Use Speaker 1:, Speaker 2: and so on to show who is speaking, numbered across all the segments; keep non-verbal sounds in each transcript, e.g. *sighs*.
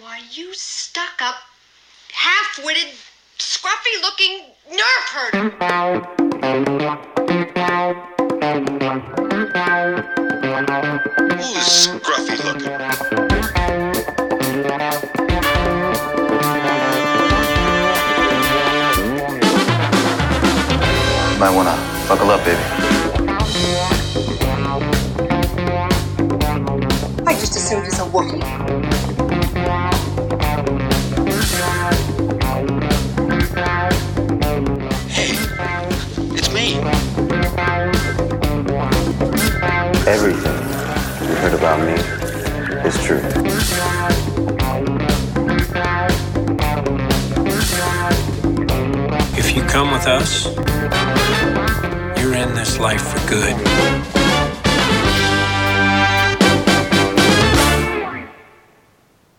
Speaker 1: Why, you stuck up, half witted, scruffy looking nerve herder.
Speaker 2: Who's scruffy looking?
Speaker 3: You might wanna buckle up, baby.
Speaker 4: I just assumed he's a Wookiee.
Speaker 2: It's me.
Speaker 3: Everything you heard about me is true.
Speaker 5: If you come with us, you're in this life for good.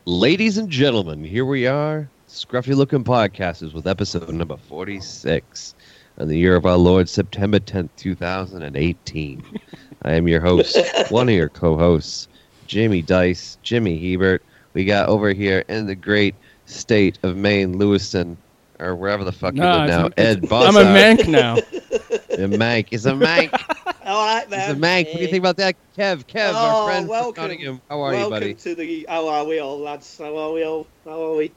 Speaker 6: Ladies and gentlemen, here we are, Scruffy Looking Podcasters with episode number 46 on the year of our Lord, September 10th, 2018. I am your
Speaker 7: *laughs*
Speaker 6: host, one of your co hosts, Jamie Dice, Jimmy Hebert. We got over here in the great state of Maine, Lewiston, or wherever the fuck you
Speaker 8: Nah,
Speaker 6: live
Speaker 8: it's-
Speaker 6: now, Ed
Speaker 8: I'm
Speaker 6: Bossard. *laughs*
Speaker 8: a mank now.
Speaker 6: A mank. It's a
Speaker 7: *laughs*
Speaker 6: mank.
Speaker 7: All right,
Speaker 6: It's a
Speaker 7: man.
Speaker 6: mank. What do you think about that, Kev? Kev,
Speaker 7: Oh,
Speaker 6: our friend
Speaker 7: welcome.
Speaker 6: from Nottingham. How are you,
Speaker 7: Welcome
Speaker 6: buddy?
Speaker 7: to the. How are we all, lads? How are we all? How are we?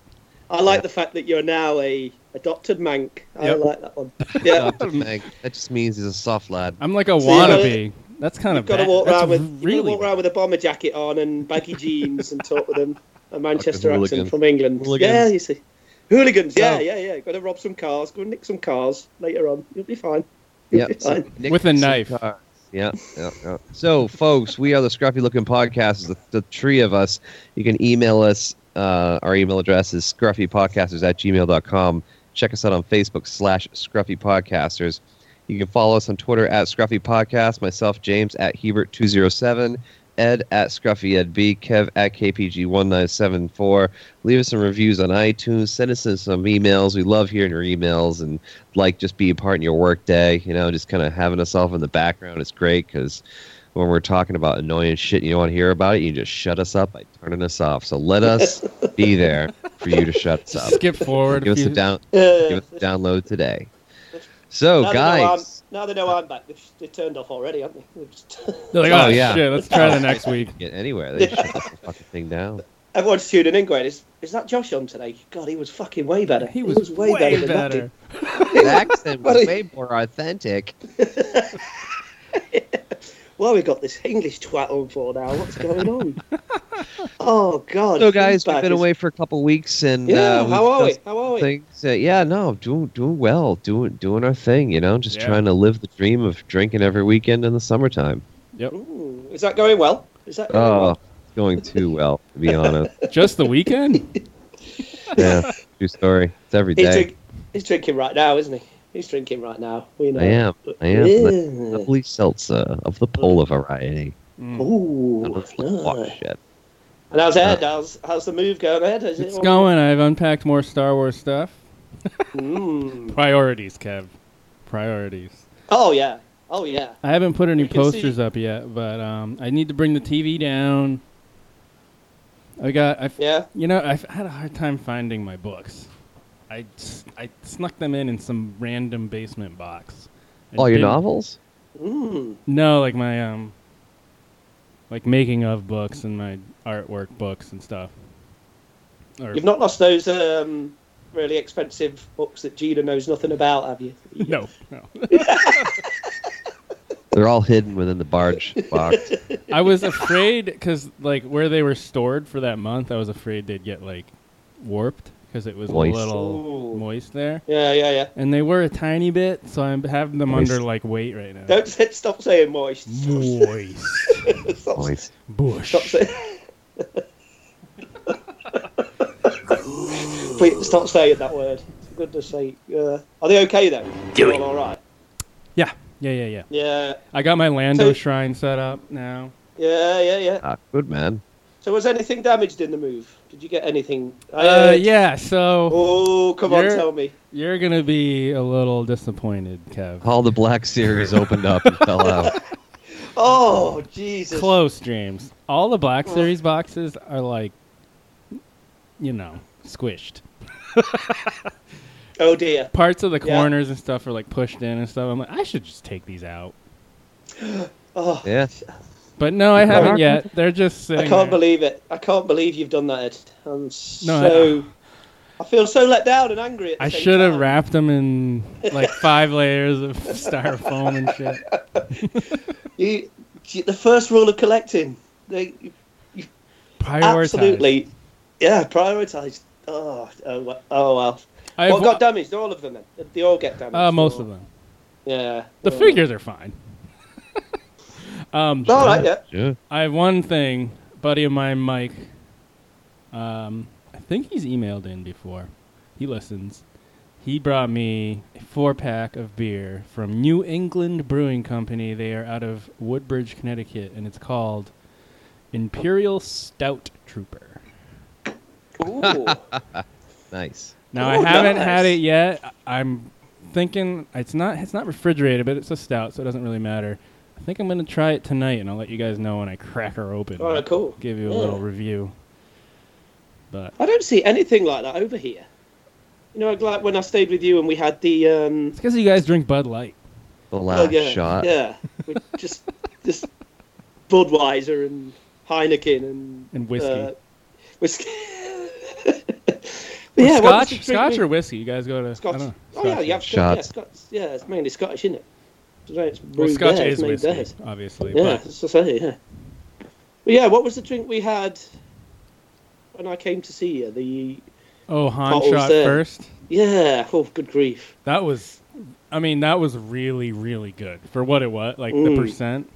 Speaker 7: I like the fact that you're now a adopted mank. I
Speaker 8: Yep.
Speaker 7: like
Speaker 6: *laughs*
Speaker 7: that one. Yeah,
Speaker 6: Adopted mank. That just means he's a soft lad.
Speaker 8: I'm like a
Speaker 7: See,
Speaker 8: wannabe. That's kind of
Speaker 7: you've got to
Speaker 8: bad.
Speaker 7: walk
Speaker 8: That's
Speaker 7: around with you
Speaker 8: really
Speaker 7: walk around with a bomber jacket on
Speaker 6: *laughs*
Speaker 7: and baggy jeans and talk with them a Manchester
Speaker 6: Fucking
Speaker 7: accent
Speaker 6: hooligan.
Speaker 7: from England.
Speaker 6: Hooligans. Oh.
Speaker 7: Yeah, you see, hooligans. Yeah,
Speaker 6: So-
Speaker 7: yeah, yeah. Got to rob some cars. Go and nick some cars later on. You'll be fine. You'll be
Speaker 6: Yep.
Speaker 7: fine.
Speaker 6: Nick
Speaker 8: With a
Speaker 6: some
Speaker 8: knife.
Speaker 6: cars. Yeah, yeah, yeah. So, folks, we are the Scruffy Looking Podcasters, the, the three of us. You can email us. Uh, our email address is scruffypodcasters at gmail.com. Check us out on Facebook slash Scruffy Podcasters. You can follow us on Twitter at Scruffy Podcast, myself, James, at Hebert207, Ed at Scruffy Ed B, Kev at KPG1974. Leave us some reviews on iTunes. Send us in some emails. We love hearing your emails and like just be a part in your work day, you know, just kind of having yourself in the background is great because when we're talking about annoying shit and you don't want to hear about it, you just shut us up by turning us off. So let us be there for you to shut us up.
Speaker 8: skip forward.
Speaker 6: Give
Speaker 8: if
Speaker 6: us a
Speaker 8: you-
Speaker 6: down
Speaker 7: Yeah.
Speaker 6: give us a download today. So
Speaker 7: now
Speaker 6: guys,
Speaker 7: they know I'm, now they know I'm back. They've, they turned off already, haven't they? They've just- *laughs*
Speaker 8: They're like,
Speaker 6: Oh,
Speaker 8: oh,
Speaker 6: yeah.
Speaker 8: yeah. Shit, let's try the next week.
Speaker 6: get anywhere, they shut the fucking thing down.
Speaker 7: Everyone's tuning in, going, is, is that Josh on today? God, he was fucking way better.
Speaker 8: He was, way, better.
Speaker 7: than Matty.
Speaker 6: The accent was
Speaker 7: Buddy.
Speaker 6: way more authentic.
Speaker 7: Why we got this English twat on for now? What's going on?
Speaker 8: *laughs*
Speaker 7: oh God!
Speaker 6: So guys, we've
Speaker 7: feedback
Speaker 6: been
Speaker 7: is-
Speaker 6: away for a couple weeks and
Speaker 7: Yeah,
Speaker 6: uh, we've
Speaker 7: how are
Speaker 6: done
Speaker 7: we? How are we?
Speaker 6: things. Uh, yeah, no, doing doing well, doing doing our thing. You know, just
Speaker 8: Yeah.
Speaker 6: trying to live the dream of drinking every weekend in the summertime.
Speaker 7: Ooh, is that going well? Is that going
Speaker 6: Oh,
Speaker 7: well?
Speaker 6: it's going too well, to be
Speaker 7: *laughs*
Speaker 6: honest.
Speaker 8: Just the weekend?
Speaker 6: Yeah, true story. It's every
Speaker 7: He's,
Speaker 6: day.
Speaker 7: drink, he's drinking right now, isn't he? He's drinking right now. We know.
Speaker 6: I am. I am. The
Speaker 7: Yeah.
Speaker 6: lovely seltzer uh, of the polar variety.
Speaker 8: Mm.
Speaker 6: None of
Speaker 7: Ooh.
Speaker 6: the fuck
Speaker 7: nice.
Speaker 6: shit.
Speaker 7: And how's Ed? How's, how's the move going, Ed? Is
Speaker 8: It's
Speaker 7: it all-
Speaker 8: going. I've unpacked more Star Wars stuff.
Speaker 7: Mm.
Speaker 8: Priorities, Kev. Priorities.
Speaker 7: Oh yeah. Oh yeah.
Speaker 8: I haven't put any
Speaker 7: You can see-
Speaker 8: posters up yet, but um, I need to bring the TV down. I got. I,
Speaker 7: Yeah.
Speaker 8: You know, I've had a hard time finding my books. I, s- I snuck them in in some random basement box. I
Speaker 6: All Oh, your
Speaker 8: didn't-
Speaker 6: novels?
Speaker 7: Mm.
Speaker 8: No, like my um, like making of books and my artwork books and stuff. Or,
Speaker 7: You've not lost those um, really expensive books that Gina knows nothing about, have you?
Speaker 8: *laughs* *laughs* no, no.
Speaker 6: They're all hidden within the
Speaker 7: *laughs*
Speaker 6: barge box.
Speaker 8: I was afraid because like where they were stored for that month, I was afraid they'd get like warped because it was
Speaker 6: Moist.
Speaker 8: a little
Speaker 7: Ooh.
Speaker 8: moist there,
Speaker 7: Yeah, yeah, yeah.
Speaker 8: and they were a tiny bit, so I'm having them
Speaker 6: Moist.
Speaker 8: under like weight right now.
Speaker 7: Don't say, stop saying moist.
Speaker 8: moist
Speaker 7: Stop,
Speaker 6: Boys.
Speaker 8: bush.
Speaker 7: stop saying. Please stop saying that word. For goodness sake. Uh, are they okay though?
Speaker 5: Do
Speaker 7: They're
Speaker 5: it.
Speaker 7: all All right.
Speaker 8: Yeah, yeah, yeah, yeah.
Speaker 7: Yeah,
Speaker 8: I got my Lando
Speaker 7: So-
Speaker 8: shrine set up now.
Speaker 7: yeah, yeah, yeah.
Speaker 6: Ah, good man.
Speaker 7: So was anything damaged in the move? Did you get anything? I
Speaker 8: Uh,
Speaker 7: heard-
Speaker 8: yeah, so
Speaker 7: Oh, come on,
Speaker 8: You're-
Speaker 7: tell me.
Speaker 8: you're gonna be a little disappointed, Kev.
Speaker 6: All the Black Series opened up and fell
Speaker 7: *laughs*
Speaker 6: out.
Speaker 7: Oh, Jesus.
Speaker 8: Close, James. All the Black Series boxes are like you know, squished.
Speaker 7: Oh dear.
Speaker 8: Parts of the
Speaker 7: Yeah.
Speaker 8: corners and stuff are like pushed in and stuff. I'm like, I should just take these out.
Speaker 7: Oh,
Speaker 6: Yeah.
Speaker 8: But no, I haven't
Speaker 6: Mark-
Speaker 8: yet. They're just
Speaker 7: I
Speaker 8: sitting.
Speaker 7: can't
Speaker 8: there.
Speaker 7: believe it. I can't believe you've done that. Ed. I'm
Speaker 8: No,
Speaker 7: so. I feel so let down and angry. At the
Speaker 8: I
Speaker 7: same
Speaker 8: should have
Speaker 7: time.
Speaker 8: wrapped them
Speaker 7: *laughs*
Speaker 8: in like five layers of styrofoam and shit.
Speaker 7: *laughs* You, you- the first rule of collecting. They,
Speaker 8: Prioritize.
Speaker 7: absolutely. Yeah, prioritize. Oh, oh, we- oh well.
Speaker 8: I
Speaker 7: what
Speaker 8: avo-
Speaker 7: got damaged? All of them then. Did They all get damaged.
Speaker 8: uh, most
Speaker 7: or-
Speaker 8: of them.
Speaker 7: Yeah.
Speaker 8: The
Speaker 7: Oh.
Speaker 8: figures are fine. um,
Speaker 7: All right. Yeah.
Speaker 6: Sure.
Speaker 8: I have one thing, buddy of mine, Mike. Um, I think he's emailed in before. He listens. He brought me a four pack of beer from New England Brewing Company. They are out of Woodbridge, Connecticut, and it's called Imperial Stout Trooper. *laughs*
Speaker 7: Ooh.
Speaker 6: Nice.
Speaker 8: Now
Speaker 7: Ooh,
Speaker 8: I haven't had
Speaker 7: nice.
Speaker 8: it yet. I- I'm thinking it's not it's not refrigerated, but it's a stout, so it doesn't really matter. I think I'm gonna try it tonight, and I'll let you guys know when I crack her open.
Speaker 7: All right. Cool.
Speaker 8: Give you a
Speaker 7: Yeah.
Speaker 8: little review. But
Speaker 7: I don't see anything like that over here. You know, like, like when I stayed with you and we had the um,
Speaker 8: it's because you guys drink Bud Light.
Speaker 6: The
Speaker 7: oh,
Speaker 6: last
Speaker 7: yeah,
Speaker 6: shot.
Speaker 7: yeah, we just just Budweiser and Heineken and
Speaker 8: And whiskey.
Speaker 7: uh, whiskey. *laughs*
Speaker 8: Or
Speaker 7: yeah, what
Speaker 8: scotch,
Speaker 7: does it drink
Speaker 8: scotch
Speaker 7: with-
Speaker 8: or whiskey? You guys go to I
Speaker 7: Scotch.
Speaker 8: don't know.
Speaker 7: Oh yeah,
Speaker 8: Scotch,
Speaker 7: you have Scotch. Yeah,
Speaker 6: Shots.
Speaker 7: Scotch. Yeah, it's mainly Scottish, isn't it? So it's
Speaker 8: Well,
Speaker 7: brewed
Speaker 8: scotch
Speaker 7: there,
Speaker 8: is
Speaker 7: it's made
Speaker 8: whiskey,
Speaker 7: there.
Speaker 8: obviously.
Speaker 7: Yeah,
Speaker 8: but
Speaker 7: that's what I say, yeah. But yeah, what was the drink we had when I came to see you? The
Speaker 8: oh, Han
Speaker 7: Bottles
Speaker 8: shot
Speaker 7: there.
Speaker 8: first.
Speaker 7: yeah, oh good grief.
Speaker 8: That was, I mean, that was really, really good for what it was, like the
Speaker 7: Mm.
Speaker 8: percent.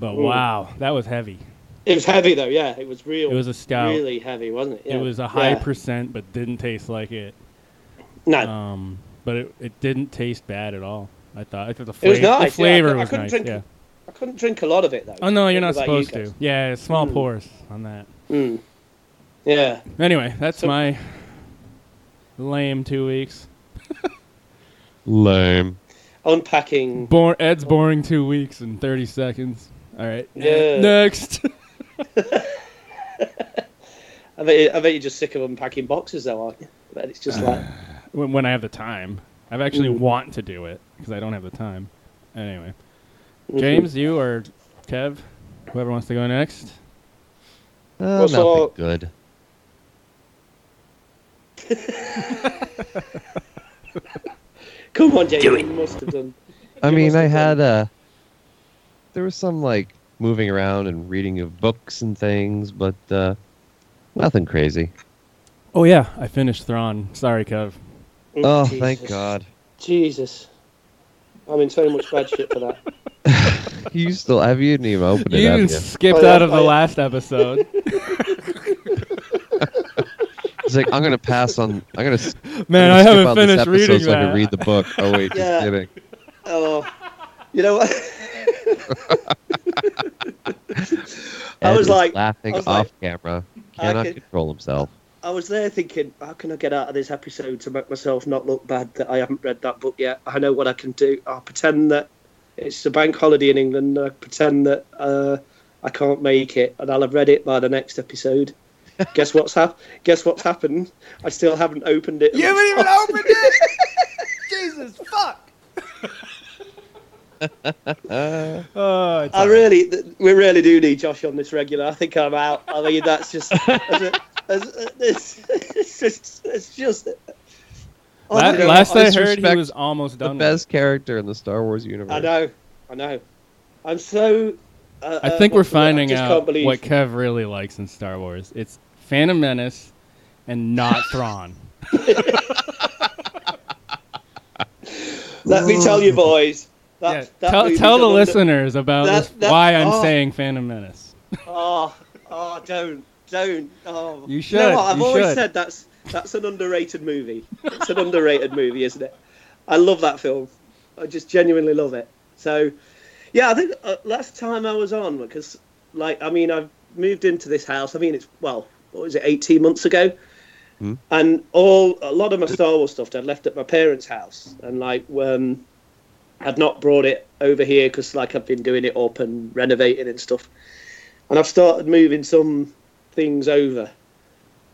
Speaker 8: But
Speaker 7: Mm.
Speaker 8: wow, that was heavy.
Speaker 7: It was heavy though, yeah. It was real.
Speaker 8: It was a stout.
Speaker 7: Really heavy, wasn't it? Yeah.
Speaker 8: It was a high
Speaker 7: Yeah.
Speaker 8: percent, but didn't taste like it.
Speaker 7: No,
Speaker 8: Um, but it, it didn't taste bad at all. I thought. I thought the,
Speaker 7: It was
Speaker 8: flavor- the
Speaker 7: nice, yeah, I
Speaker 8: flavor
Speaker 7: cou- I
Speaker 8: was
Speaker 7: couldn't
Speaker 8: nice.
Speaker 7: drink
Speaker 8: yeah.
Speaker 7: it. I couldn't drink a lot of it though.
Speaker 8: Oh no, you're not
Speaker 7: What about you
Speaker 8: supposed
Speaker 7: guys?
Speaker 8: to. Yeah, small
Speaker 7: Mm.
Speaker 8: pores on that.
Speaker 7: Mm. Yeah.
Speaker 8: Anyway, that's
Speaker 7: So-
Speaker 8: my lame two weeks.
Speaker 6: Lame.
Speaker 7: Unpacking.
Speaker 8: Bor- Ed's boring two weeks in 30 seconds. All right.
Speaker 7: Yeah.
Speaker 8: Next. *laughs*
Speaker 7: I bet, I bet you're just sick of unpacking boxes though, aren't you? I bet it's just
Speaker 6: Ah.
Speaker 7: like
Speaker 8: when, when I have the time, I've actually
Speaker 7: Mm.
Speaker 8: want to do it because I don't have the time. Anyway,
Speaker 7: Mm-hmm.
Speaker 8: James, you or Kev, whoever wants to go next.
Speaker 6: Uh,
Speaker 7: Well, so-
Speaker 6: nothing good.
Speaker 7: Come on, James. You must have done.
Speaker 6: I
Speaker 7: Give us
Speaker 6: mean,
Speaker 7: the
Speaker 6: I had uh There was some like moving around and reading of books and things, but uh, nothing crazy.
Speaker 8: Oh yeah, I finished Thrawn. Sorry, Kev.
Speaker 7: Mm,
Speaker 6: *laughs* Oh,
Speaker 7: Jesus.
Speaker 6: thank God! *laughs*
Speaker 7: Jesus. I'm in so much bad shit for
Speaker 6: *laughs*
Speaker 7: that.
Speaker 6: You still have you didn't even open it?
Speaker 8: you
Speaker 6: have
Speaker 8: even
Speaker 6: you?
Speaker 8: skipped
Speaker 7: Oh, yeah,
Speaker 8: out of
Speaker 7: oh,
Speaker 8: the
Speaker 7: yeah.
Speaker 8: last
Speaker 7: *laughs*
Speaker 8: episode.
Speaker 6: It's like I'm gonna pass on. I'm gonna. s-
Speaker 8: Man,
Speaker 6: I'm
Speaker 8: I
Speaker 6: gonna skip out
Speaker 8: haven't
Speaker 6: this
Speaker 8: finished
Speaker 6: episode
Speaker 8: reading
Speaker 6: so I
Speaker 8: that.
Speaker 6: can read the book. Oh wait, just
Speaker 7: Yeah.
Speaker 6: kidding.
Speaker 7: Oh, you know what? *laughs* I
Speaker 6: Ed
Speaker 7: was
Speaker 6: is
Speaker 7: like-
Speaker 6: laughing
Speaker 7: I was
Speaker 6: off
Speaker 7: like-
Speaker 6: camera.
Speaker 7: I
Speaker 6: Cannot
Speaker 7: could-
Speaker 6: control himself.
Speaker 7: I was there thinking, how can I get out of this episode to make myself not look bad that I haven't read that book yet? I know what I can do. I'll pretend that it's a bank holiday in England. I pretend that uh, I can't make it, and I'll have read it by the next episode. guess what's hap- Guess what's happened? I still haven't opened it.
Speaker 8: opened it. Jesus fuck.
Speaker 6: Uh,
Speaker 8: Oh, it's
Speaker 7: I really, th- we really do need Josh on this regular. I think I'm out. I mean, that's just, as a, as a, it's, it's just, it's just.
Speaker 8: La-
Speaker 7: I don't know.
Speaker 8: last I heard, he
Speaker 6: disrespect
Speaker 8: was almost
Speaker 6: the
Speaker 8: done.
Speaker 6: best character in the Star Wars universe.
Speaker 7: I know, I know. I'm so. Uh,
Speaker 8: I
Speaker 7: uh,
Speaker 8: think we're
Speaker 7: what's the word? I
Speaker 8: finding
Speaker 7: just
Speaker 8: out
Speaker 7: can't believe.
Speaker 8: what Kev really likes in Star Wars. It's Phantom Menace and
Speaker 7: *laughs*
Speaker 8: not Thrawn.
Speaker 7: *laughs* Let me tell you, boys. That,
Speaker 8: Yeah,
Speaker 7: that
Speaker 8: tell
Speaker 7: movie's
Speaker 8: tell the
Speaker 7: another-
Speaker 8: listeners about
Speaker 7: That-
Speaker 8: this,
Speaker 7: that-
Speaker 8: why I'm
Speaker 7: oh.
Speaker 8: saying Phantom Menace.
Speaker 7: Oh, oh, don't, don't. Oh.
Speaker 8: You
Speaker 7: You
Speaker 8: should,
Speaker 7: know what? I've
Speaker 8: you
Speaker 7: always
Speaker 8: should.
Speaker 7: said that's that's an underrated movie. It's an underrated movie, isn't it? I love that film. I just genuinely love it. So, yeah, I think uh, last time I was on because, like, I mean, I've moved into this house. I mean, it's well, what was it, eighteen months ago?
Speaker 6: Hmm.
Speaker 7: And all a lot of my Star Wars stuff that I'd left at my parents' house, and like, um, I'd not brought it over here because like I've been doing it up and renovating and stuff, and I've started moving some things over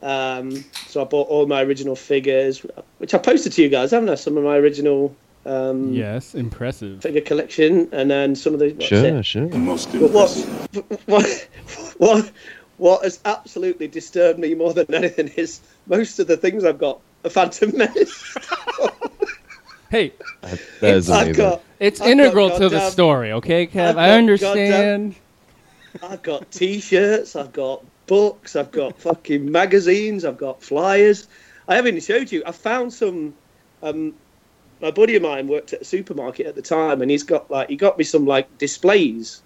Speaker 7: Um, so I bought all my original figures, which I posted to you guys, haven't I? Some of my original um,
Speaker 8: Yes, impressive.
Speaker 7: figure collection, and then some of the what's
Speaker 6: Sure,
Speaker 7: it?
Speaker 6: sure.
Speaker 7: But what, what, what, what has absolutely disturbed me more than anything is most of the things I've got are Phantom Menace.
Speaker 8: Hey,
Speaker 6: That is
Speaker 7: *laughs* I've
Speaker 6: amazing.
Speaker 7: got
Speaker 8: it's
Speaker 7: I've got
Speaker 8: integral to the
Speaker 7: goddamn-
Speaker 8: story, okay, Kev?
Speaker 7: I've
Speaker 8: I
Speaker 7: got
Speaker 8: understand.
Speaker 7: I've got T-shirts, I've got books, I've got fucking magazines, I've got flyers. I haven't showed you. I found some. Um, my buddy of mine worked at a supermarket at the time, and he's got like he got me some like displays.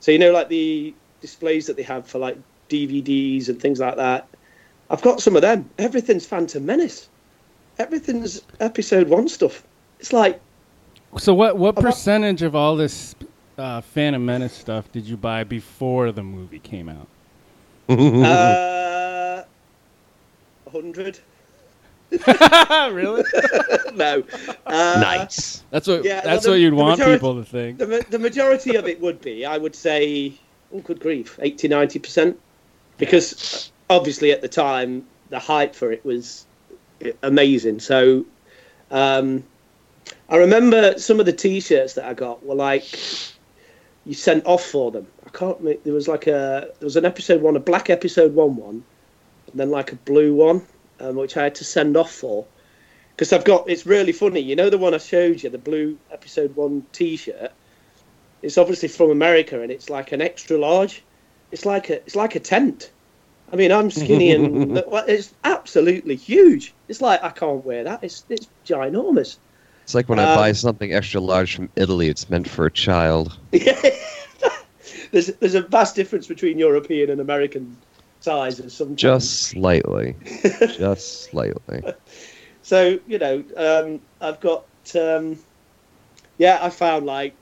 Speaker 7: So you know, like the displays that they have for like DVDs and things like that. I've got some of them. Everything's Phantom Menace. Everything's Episode One stuff. It's like
Speaker 8: So, what what
Speaker 7: I've got-
Speaker 8: percentage of all this uh, Phantom Menace stuff did you buy before the movie came out?
Speaker 7: uh, *laughs* hundred. *laughs*
Speaker 8: really?
Speaker 7: No. Uh,
Speaker 6: *laughs* nice.
Speaker 8: That's what
Speaker 7: Yeah,
Speaker 8: that's
Speaker 7: well,
Speaker 8: what
Speaker 7: the-
Speaker 8: you'd
Speaker 7: the
Speaker 8: want
Speaker 7: majority-
Speaker 8: people to think.
Speaker 7: The, ma- the majority of it would be, I would say, oh, good grief, 80, 90%. Because uh, obviously at the time, the hype for it was amazing. So um, I remember some of the t shirts that I got were like, you sent off for them. I can't make, there was like a, there was an episode one, a black episode one one, and then like a blue one, um, which I had to send off for. Because I've got, it's really funny. You know the one I showed you, the blue episode one t shirt? it's obviously from America and it's like an extra large. It's like a it's like a tent. I mean, I'm skinny and well, it's absolutely huge. It's like I can't wear that. It's it's ginormous. *laughs*
Speaker 6: It's like when I
Speaker 7: Um,
Speaker 6: buy something extra large from Italy, it's meant for a child.
Speaker 7: There's there's a vast difference between European and American sizes sometimes. *laughs*
Speaker 6: Just slightly. Just slightly.
Speaker 7: So you know, um, I've got um, yeah, I found like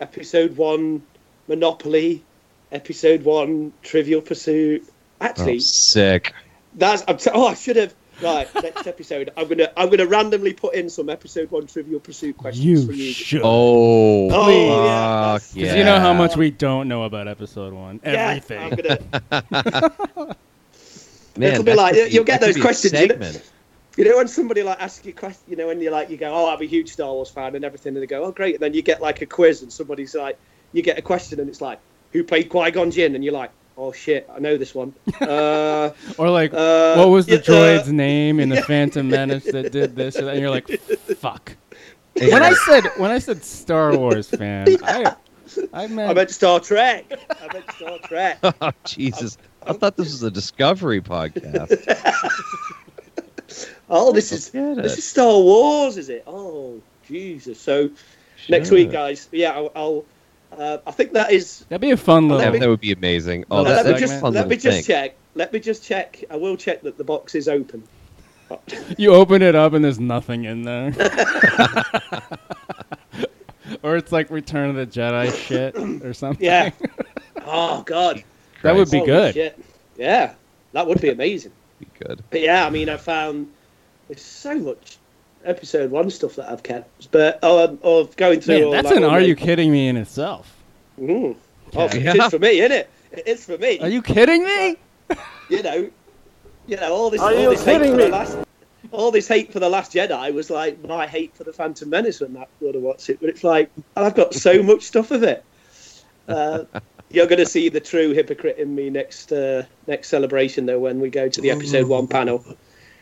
Speaker 7: episode one Monopoly, episode one Trivial Pursuit.
Speaker 6: Oh,
Speaker 7: Actually,
Speaker 6: sick.
Speaker 7: That's I'm t- oh I should have right *laughs* next episode I'm gonna I'm gonna randomly put in some episode one Trivial Pursuit questions for you.
Speaker 8: should.
Speaker 6: Oh,
Speaker 7: Oh, yeah,
Speaker 6: fuck
Speaker 7: that's-
Speaker 6: yeah.
Speaker 8: Because you know how much we don't know about episode one. Everything.
Speaker 7: I'm gonna,
Speaker 6: Man,
Speaker 7: It'll be
Speaker 6: that
Speaker 7: like,
Speaker 6: could
Speaker 7: you'll get
Speaker 6: that could
Speaker 7: those
Speaker 6: be a
Speaker 7: questions, you know?
Speaker 6: Segment.
Speaker 7: you know when somebody like asks you questions, you know when you're like you go oh I'm a huge Star Wars fan and everything and they go oh great and then you get like a quiz and somebody's like you get a question and it's like who played Qui Gon Jinn and you're like oh shit I know this one. Uh,
Speaker 8: Or like,
Speaker 7: Uh,
Speaker 8: what was the
Speaker 7: yeah, uh,
Speaker 8: droid's name in the Phantom Menace that
Speaker 7: *laughs*
Speaker 8: did this? or that? And you're like, fuck.
Speaker 6: Yeah.
Speaker 8: When I said when I said Star Wars
Speaker 7: *laughs*
Speaker 8: fan, I I meant,
Speaker 7: I meant Star Trek. I meant Star Trek.
Speaker 6: *laughs* *laughs* Oh, Jesus. I
Speaker 7: Um,
Speaker 6: thought this was a Discovery podcast.
Speaker 7: Oh this is
Speaker 6: Forget
Speaker 7: this
Speaker 6: it.
Speaker 7: is Star Wars is it? Oh Jesus so. next
Speaker 6: Sure.
Speaker 7: week, guys. Yeah, I'll. I'll uh, I think that is.
Speaker 8: that'd be a fun
Speaker 7: *laughs*
Speaker 6: That,
Speaker 7: Let
Speaker 8: little.
Speaker 7: me-
Speaker 6: that would be amazing. Oh,
Speaker 8: Let
Speaker 6: that,
Speaker 7: let me
Speaker 6: that's
Speaker 7: just
Speaker 6: a fun
Speaker 7: let me
Speaker 6: little
Speaker 7: just
Speaker 6: thing.
Speaker 7: check. Let me just check. I will check that the box is open.
Speaker 8: You open it up and there's nothing in
Speaker 7: *laughs*
Speaker 8: there. or it's like Return of the Jedi shit or something.
Speaker 7: Yeah. oh God.
Speaker 8: *laughs* that would be
Speaker 7: Holy
Speaker 8: good.
Speaker 7: shit. Yeah, that would be amazing.
Speaker 6: Be good.
Speaker 7: But yeah, I mean, I found there's so much episode one stuff that I've kept, but oh, of going through.
Speaker 8: Man,
Speaker 7: all
Speaker 8: that's
Speaker 7: that
Speaker 8: an
Speaker 7: all
Speaker 8: Are
Speaker 7: the-
Speaker 8: you kidding me in itself?
Speaker 7: Mm. Oh,
Speaker 6: Yeah.
Speaker 7: it's for me, isn't it? It's for me.
Speaker 8: Are you kidding me?
Speaker 7: you know, you know, all this,
Speaker 2: Are
Speaker 7: all
Speaker 2: you
Speaker 7: this hate
Speaker 2: kidding
Speaker 7: for the
Speaker 2: me?
Speaker 7: last, all this hate for the Last Jedi was like my hate for the Phantom Menace when that sort of watch it. But it's like and I've got so much stuff of it.
Speaker 2: *laughs*
Speaker 7: Uh, you're going to see the true hypocrite in me next uh, next celebration though when we go to the episode one panel,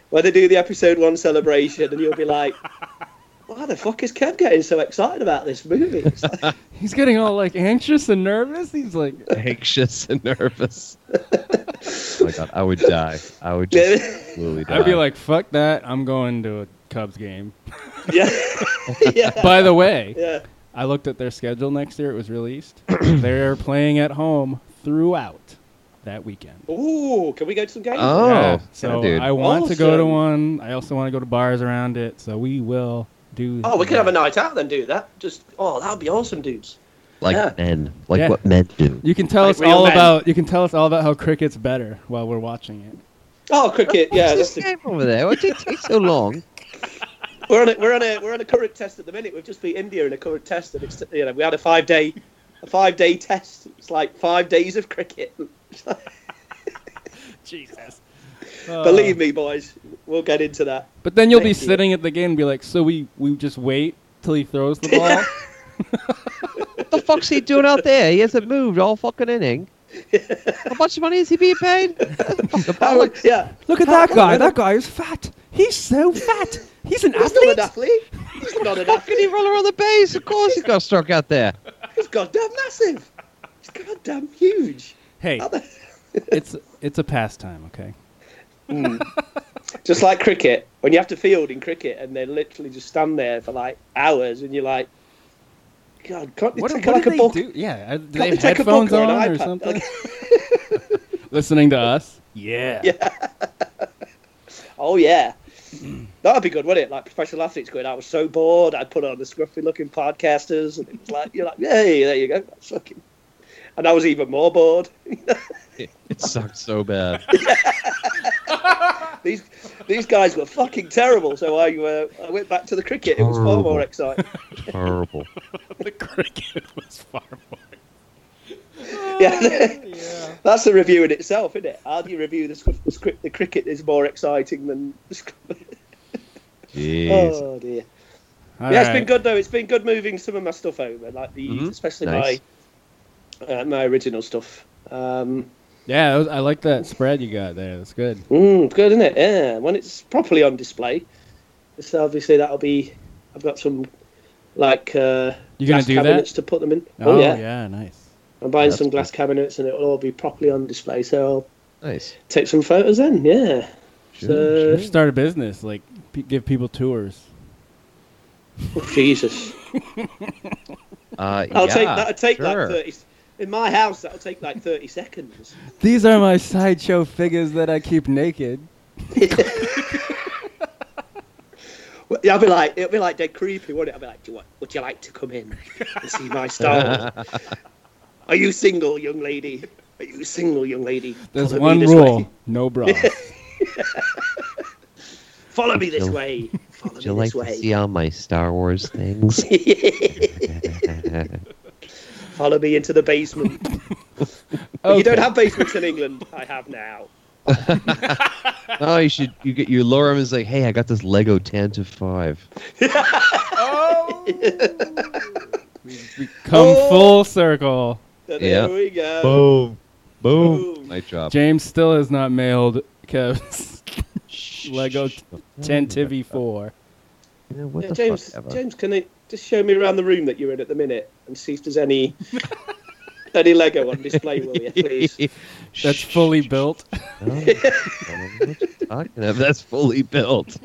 Speaker 7: where they do the episode one celebration, and you'll be like. Why the fuck is Kev getting so excited about this movie? It's like, *laughs*
Speaker 8: He's getting all like anxious and nervous. He's like,
Speaker 6: Anxious and
Speaker 7: *laughs*
Speaker 6: nervous. oh my God, I would die. I would just absolutely die.
Speaker 8: I'd be like, fuck that. I'm going to a Cubs game.
Speaker 7: yeah, yeah,
Speaker 8: By the way,
Speaker 7: yeah.
Speaker 8: I looked at their schedule next year. It
Speaker 6: *clears throat*
Speaker 8: was released. They're playing at home throughout that weekend.
Speaker 7: Ooh, can we go to some games?
Speaker 6: Oh, yeah,
Speaker 8: so
Speaker 6: dude.
Speaker 8: I want to go to
Speaker 7: Awesome.
Speaker 8: one. I also want to go to bars around it. So we will do.
Speaker 7: Oh, we could
Speaker 8: that.
Speaker 7: have a night out then do that. Just oh, that would be awesome, dudes.
Speaker 6: like
Speaker 7: yeah.
Speaker 6: men, like
Speaker 8: Yeah.
Speaker 6: what men do.
Speaker 8: You can tell
Speaker 7: Like
Speaker 8: us
Speaker 7: real
Speaker 8: all
Speaker 7: men.
Speaker 8: about. You can tell us all about how cricket's better while we're watching
Speaker 7: *laughs*
Speaker 8: it.
Speaker 7: Oh, cricket, yeah. That's the,
Speaker 6: game over there? Why did it take so long?
Speaker 7: we're on a we're on a we're on a current test at the minute. We've just beat India in a current test, and it's you know we had a five day a five day test. It's like five days of cricket.
Speaker 8: Jesus.
Speaker 7: *laughs* Believe me, boys, we'll get into that.
Speaker 8: Uh, But then you'll be
Speaker 7: Thank you.
Speaker 8: sitting at the game and be like, so we, we just wait till he throws
Speaker 7: *laughs*
Speaker 8: the ball?
Speaker 6: What the fuck's he doing out there? He hasn't moved all fucking inning. How much money is he being paid?
Speaker 7: How, yeah,
Speaker 8: Look at that guy. That guy is fat. He's *laughs* so fat. He's an
Speaker 7: he's not
Speaker 8: athlete.
Speaker 7: an athlete. He's not *laughs* an
Speaker 6: How can he
Speaker 7: athlete.
Speaker 6: roll around the base? Of course he's got a stroke out there.
Speaker 7: He's goddamn massive. He's goddamn huge.
Speaker 8: Hey, it's it's a pastime, okay?
Speaker 7: Just like cricket, when you have to field in cricket and they literally just stand there for like hours, and you're like, God, can't they
Speaker 8: What,
Speaker 7: take
Speaker 8: what
Speaker 7: like
Speaker 8: do
Speaker 7: a
Speaker 8: they
Speaker 7: book?
Speaker 8: do? Yeah, are- do
Speaker 7: Can't
Speaker 8: they
Speaker 7: they
Speaker 8: have
Speaker 7: take a book
Speaker 8: headphones
Speaker 7: or an
Speaker 8: on or
Speaker 7: iPad?
Speaker 8: something? *laughs* Listening to us? Yeah.
Speaker 7: Oh yeah, that'd be good, wouldn't it? Like professional athletes going, I was so bored. I put on the scruffy-looking podcasters, and it was like you're like, hey, there you go. That's fucking... And I was even more bored.
Speaker 6: It sucks so bad.
Speaker 7: These these guys were fucking terrible. So I uh, I went back to the cricket. It was far
Speaker 6: Horrible.
Speaker 7: more exciting.
Speaker 6: Horrible.
Speaker 8: *laughs* the cricket was far more.
Speaker 7: yeah, that's the review in itself, isn't it? How do you review the script? The, script, the cricket is more exciting than. The script.
Speaker 6: Jeez.
Speaker 7: *laughs* Oh
Speaker 8: All
Speaker 7: dear. yeah, it's
Speaker 8: right. Mm-hmm.
Speaker 7: been good though. It's been good moving some of my stuff over, like the
Speaker 6: Mhm.
Speaker 7: especially
Speaker 6: Nice.
Speaker 7: my uh, my original stuff. Um,
Speaker 8: Yeah, that was- I like that spread you got there. That's good.
Speaker 7: mm, it's good, isn't it? Yeah, when it's properly on display. So obviously that'll be. I've got some like uh,
Speaker 8: You gonna
Speaker 7: glass
Speaker 8: do that?
Speaker 7: cabinets to put them in. Oh, yeah.
Speaker 8: nice.
Speaker 7: I'm buying
Speaker 6: That's
Speaker 7: some glass cabinets and it'll all be properly on display. So I'll
Speaker 6: Nice.
Speaker 7: take some photos then. Yeah.
Speaker 8: You
Speaker 7: So,
Speaker 8: should start a business, like p- give people tours.
Speaker 7: oh, Jesus.
Speaker 6: Uh,
Speaker 7: I'll
Speaker 6: yeah,
Speaker 7: take that. I'll take
Speaker 6: sure.
Speaker 7: like 30. In my house, that'll take like 30 seconds.
Speaker 8: These are my sideshow figures that I keep naked.
Speaker 7: Well, I'll be like, it'll be like dead creepy, won't it? I'll be like, do you want, would you like to come in and see my
Speaker 6: *laughs*
Speaker 7: style? Are you single, young lady? Are you single, young lady?
Speaker 8: There's
Speaker 7: Follow me
Speaker 8: one
Speaker 7: this
Speaker 8: rule: *laughs*
Speaker 7: way.
Speaker 8: no bras.
Speaker 7: Follow me this
Speaker 6: Would you-
Speaker 7: way. Follow
Speaker 6: Would
Speaker 7: me
Speaker 6: you like
Speaker 7: this
Speaker 6: to
Speaker 7: way.
Speaker 6: see all my Star Wars
Speaker 7: *laughs*
Speaker 6: things?
Speaker 7: Follow me into the basement.
Speaker 6: *laughs*
Speaker 7: But You don't have basements in England. I have now. *laughs*
Speaker 6: oh, you should. You get you lure him and say, "Hey, I got this Lego ten to five.
Speaker 8: Come
Speaker 7: Oh.
Speaker 8: full circle.
Speaker 7: There
Speaker 6: Yeah.
Speaker 7: we go.
Speaker 6: Boom,
Speaker 7: Oh. boom.
Speaker 6: Night drop.
Speaker 8: James still has not mailed Kev's Lego t- ten Tivy four.
Speaker 6: Yeah, what
Speaker 7: Yeah,
Speaker 6: the
Speaker 7: James,
Speaker 6: fuck ever.
Speaker 7: James, can you just show me around the room that you're in at the minute and see if there's any any Lego on display, will you,
Speaker 6: *laughs*
Speaker 7: please?
Speaker 8: That's fully built.
Speaker 6: No, I don't know Oh, what you're talking about. That's fully built.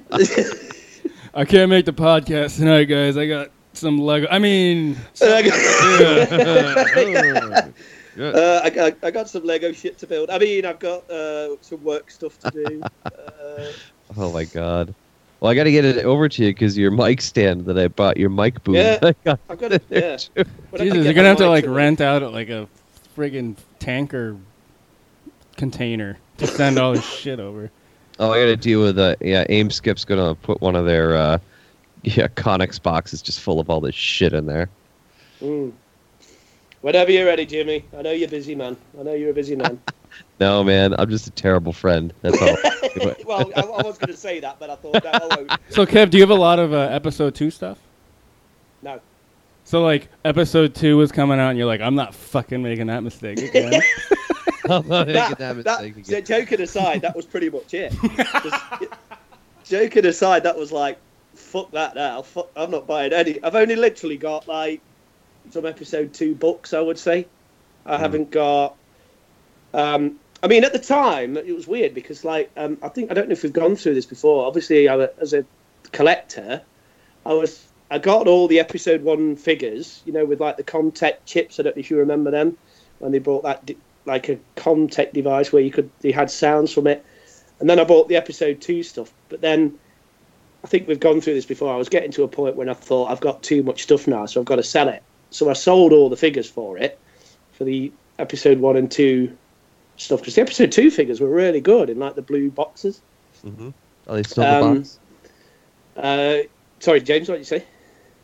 Speaker 8: I can't make the podcast tonight, guys. I got some Lego. I mean,
Speaker 7: Uh, I, I, I got some Lego shit to build. I mean, I've got uh, some work stuff to do. Uh,
Speaker 6: Oh my god. Well, I got to get it over to you because your mic stand that I bought, your mic booth.
Speaker 7: Yeah.
Speaker 6: I got
Speaker 7: I've
Speaker 6: *laughs*
Speaker 7: got to, yeah.
Speaker 6: there too.
Speaker 7: When I can
Speaker 8: Jesus,
Speaker 7: get
Speaker 8: you're gonna
Speaker 7: my
Speaker 8: have to
Speaker 7: mic
Speaker 8: like
Speaker 7: the-
Speaker 8: rent out at, like a friggin' tanker container to send all this shit over.
Speaker 6: Oh, I got to deal with uh, yeah. Aim Skip's gonna put one of their uh, yeah Connex boxes just full of all this shit in there.
Speaker 7: Mm. Whenever you're ready, Jimmy. I know you're busy, man. I know you're a
Speaker 6: *laughs*
Speaker 7: busy man.
Speaker 6: No, man, I'm just a terrible friend. That's
Speaker 7: *laughs*
Speaker 6: all.
Speaker 7: well, I, I was going to say that, but I thought, no, I won't.
Speaker 8: So, Kev, do you have a lot of uh, episode two stuff?
Speaker 7: No.
Speaker 8: So, like, episode two was coming out, and you're like, I'm not fucking making that mistake again.
Speaker 6: *laughs*
Speaker 7: *laughs*
Speaker 6: I'm not making
Speaker 7: That,
Speaker 6: that
Speaker 7: that-
Speaker 6: mistake
Speaker 7: so
Speaker 6: again.
Speaker 7: joking aside, that was pretty much it. Just- joking aside, that was like, fuck that now. Fuck, I'm not buying any. I've only literally got like some episode two books, I would say. I haven't got. Um, I mean, at the time, it was weird because, like, um, I think I don't know if we've gone through this before. Obviously, I, wa- as a collector, I was I got all the episode one figures, you know, with like the Comtech chips. I don't know if you remember them when they brought that di- like a Comtech device where you could they had sounds from it. And then I bought the episode two stuff. But then I think we've gone through this before. I was getting to a point when I thought I've got too much stuff now, so I've got to sell it. So I sold all the figures for it for the episode one and two stuff because the episode two figures were really good in like the blue boxes.
Speaker 6: Are they still in the
Speaker 7: um,
Speaker 6: box?
Speaker 7: Uh, sorry, James, what did you say?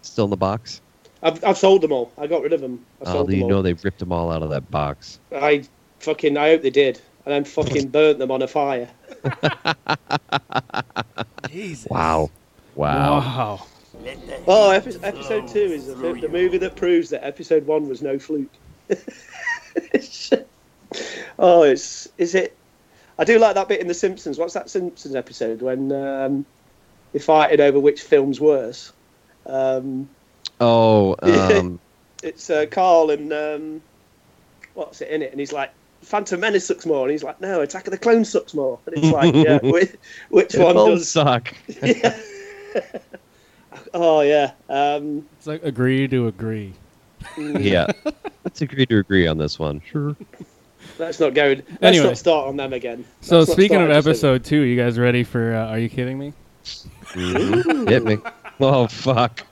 Speaker 6: Still in the box?
Speaker 7: I've, I've sold them all. I got rid of them. I
Speaker 6: Oh,
Speaker 7: sold
Speaker 6: do you
Speaker 7: them
Speaker 6: know
Speaker 7: all.
Speaker 6: they ripped them all out of that box?
Speaker 7: I fucking I hope they did. and then fucking
Speaker 6: *laughs*
Speaker 7: burnt them on a fire.
Speaker 8: Jesus.
Speaker 6: Wow. Wow.
Speaker 8: Wow.
Speaker 7: Oh, epi- episode two is the, the movie that proves that episode one was no fluke. *laughs* It's- oh, it's is it? I do like that bit in The Simpsons. What's that Simpsons episode when um, they fighted over which film's worse? Um, *laughs*
Speaker 6: Oh, um,
Speaker 7: it's uh, Carl and um, what's it in it, and he's like, "Phantom Menace sucks more," and he's like, "No, Attack of the Clone sucks more," and it's like, "Yeah, which, which
Speaker 6: it
Speaker 7: one
Speaker 6: both
Speaker 7: does?"
Speaker 6: suck.
Speaker 7: *laughs* Yeah. oh yeah, um, mm.
Speaker 8: It's like agree to agree.
Speaker 6: yeah. Let's agree to agree on this one. Sure.
Speaker 7: let's not go. Let's
Speaker 8: Anyway.
Speaker 7: not start on them again.
Speaker 8: So
Speaker 7: Let's not
Speaker 8: speaking of
Speaker 7: start
Speaker 8: episode two, you guys ready for? Uh, are you kidding me?
Speaker 6: Mm-hmm. Hit me. Oh fuck.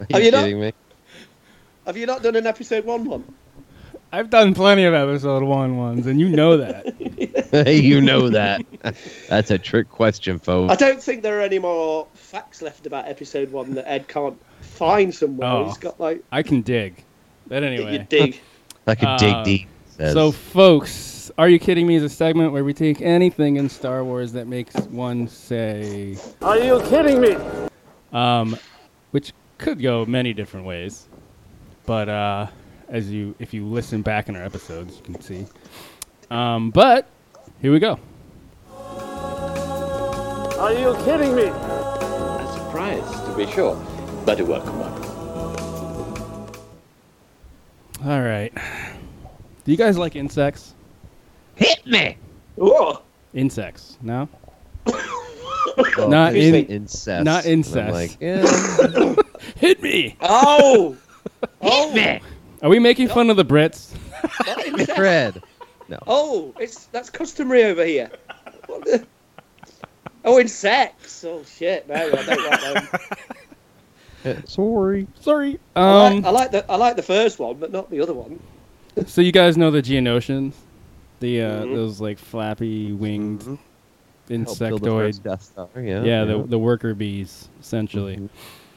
Speaker 6: Are
Speaker 7: Have
Speaker 6: you,
Speaker 7: you not-
Speaker 6: kidding me? *laughs*
Speaker 7: Have you not done an episode one one?
Speaker 8: I've done plenty of episode one ones, and you know that.
Speaker 6: you know that. That's a trick question,
Speaker 7: I
Speaker 6: folks.
Speaker 7: don't think there are any more facts left about episode one that Ed can't find somewhere.
Speaker 8: Oh.
Speaker 7: He's got like
Speaker 8: I can dig. But
Speaker 7: you
Speaker 8: anyway,
Speaker 7: dig.
Speaker 6: I could dig
Speaker 8: Uh,
Speaker 6: deep. it says.
Speaker 8: so folks, are you kidding me? Is a segment where we take anything in Star Wars that makes one say,
Speaker 2: Are you kidding me?
Speaker 8: um, which could go many different ways. But uh, as you, if you listen back in our episodes, you can see. Um, but here we go.
Speaker 2: Are you kidding me?
Speaker 9: A surprise, to be sure, but a welcome one.
Speaker 8: All right. Do you guys like insects?
Speaker 7: Whoa.
Speaker 8: Insects? No.
Speaker 6: Well,
Speaker 8: not
Speaker 6: they say
Speaker 8: in-
Speaker 6: incest.
Speaker 8: not
Speaker 6: and I'm
Speaker 8: incest. *laughs*
Speaker 6: like, yeah.
Speaker 8: Hit me.
Speaker 7: *laughs* Oh. oh.
Speaker 8: Are we making fun of the Brits?
Speaker 6: Fred.
Speaker 7: Oh, it's that's customary over here. What the- Oh, insects. Oh shit! No, I don't like them.
Speaker 6: Sorry.
Speaker 8: *laughs* Sorry.
Speaker 7: I,
Speaker 8: Um.
Speaker 7: like, I like the I like the first one, but not the other one.
Speaker 8: *laughs* So you guys know the Geonosians, the uh, those like flappy winged Mm-hmm.
Speaker 6: Helped build the
Speaker 8: insectoid.
Speaker 6: first Death Star. Yeah.
Speaker 8: yeah, the the worker bees essentially.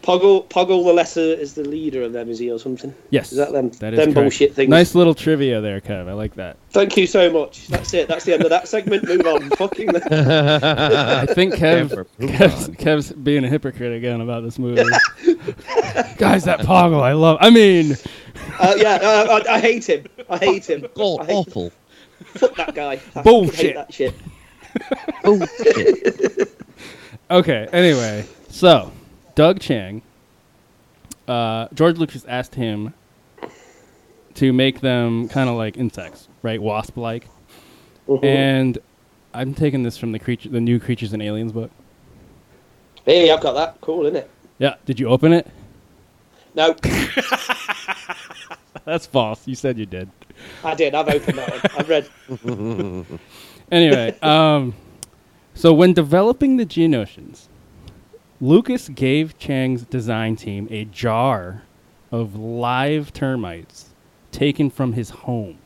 Speaker 7: Poggle Poggle the lesser is the leader of them, is he or something?
Speaker 8: Yes.
Speaker 7: Is that them?
Speaker 8: That is
Speaker 7: them
Speaker 8: correct.
Speaker 7: bullshit things.
Speaker 8: Nice little trivia there, Kev. I like that.
Speaker 7: Thank you so much. That's it. That's the end of that segment. Move on. *laughs*
Speaker 8: *laughs*
Speaker 7: Fucking.
Speaker 6: *laughs*
Speaker 8: I think Kev Kev's, Kev's being a hypocrite again about this movie. *laughs* guys, that Poggle, I love. I mean,
Speaker 7: Uh, yeah, uh, I, I hate him. I hate him.
Speaker 6: Oh,
Speaker 7: I
Speaker 6: *laughs*
Speaker 7: hate,
Speaker 6: awful.
Speaker 7: fuck that guy. I
Speaker 8: Bullshit.
Speaker 7: Hate that shit.
Speaker 6: Oh, shit.
Speaker 8: okay. Anyway, so Doug Chang, uh, George Lucas asked him to make them kind of like insects, right? Wasp-like. And I'm taking this from the creature, the new Creatures and Aliens book.
Speaker 7: Hey, I've got that. Cool, isn't it?
Speaker 8: Yeah. Did you open it?
Speaker 7: No,
Speaker 8: *laughs* That's false. You said you did.
Speaker 7: I did. I've opened that one. I've read.
Speaker 8: Anyway, um, so when developing the Geonosians, Lucas gave Chang's design team a jar of live termites taken from his home,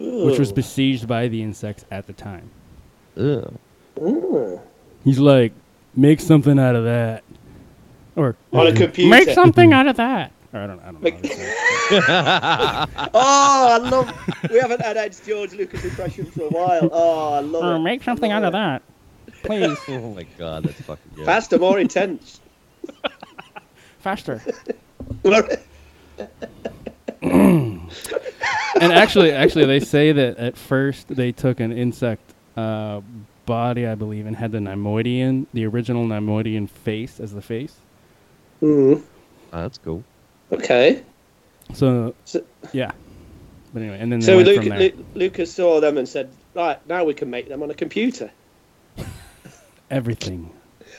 Speaker 8: which was besieged by the insects at the time.
Speaker 6: Ugh.
Speaker 8: He's like, make something out of that, or
Speaker 7: on a computer.
Speaker 8: make something out of that. Or I don't, I don't know. *laughs*
Speaker 7: Make-
Speaker 8: how to say it.
Speaker 7: Oh, I love. We haven't had Ed's George Lucas impression for a while. Oh, I love
Speaker 8: Or
Speaker 7: it.
Speaker 8: make something out of that, please,
Speaker 6: Oh my god, that's fucking good.
Speaker 7: Faster, more intense. *laughs*
Speaker 8: faster.
Speaker 7: Where-
Speaker 8: and actually, actually, they say that at first they took an insect uh, body, I believe, and had the Neimoidian, the original Neimoidian face as the face.
Speaker 6: Oh, that's cool.
Speaker 7: Hmm, okay.
Speaker 8: So,
Speaker 7: So-
Speaker 8: yeah. But anyway, and then they
Speaker 7: So
Speaker 8: went
Speaker 7: Luke,
Speaker 8: from there.
Speaker 7: Lu- Lucas saw them and said, "Right now we can make them on a computer,
Speaker 8: everything.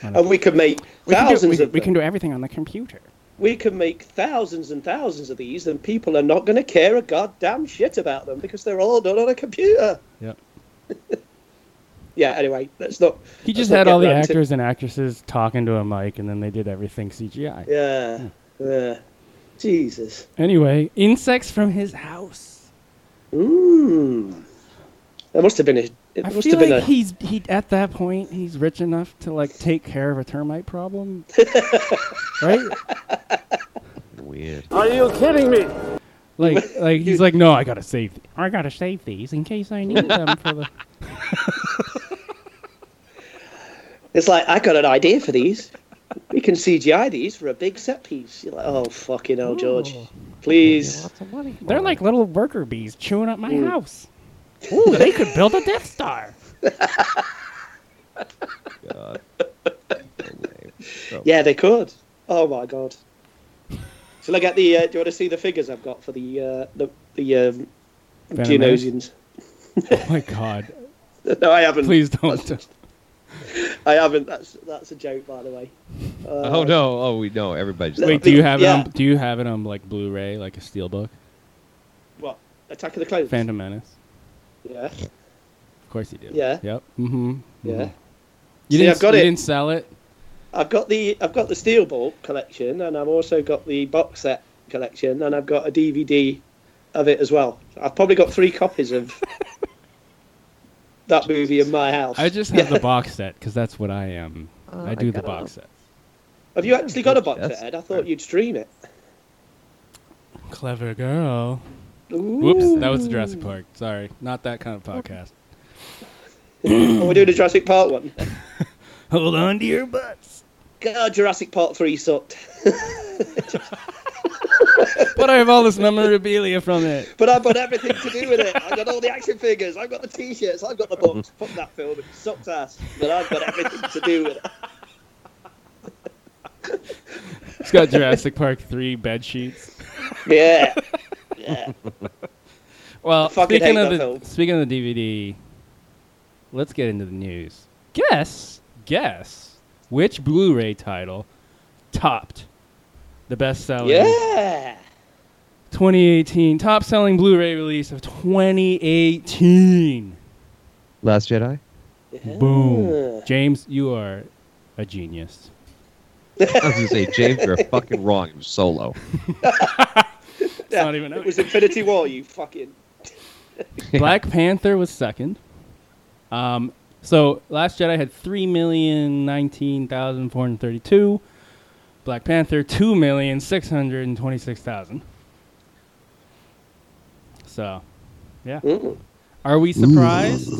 Speaker 8: on a-
Speaker 7: and we can make
Speaker 8: Mm. we can do-
Speaker 7: thousands
Speaker 8: we can-
Speaker 7: of
Speaker 8: we
Speaker 7: them.
Speaker 8: can do everything on the computer.
Speaker 7: we can make thousands and thousands of these, and people are not going to care a goddamn shit about them because they're all done on a computer."
Speaker 8: Yep.
Speaker 7: *laughs* Yeah. Anyway, let's not.
Speaker 8: He
Speaker 7: let's
Speaker 8: just
Speaker 7: not
Speaker 8: had
Speaker 7: get
Speaker 8: all the
Speaker 7: ranted.
Speaker 8: actors and actresses talking to a mic, and then they did everything CGI.
Speaker 7: Yeah. Yeah. Jesus.
Speaker 8: Anyway, insects from his house.
Speaker 7: Mmm. There must have been a. It
Speaker 8: I
Speaker 7: must
Speaker 8: feel
Speaker 7: have been
Speaker 8: like
Speaker 7: a.
Speaker 8: he's he at that point he's rich enough to like take care of a termite
Speaker 7: *laughs*
Speaker 8: problem, right?
Speaker 6: Weird.
Speaker 2: Are you kidding me?
Speaker 8: Like,
Speaker 7: *laughs*
Speaker 8: like he's like, no, I gotta save. Th- I gotta save these in case I need them for *laughs* the.
Speaker 7: It's like I got an idea for these. We can CGI these for a big set piece. You're like, oh fucking hell, George, please.
Speaker 8: They're like little worker bees chewing up my
Speaker 7: Mm.
Speaker 8: house. Ooh, they could build a Death Star.
Speaker 6: God.
Speaker 7: Yeah, they could. Oh my god. Shall I get the? Uh, do you want to see the figures I've got for the uh, the the um,
Speaker 8: Venomous?
Speaker 7: Geonosians?
Speaker 8: *laughs* Oh my god!
Speaker 7: *laughs* no, I haven't.
Speaker 8: Please don't.
Speaker 7: I haven't. That's that's a joke, by the way. Uh,
Speaker 6: Oh no! Oh, we know everybody. Just
Speaker 8: Wait, do you have um,
Speaker 7: Yeah.
Speaker 8: it? On, do you have it on like Blu-ray, like a steelbook?
Speaker 7: What? Attack of the Clones.
Speaker 8: Phantom Menace.
Speaker 7: Yeah.
Speaker 8: Of course you do.
Speaker 7: Yeah.
Speaker 8: Yep. Mm-hmm.
Speaker 7: Yeah.
Speaker 8: You
Speaker 7: See,
Speaker 8: didn't.
Speaker 7: I've got
Speaker 8: you
Speaker 7: it.
Speaker 8: didn't sell it.
Speaker 7: I've got the I've got the steel ball collection, and I've also got the box set collection, and I've got a DVD of it as well. I've probably got three copies of that movie in my house.
Speaker 8: I just have the box set because that's what I am.
Speaker 7: Oh,
Speaker 8: I do the
Speaker 6: got it.
Speaker 8: box set.
Speaker 7: Have you actually got a box
Speaker 6: That's-
Speaker 7: set? Ed? I thought you'd stream it.
Speaker 8: Clever girl.
Speaker 7: Ooh.
Speaker 8: Whoops, that was the Jurassic Park. Sorry, not that kind of podcast.
Speaker 7: Oh, we're doing a Jurassic Part one.
Speaker 8: Hold on to your butts.
Speaker 7: God, Jurassic Part three sucked. *laughs*
Speaker 8: But I have all this
Speaker 7: *laughs*
Speaker 8: memorabilia from it.
Speaker 7: But I've got everything to do with it. I've got all the action figures. I've got the T-shirts. I've got the books. Fuck that film. It sucked ass. But I've got everything to
Speaker 8: *laughs*
Speaker 7: do with it.
Speaker 8: It's got Jurassic Park three bed sheets.
Speaker 7: Yeah. Yeah.
Speaker 8: Well,
Speaker 7: fucking
Speaker 8: speaking
Speaker 7: hate
Speaker 8: of
Speaker 7: that
Speaker 8: the
Speaker 7: film.
Speaker 8: speaking of the DVD, let's get into the news. Guess, guess which Blu-ray title topped the best-selling
Speaker 7: Yeah.
Speaker 8: 2018 top-selling Blu-ray release of 2018.
Speaker 6: Last Jedi.
Speaker 8: Boom.
Speaker 7: Ah.
Speaker 8: James, you are a genius.
Speaker 6: I was gonna say, James, you're fucking wrong. It was Solo.
Speaker 7: Yeah,
Speaker 8: not even out
Speaker 7: *laughs* It was
Speaker 8: yet.
Speaker 7: Infinity War, you fucking.
Speaker 8: Black Panther was second. Um, so Last Jedi had three million nineteen thousand four hundred thirty-two. Black Panther two million six hundred and twenty-six thousand. So, yeah. Are we surprised?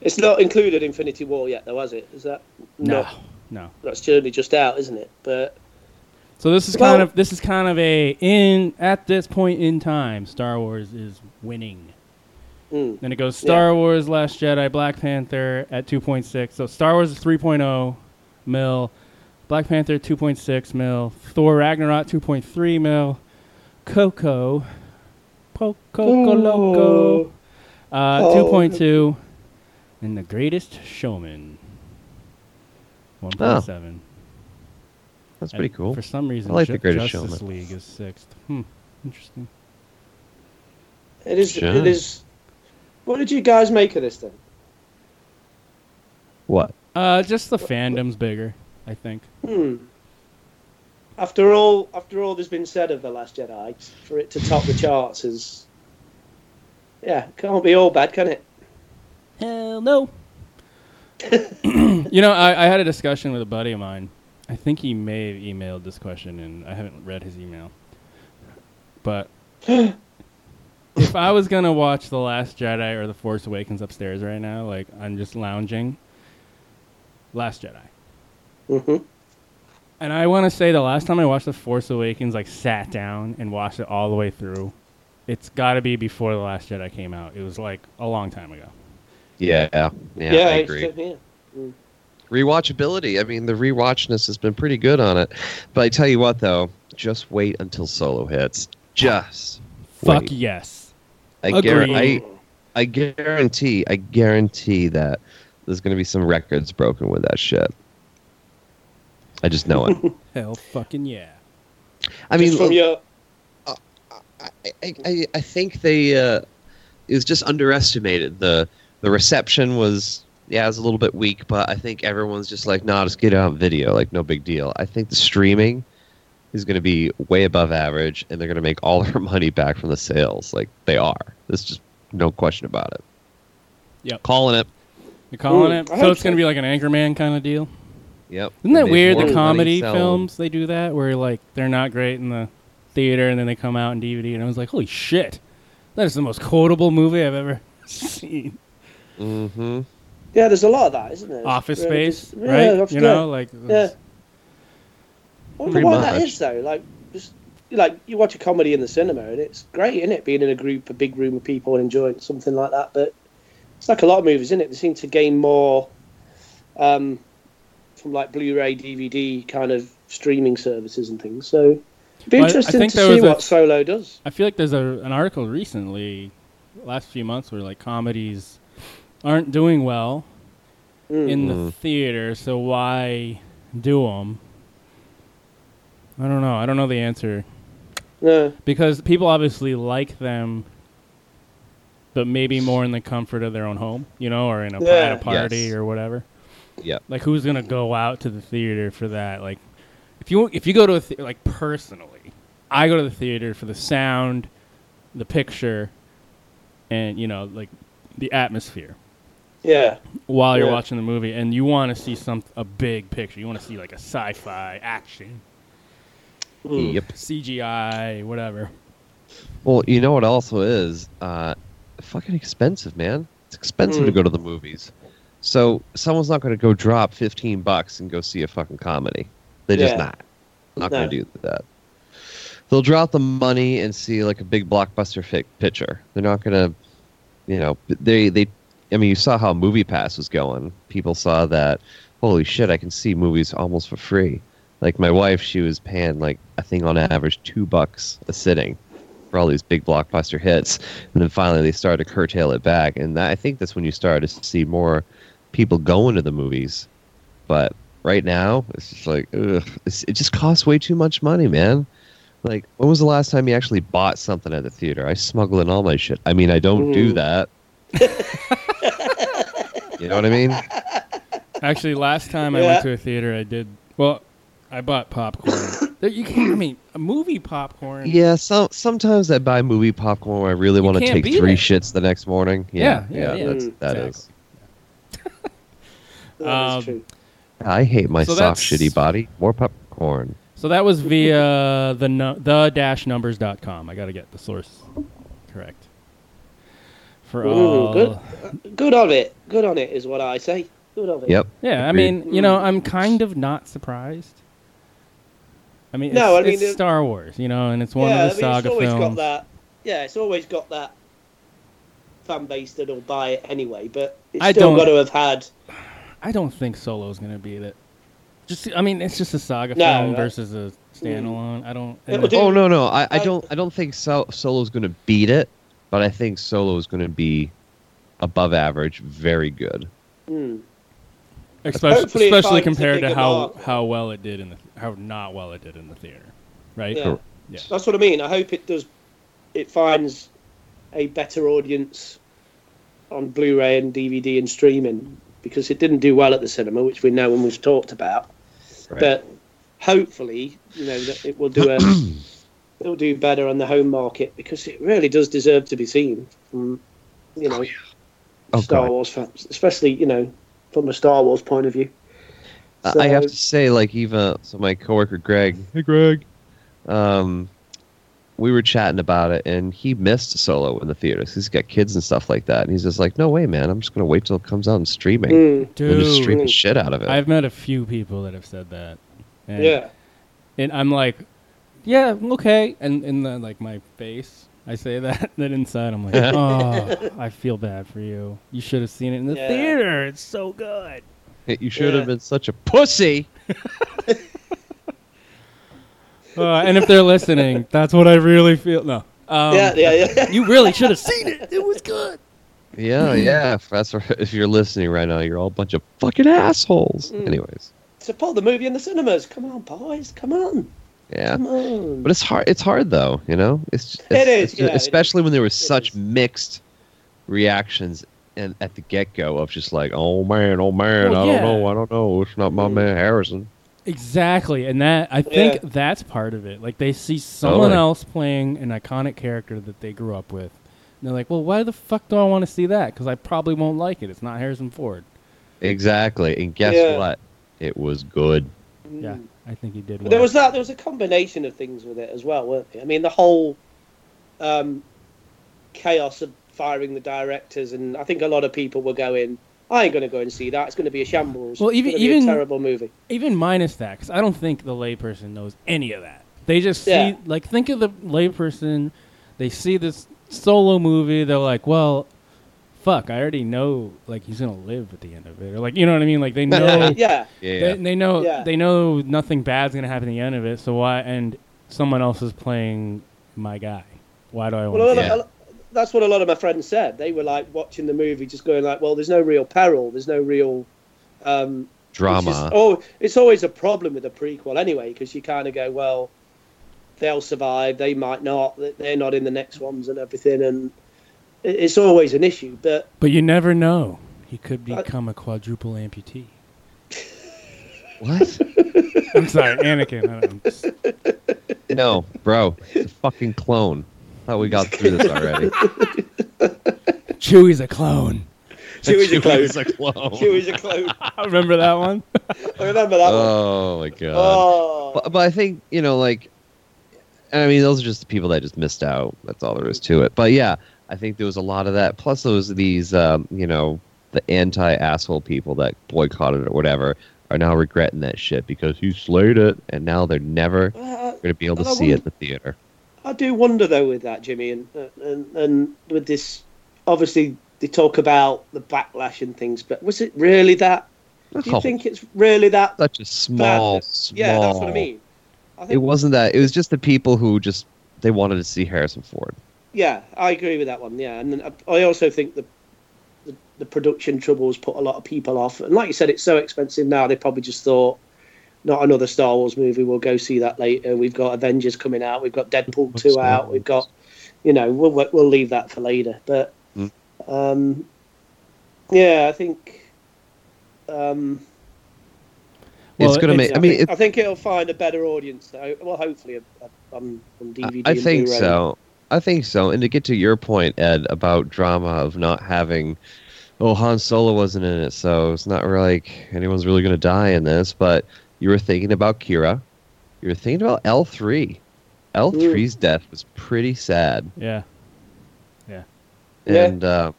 Speaker 7: It's not included Infinity War yet, though, has it? Is that?
Speaker 8: no, no.
Speaker 7: That's surely just out, isn't it? But
Speaker 8: So this is
Speaker 7: Well-
Speaker 8: kind of this is kind of a in at this point in time, Star Wars is winning.
Speaker 7: Mm.
Speaker 8: Then it goes Star Wars, Last Jedi, Black Panther at 2.6. So Star Wars is 3.0 mil, Black Panther 2.6 mil, Thor Ragnarok 2.3 mil, Coco, Poco Loco, uh,
Speaker 7: Oh.
Speaker 8: 2.2, and The Greatest Showman 1.7.
Speaker 6: That's
Speaker 8: And
Speaker 6: pretty cool.
Speaker 8: For some reason,
Speaker 6: I like
Speaker 8: Ju-
Speaker 6: The Greatest
Speaker 8: Justice
Speaker 6: Showman.
Speaker 8: League is sixth. Hmm. Interesting.
Speaker 7: it is.
Speaker 6: Sure.
Speaker 7: It is. What did you guys make of this then?
Speaker 6: What?
Speaker 8: Uh, just the fandom's bigger, I think.
Speaker 7: Hmm. After all, after all, there's been said of the Last Jedi for it to top the charts is. Yeah, can't be all bad, can it?
Speaker 8: Hell no. *coughs* you know, I, I had a discussion with a buddy of mine. I think he may have emailed this question, and I haven't read his email. *gasps* But if I was gonna watch The Last Jedi or The Force Awakens upstairs right now, like I'm just lounging. Last Jedi.
Speaker 6: Mm-hmm.
Speaker 7: Mhm.
Speaker 8: And I want to say the last time I watched The Force Awakens, like sat down and watched it all the way through. It's got to be before The Last Jedi came out. It was like a long time ago.
Speaker 6: Yeah, yeah, I agree.
Speaker 7: It's, yeah.
Speaker 6: Rewatchability. I mean, the rewatchness has been pretty good on it. But I tell you what, though, just wait until Solo hits. Just
Speaker 8: Fuck
Speaker 6: wait.
Speaker 8: yes.
Speaker 6: I, guar-
Speaker 8: Agreed.
Speaker 6: I, I guarantee, I guarantee that there's going to be some records broken with that shit. I just know it.
Speaker 8: Hell fucking yeah.
Speaker 6: I mean,
Speaker 7: Just from your
Speaker 6: I, I, I think they uh, it was just underestimated. the The reception was yeah, it was a little bit weak, but I think everyone's just like, nah, just get it on video, like no big deal. I think the streaming is going to be way above average, and they're going to make all *laughs* their money back from the sales, like they are. There's just no question about it.
Speaker 8: Yep.
Speaker 6: calling it.
Speaker 8: You're calling
Speaker 7: Ooh,
Speaker 8: it?
Speaker 7: I
Speaker 8: So
Speaker 7: hope
Speaker 8: it's going to
Speaker 7: so.
Speaker 8: be like an Anchorman kind of deal?
Speaker 6: Yep.
Speaker 8: Isn't that
Speaker 6: They
Speaker 8: weird?
Speaker 6: make
Speaker 8: The
Speaker 6: more money
Speaker 8: comedy
Speaker 6: selling.
Speaker 8: films, they do that where like they're not great in the theater, and then they come out in DVD, and I was like, holy shit, that is the most quotable movie I've ever *laughs* seen.
Speaker 6: Mm-hmm.
Speaker 7: Yeah, there's a lot of that, isn't there?
Speaker 8: Office
Speaker 7: Really
Speaker 8: Space,
Speaker 7: just-
Speaker 8: right?
Speaker 7: that's-
Speaker 8: you know, like
Speaker 7: yeah. I wonder
Speaker 6: Pretty
Speaker 7: why that
Speaker 6: much.
Speaker 7: is though. Like, just like you watch a comedy in the cinema, and it's great, isn't it? Being in a group, a big room of people, and enjoying something like that. But it's like a lot of movies, isn't it? They seem to gain more um, from like Blu-ray, DVD kind of streaming services and things. So, it'd be
Speaker 8: Well, I- I
Speaker 7: interesting
Speaker 8: think
Speaker 7: to
Speaker 8: there
Speaker 7: see
Speaker 8: was a-
Speaker 7: what Solo does.
Speaker 8: I feel like there's a, an article recently, last few months, where like comedies aren't doing well in the theater, so why do them? I don't know. I don't know the answer
Speaker 7: Yeah,
Speaker 8: because people obviously like them, but maybe more in the comfort of their own home, you know, or in a, at
Speaker 7: Yeah.
Speaker 8: a party
Speaker 6: Yes.
Speaker 8: or whatever.
Speaker 6: Yeah.
Speaker 8: Like, who's gonna go out to the theater for that? Like, if you if you go to a the- like personally, I go to the theater for the sound, the picture, and you know, like the atmosphere
Speaker 7: yeah,
Speaker 8: while you're
Speaker 7: Yeah.
Speaker 8: watching the movie, and you want to see some a big picture. You want to see like a sci-fi action,
Speaker 7: Hmm.
Speaker 6: Yep.
Speaker 8: CGI, whatever.
Speaker 6: Well, you know what also is uh, fucking expensive, man. It's expensive to
Speaker 7: Mm.
Speaker 6: go to the movies. So someone's not going to go drop fifteen bucks and go see a fucking comedy. They're just
Speaker 7: Yeah.
Speaker 6: not. Not
Speaker 7: No.
Speaker 6: going to do that. They'll drop the money and see like a big blockbuster fi- picture. They're not going to, you know, they they. I mean, you saw how Movie Pass was going. People saw that. Holy shit! I can see movies almost for free. Like my wife, she was paying like I think on average two bucks a sitting for all these big blockbuster hits, and then finally they started to curtail it back. And that, I think that's when you started to see more people going to the movies. But right now, it's just like ugh, it's, it just costs way too much money, man. Like, when was the last time you actually bought something at the theater? I smuggle in all my shit. I mean, I don't do
Speaker 7: Mm.
Speaker 6: that.
Speaker 8: *laughs*
Speaker 6: you know what I mean?
Speaker 8: Actually, last time I
Speaker 7: Yeah.
Speaker 8: went to a theater, I did. Well, I bought
Speaker 7: *coughs*
Speaker 8: popcorn. There- you can't. I mean, a movie popcorn.
Speaker 6: Yeah, so, sometimes I buy movie popcorn where I really want to
Speaker 8: can't
Speaker 6: take
Speaker 8: beat
Speaker 6: three
Speaker 8: it.
Speaker 6: shits the next morning. Yeah, yeah,
Speaker 8: Yeah, yeah, yeah.
Speaker 6: That's, that
Speaker 8: Exactly.
Speaker 6: is.
Speaker 7: that is
Speaker 8: Um,
Speaker 7: true.
Speaker 6: I hate my
Speaker 8: So
Speaker 6: soft,
Speaker 8: that's-
Speaker 6: shitty body. More popcorn.
Speaker 8: So that was via the nu- the dash numbers dot com. I got to get the source correct. For all.
Speaker 7: Ooh, good, good on it. Good on it is what I say. Good on it.
Speaker 6: Yep.
Speaker 8: Yeah, I
Speaker 6: Agreed.
Speaker 8: mean, you know, I'm kind of not surprised. I mean,
Speaker 7: No,
Speaker 8: it's,
Speaker 7: I mean,
Speaker 8: it's
Speaker 7: it-
Speaker 8: Star Wars, you know, and it's one
Speaker 7: yeah,
Speaker 8: of the
Speaker 7: I mean,
Speaker 8: saga
Speaker 7: it's always
Speaker 8: films.
Speaker 7: got that. Yeah, it's always got that fan base that'll buy it anyway. But it's
Speaker 8: I
Speaker 7: still
Speaker 8: don't-
Speaker 7: got to have had.
Speaker 8: I don't think Solo's going to be that. Just, I mean, it's just a saga
Speaker 7: No,
Speaker 8: film
Speaker 7: no.
Speaker 8: versus a standalone. I don't.
Speaker 7: It'll do-
Speaker 6: Oh no, no, I, I
Speaker 7: I-
Speaker 6: don't, I don't think Sol- Solo's going to beat it, but I think Solo's going to be above average, very good.
Speaker 7: Hmm.
Speaker 8: especially,
Speaker 7: Hopefully it
Speaker 8: especially
Speaker 7: finds a
Speaker 8: compared to
Speaker 7: bigger
Speaker 8: how
Speaker 7: market.
Speaker 8: how well it did in the how not well it did in the theater, right?
Speaker 7: Yeah.
Speaker 8: Yeah.
Speaker 7: That's what I mean. I hope it does. It finds a better audience on Blu-ray and DVD and streaming because it didn't do well at the cinema, which we know and we've talked about.
Speaker 6: Right.
Speaker 7: But hopefully, you know, that it
Speaker 6: *clears throat*
Speaker 7: will do a, it'll do better on the home market because it really does deserve to be seen. From, you know,
Speaker 6: Oh,
Speaker 7: Star
Speaker 6: God.
Speaker 7: Wars fans, especially you know, from a Star Wars point of view.
Speaker 6: I- I have to say, like even so, my coworker Greg, hey Greg, um, we were chatting about it, and he missed Solo in the theaters. He's got kids and stuff like that, and he's just like, no way, man, I'm just going to wait till it comes out in streaming
Speaker 7: Mm,
Speaker 6: and just stream the
Speaker 8: Dude,
Speaker 7: Mm.
Speaker 6: shit out of it.
Speaker 8: I've met a few people that have said that. And,
Speaker 7: yeah.
Speaker 8: and I'm like, yeah, okay, and in the, like my face, I say *laughs* that. Then inside, I'm like, oh, I feel bad for you. You should have seen it in the
Speaker 7: Yeah.
Speaker 8: theater. It's so good.
Speaker 6: you should
Speaker 7: yeah.
Speaker 6: have been such a pussy.
Speaker 8: Uh, and if they're listening, that's what I really feel. No, um,
Speaker 7: yeah, yeah, yeah, *laughs*
Speaker 8: you really should have seen it. It was good.
Speaker 6: Yeah, yeah. If that's right- if you're listening right now, you're all a bunch of fucking assholes.
Speaker 7: Mm.
Speaker 6: Anyways,
Speaker 7: Support the movie in the cinemas. Come on, boys. Come on.
Speaker 6: yeah.
Speaker 7: Come on.
Speaker 6: Uh, But it's hard. It's hard though. You know, it's, it's
Speaker 7: It is,
Speaker 6: it's-
Speaker 7: yeah, it
Speaker 6: especially when there was
Speaker 7: It
Speaker 6: such
Speaker 7: is.
Speaker 6: mixed reactions and at the get go of just like, oh man, oh man,
Speaker 8: Well,
Speaker 6: I
Speaker 8: yeah.
Speaker 6: don't know, I don't know. It's not my
Speaker 7: Mm.
Speaker 6: man Harrison.
Speaker 8: Exactly, and that I think
Speaker 7: Yeah.
Speaker 8: that's part of it. Like they see someone
Speaker 6: Totally.
Speaker 8: else playing an iconic character that they grew up with, and they're like, "Well, why the fuck do I want to see that? Because I probably won't like it. It's not Harrison Ford."
Speaker 6: Exactly. And guess
Speaker 7: Yeah.
Speaker 6: what? It was good.
Speaker 7: Mm.
Speaker 8: Yeah, I think he did.
Speaker 7: But there
Speaker 8: well.
Speaker 7: was that. There was a combination of things with it as well, weren't there? I mean, the whole um, chaos of firing the directors, and I think a lot of people were going, "I ain't going to go and see that. It's going to be a shambles.
Speaker 8: Well,
Speaker 7: It's
Speaker 8: even-
Speaker 7: gonna be
Speaker 8: even-
Speaker 7: a terrible movie."
Speaker 8: even minus that, because I don't think the layperson knows any of that. They just see,
Speaker 7: Yeah.
Speaker 8: like, think of the layperson. They see this solo movie. They're like, well, fuck, I already know, like, he's gonna live at the end of it, or like, you know what I mean? Like, they know,
Speaker 7: *laughs* Yeah,
Speaker 6: Yeah.
Speaker 8: they, they know,
Speaker 7: Yeah.
Speaker 8: they know nothing bad's gonna happen at the end of it. So why? And someone else is playing my guy. Why do I want?
Speaker 7: Well, a lot
Speaker 8: to
Speaker 7: of- a lot- that's what a lot of my friends said. They were like watching the movie, just going like, "Well, there's no real peril. There's no real um, Which is- *laughs*
Speaker 6: Drama.
Speaker 7: oh, it's always a problem with a prequel anyway, because you kind of go, well, they'll survive, they might not, th- they're not in the next ones and everything, and it- it's always an issue. But
Speaker 6: *laughs*
Speaker 8: But you never know. He could
Speaker 7: I-
Speaker 8: become a quadruple amputee. *laughs*
Speaker 6: What?
Speaker 8: I'm sorry, Anakin. I don't- I'm s-
Speaker 7: *laughs*
Speaker 6: No, bro. It's a fucking clone. Thought we got through this
Speaker 7: *laughs*
Speaker 6: already.
Speaker 8: Chewie's a clone.
Speaker 6: *laughs*
Speaker 7: Chewie's a clone.
Speaker 6: Chewie's a clone.
Speaker 7: Chewie's a
Speaker 6: *laughs*
Speaker 7: clone.
Speaker 8: I remember that one.
Speaker 7: I remember that one.
Speaker 6: Oh my god.
Speaker 7: Oh,
Speaker 6: But, but I think you know, like, I mean, those are just the people that just missed out. That's all there is to it. But yeah, I think there was a lot of that. Plus, there was these, um, you know, the anti-asshole people that boycotted or whatever are now regretting that shit because you slayed it, and now they're never
Speaker 7: Uh,
Speaker 6: going to be able to
Speaker 7: Well, I
Speaker 6: see it in the theater.
Speaker 7: I do wonder though with that, Jimmy, and and and with this, obviously they talk about the backlash and things, but was it really that? Do you
Speaker 6: Oh,
Speaker 7: think it's really that?
Speaker 6: such a small,
Speaker 7: bad? yeah, that's what I
Speaker 6: small-
Speaker 7: mean. I
Speaker 6: It wasn't that. It was just the people who just they wanted to see Harrison Ford.
Speaker 7: Yeah, I agree with that one. Yeah, and then uh, I- I also think the, the the production troubles put a lot of people off. And like you said, it's so expensive now. They probably just thought, not another Star Wars movie. We'll go see that later. We've got Avengers coming out. We've got Deadpool
Speaker 6: Love
Speaker 7: two
Speaker 6: Star
Speaker 7: out.
Speaker 6: Wars.
Speaker 7: We've got, you know, we'll we'll we'll leave that for later. But
Speaker 6: Mm.
Speaker 7: um, yeah, I think. Um,
Speaker 8: Well,
Speaker 6: it's gonna
Speaker 8: it-
Speaker 6: make. I mean,
Speaker 7: think,
Speaker 6: it,
Speaker 7: I think it'll find a better audience. Though. Well, hopefully, uh, on, on DVD.
Speaker 6: I
Speaker 7: and
Speaker 6: think
Speaker 7: Blu-ray.
Speaker 6: so. I think so. And to get to your point, Ed, about drama of not having, oh, Han Solo wasn't in it, so it's not really like anyone's really going to die in this. But you were thinking about Kira. You were thinking about L three. L 3's
Speaker 7: Hmm.
Speaker 6: death was pretty sad.
Speaker 8: *laughs* Yeah.
Speaker 7: Yeah.
Speaker 6: And uh,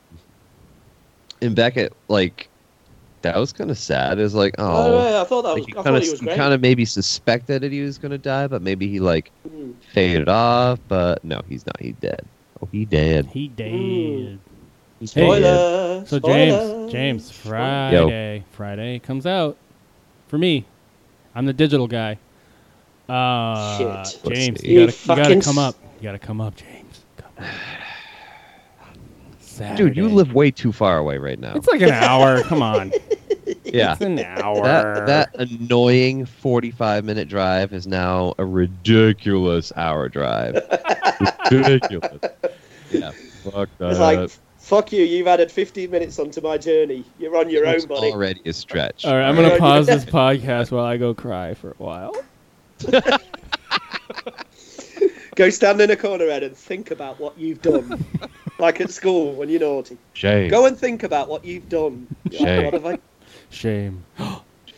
Speaker 6: and Beckett, like, that was kind of sad. It was like, oh,
Speaker 7: Oh, yeah, I thought that was.
Speaker 6: like, you
Speaker 7: I thought
Speaker 6: kind
Speaker 7: he was
Speaker 6: of
Speaker 7: great.
Speaker 6: kind of maybe suspected that he was going to die, but maybe he like
Speaker 7: Mm.
Speaker 6: faded off. But no, he's not. He dead. Oh, he dead.
Speaker 8: He
Speaker 7: Mm.
Speaker 8: did.
Speaker 6: He's
Speaker 8: Hey,
Speaker 6: dead.
Speaker 7: Spoiler.
Speaker 8: So
Speaker 7: spoiler.
Speaker 8: James, James, Friday, Friday comes out for me. I'm the digital guy. Uh,
Speaker 7: Shit.
Speaker 6: Let's
Speaker 8: James,
Speaker 6: see.
Speaker 8: you gotta,
Speaker 7: You
Speaker 8: you gotta
Speaker 7: fucking
Speaker 8: come
Speaker 7: s-
Speaker 8: up. You gotta come up, James. Come up. Saturday.
Speaker 6: Dude, you live way too far away right now.
Speaker 8: It's like an hour. Come on.
Speaker 6: Oh. *laughs* yeah.
Speaker 8: It's an hour.
Speaker 6: That that annoying 45 minute drive is now a ridiculous hour
Speaker 7: *laughs*
Speaker 6: drive. ridiculous. Yeah. Fuck that.
Speaker 7: It's like, fuck you. You've added 15 minutes onto my journey. You're on your own,
Speaker 6: It's
Speaker 7: buddy.
Speaker 6: already a stretch.
Speaker 8: All right, I'm gonna pause this podcast while I go cry for a while.
Speaker 7: Go stand in a corner, Ed, and think about what
Speaker 8: *laughs*
Speaker 7: you've done. like at school when you're naughty.
Speaker 6: Shame.
Speaker 7: Go and think about what
Speaker 8: *laughs*
Speaker 7: you've done. You're like,
Speaker 6: Shame.
Speaker 7: what have I?
Speaker 8: Shame.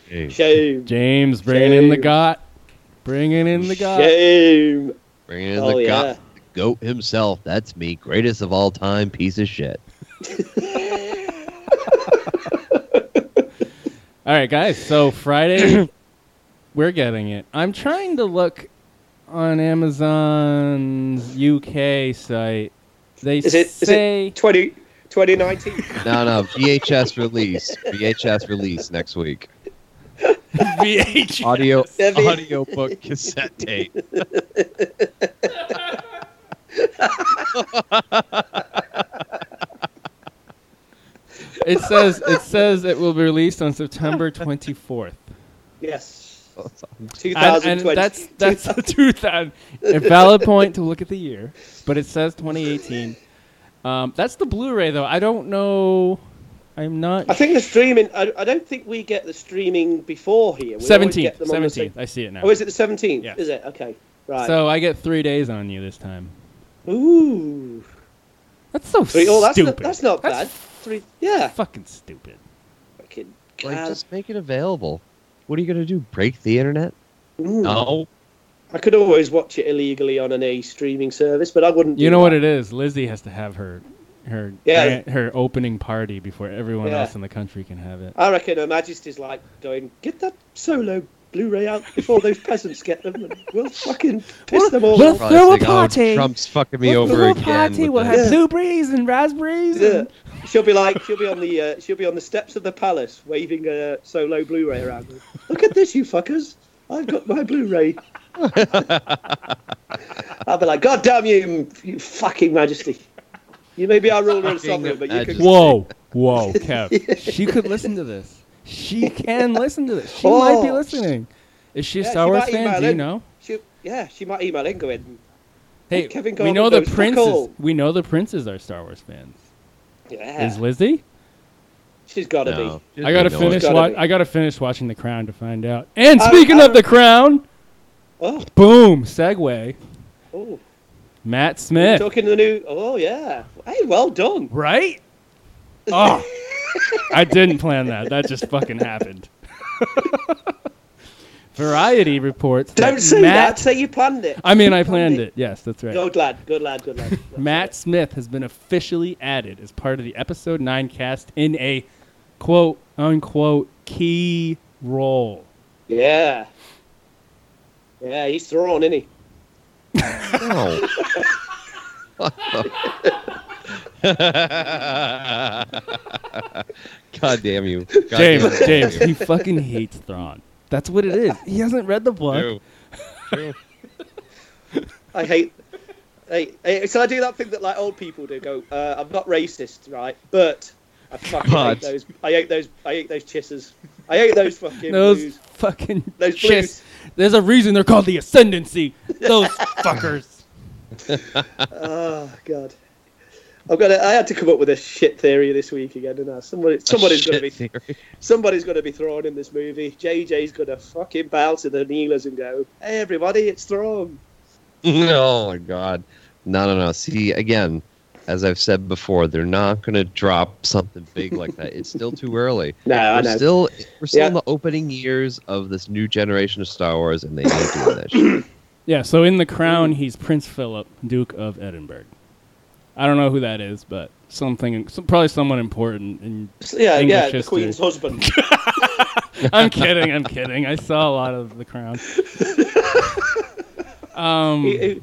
Speaker 6: Shame.
Speaker 7: Shame.
Speaker 8: James, bringing in the
Speaker 7: Shame.
Speaker 8: got. Bringing in the got.
Speaker 7: Shame.
Speaker 6: Bringing in
Speaker 7: Oh,
Speaker 6: the
Speaker 7: yeah.
Speaker 6: goat, the goat himself. That's me. Greatest of all time piece of shit.
Speaker 8: All right, guys. So Friday, we're getting it. I'm trying to look on Amazon's UK site. They
Speaker 7: Is it? Is
Speaker 8: say
Speaker 7: it 20, 2019?
Speaker 6: No, no. VHS release. VHS release next week.
Speaker 8: VH.
Speaker 6: Audio
Speaker 7: *laughs* Yeah, V-
Speaker 6: audio
Speaker 7: *laughs*
Speaker 6: book cassette tape.
Speaker 8: *laughs* It says it says it will be released on September 24th. *laughs*
Speaker 7: yes.
Speaker 8: And,
Speaker 7: 2020.
Speaker 8: and that's
Speaker 7: *laughs*
Speaker 8: that's a 2000 a valid point to look at the year, but it says 2018. Um, that's the Blu-ray though. I don't know. I'm not.
Speaker 7: I think the streaming. I, I don't think we get the streaming before here. We always get
Speaker 8: 17th.
Speaker 7: them on the same-
Speaker 8: 17th. I see it now.
Speaker 7: Oh, is it the 17th?
Speaker 8: Yeah.
Speaker 7: Is it? Okay. Right.
Speaker 8: So I get three days on you this time.
Speaker 7: Ooh.
Speaker 8: That's so
Speaker 7: Three, oh, that's
Speaker 8: stupid.
Speaker 7: not, that's not bad. Three, yeah.
Speaker 8: Fucking stupid.
Speaker 7: Fucking
Speaker 6: Like,
Speaker 7: God.
Speaker 6: just make it available. What are you gonna do? Break the internet? No.
Speaker 7: I could always watch it illegally on an A streaming service, but I wouldn't.
Speaker 8: You
Speaker 7: do
Speaker 8: know what
Speaker 7: that.
Speaker 8: it is? Lizzie has to have her her
Speaker 7: Yeah.
Speaker 8: her opening party before everyone
Speaker 7: Yeah.
Speaker 8: else in the country can have it.
Speaker 7: I reckon Her Majesty's like going, get that solo Blu-ray out before those peasants get them, and we'll fucking piss them all off.
Speaker 6: Probably
Speaker 8: Throw a
Speaker 6: think, "Oh,
Speaker 8: party.
Speaker 6: Trump's fucking me over again. with the-
Speaker 8: will have
Speaker 7: Yeah.
Speaker 8: blueberries and raspberries.
Speaker 7: Yeah.
Speaker 8: and-
Speaker 7: She'll be like, she'll be on the, uh, she'll be on the steps of the palace waving a solo Blu-ray around. going, Look at this, you fuckers! I've got my Blu-ray. I'll be like, God damn you, you fucking Majesty! You may be our ruler and sovereign, but you can.
Speaker 6: Majesty.
Speaker 7: *laughs*
Speaker 8: Whoa, whoa, Kev. she could listen to this. She can listen to this. She might be
Speaker 7: Oh.
Speaker 8: listening. Is she a
Speaker 7: Yeah, she
Speaker 8: Star Wars
Speaker 7: might
Speaker 8: fan?
Speaker 7: email
Speaker 8: Do you
Speaker 7: in.
Speaker 8: know?
Speaker 7: She, yeah, she might email in going,
Speaker 8: Hey,
Speaker 7: Kevin
Speaker 8: we
Speaker 7: Coleman
Speaker 8: know the
Speaker 7: goes, "Fuck
Speaker 8: princes.
Speaker 7: all."
Speaker 8: We know the princes are Star Wars fans.
Speaker 7: yeah,
Speaker 8: Is Lizzie?
Speaker 7: she's got to
Speaker 6: No.
Speaker 7: be.
Speaker 6: Just
Speaker 8: I gotta
Speaker 6: ignore
Speaker 8: finish.
Speaker 6: it.
Speaker 7: Gotta
Speaker 8: wa-
Speaker 7: be.
Speaker 8: I gotta finish watching The Crown to find out. And
Speaker 7: I-
Speaker 8: speaking
Speaker 7: I-
Speaker 8: of The Crown,
Speaker 7: Oh,
Speaker 8: boom, segue.
Speaker 7: oh,
Speaker 8: Matt Smith,
Speaker 7: talking to the new. Oh yeah, hey, well done.
Speaker 8: right? Oh, I didn't plan that. That just fucking happened. *laughs* Variety reports
Speaker 7: Don't
Speaker 8: that
Speaker 7: say
Speaker 8: Matt.
Speaker 7: that. Say you planned it.
Speaker 8: I mean, I planned it. Yes, that's right.
Speaker 7: Good lad. Good lad. Good lad.
Speaker 6: *laughs*
Speaker 8: Matt Smith has been officially added as part of the episode 9 cast in a quote unquote key role.
Speaker 7: Yeah. Yeah, he's thrown, isn't he?
Speaker 6: No. What the- *laughs* God damn you. God damn
Speaker 8: James,
Speaker 6: you.
Speaker 8: James, he fucking hates Thrawn. That's what it is. He hasn't read the book.
Speaker 6: True. True.
Speaker 7: I hate. Hey, hey, so I do that thing that like old people do. Go, uh, I'm not racist, right? But I fucking
Speaker 6: God.
Speaker 7: hate those. I hate those. I hate those chissers. I hate those fucking
Speaker 8: Those
Speaker 7: blues.
Speaker 8: fucking
Speaker 7: Those
Speaker 8: chiss-
Speaker 7: blues.
Speaker 8: There's a reason they're called the
Speaker 7: *laughs*
Speaker 8: Ascendancy. Those fuckers.
Speaker 7: Oh God. I've got. To, I had to come up with a shit theory this week again, didn't I? Somebody, somebody's going to be,
Speaker 6: Shit theory.
Speaker 7: somebody's going to be thrown in this movie. JJ's going to fucking bow to the kneelers and go, "Hey, everybody, it's thrown."
Speaker 6: *laughs* Oh my god. No, no, no. See, again, as I've said before, they're not going to drop something big like that. It's still too early.
Speaker 7: No, *laughs* I
Speaker 6: we're
Speaker 7: know.
Speaker 6: still we're still in
Speaker 7: Yeah.
Speaker 6: the opening years of this new generation of Star Wars, and they ain't doing that
Speaker 7: *clears throat*
Speaker 6: shit.
Speaker 8: Yeah, so in The Crown, he's Prince Philip, Duke of Edinburgh. I don't know who that is, but something, some, probably someone important. And
Speaker 7: So, yeah,
Speaker 8: English
Speaker 7: yeah, the
Speaker 8: history.
Speaker 7: Queen's husband.
Speaker 8: *laughs* I'm kidding, I'm kidding. I saw a lot of The
Speaker 7: *laughs*
Speaker 8: Crown. Um,
Speaker 7: He- he-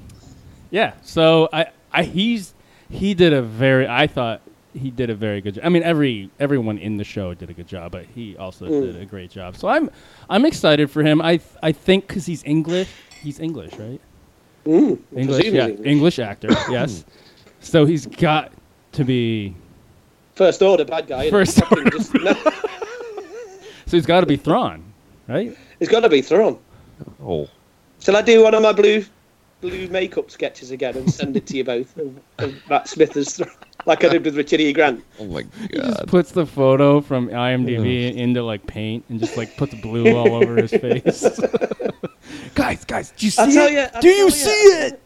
Speaker 8: Yeah. So I, I he's he did a very I thought he did a very good job. I mean every everyone in the show did a good job, but he also did a great job. So I'm I'm excited for him. I I think cuz he's English. He's English, right? English,
Speaker 7: presumably
Speaker 8: yeah.
Speaker 7: English.
Speaker 8: English actor. Yes. So he's got to be
Speaker 7: First order, bad guy. innit?
Speaker 8: First
Speaker 7: Fucking
Speaker 8: order.
Speaker 7: just- no,
Speaker 8: So he's got to be Thrawn, right?
Speaker 7: it's got to be thrown.
Speaker 6: Oh,
Speaker 7: Shall I do one of my blue, blue makeup sketches again and send it to you both? of- of Matt Smith as Thrawn, like I did with Richard E. Grant.
Speaker 6: oh my
Speaker 8: Just
Speaker 6: god.
Speaker 8: puts the photo from IMDb into like paint and just like puts blue all over his face. *laughs* guys, guys, do you see
Speaker 7: I'll tell
Speaker 8: it?
Speaker 7: you- I'll
Speaker 8: do you
Speaker 7: tell
Speaker 8: see
Speaker 7: you.
Speaker 8: it?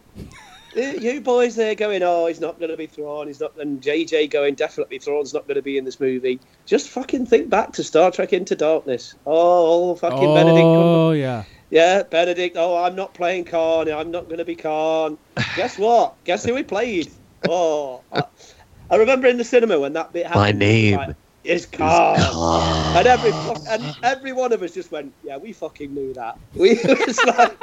Speaker 7: Eh, You boys there going, oh, he's not going to be Thrawn. He's not. And JJ going, definitely Thrawn's not going to be in this movie. Just fucking think back to Star Trek Into Darkness. Oh, all fucking Benedict. Cumberbatch.
Speaker 8: Oh yeah.
Speaker 7: Yeah, Benedict. Oh, I'm not playing Khan. I'm not going to be Khan. Guess what? Guess who we played? Oh, I, I remember in the cinema when that bit happened.
Speaker 6: My name
Speaker 7: like, is Khan. And every fu- and every one of us just went, yeah, we fucking knew that. *laughs* We it was like,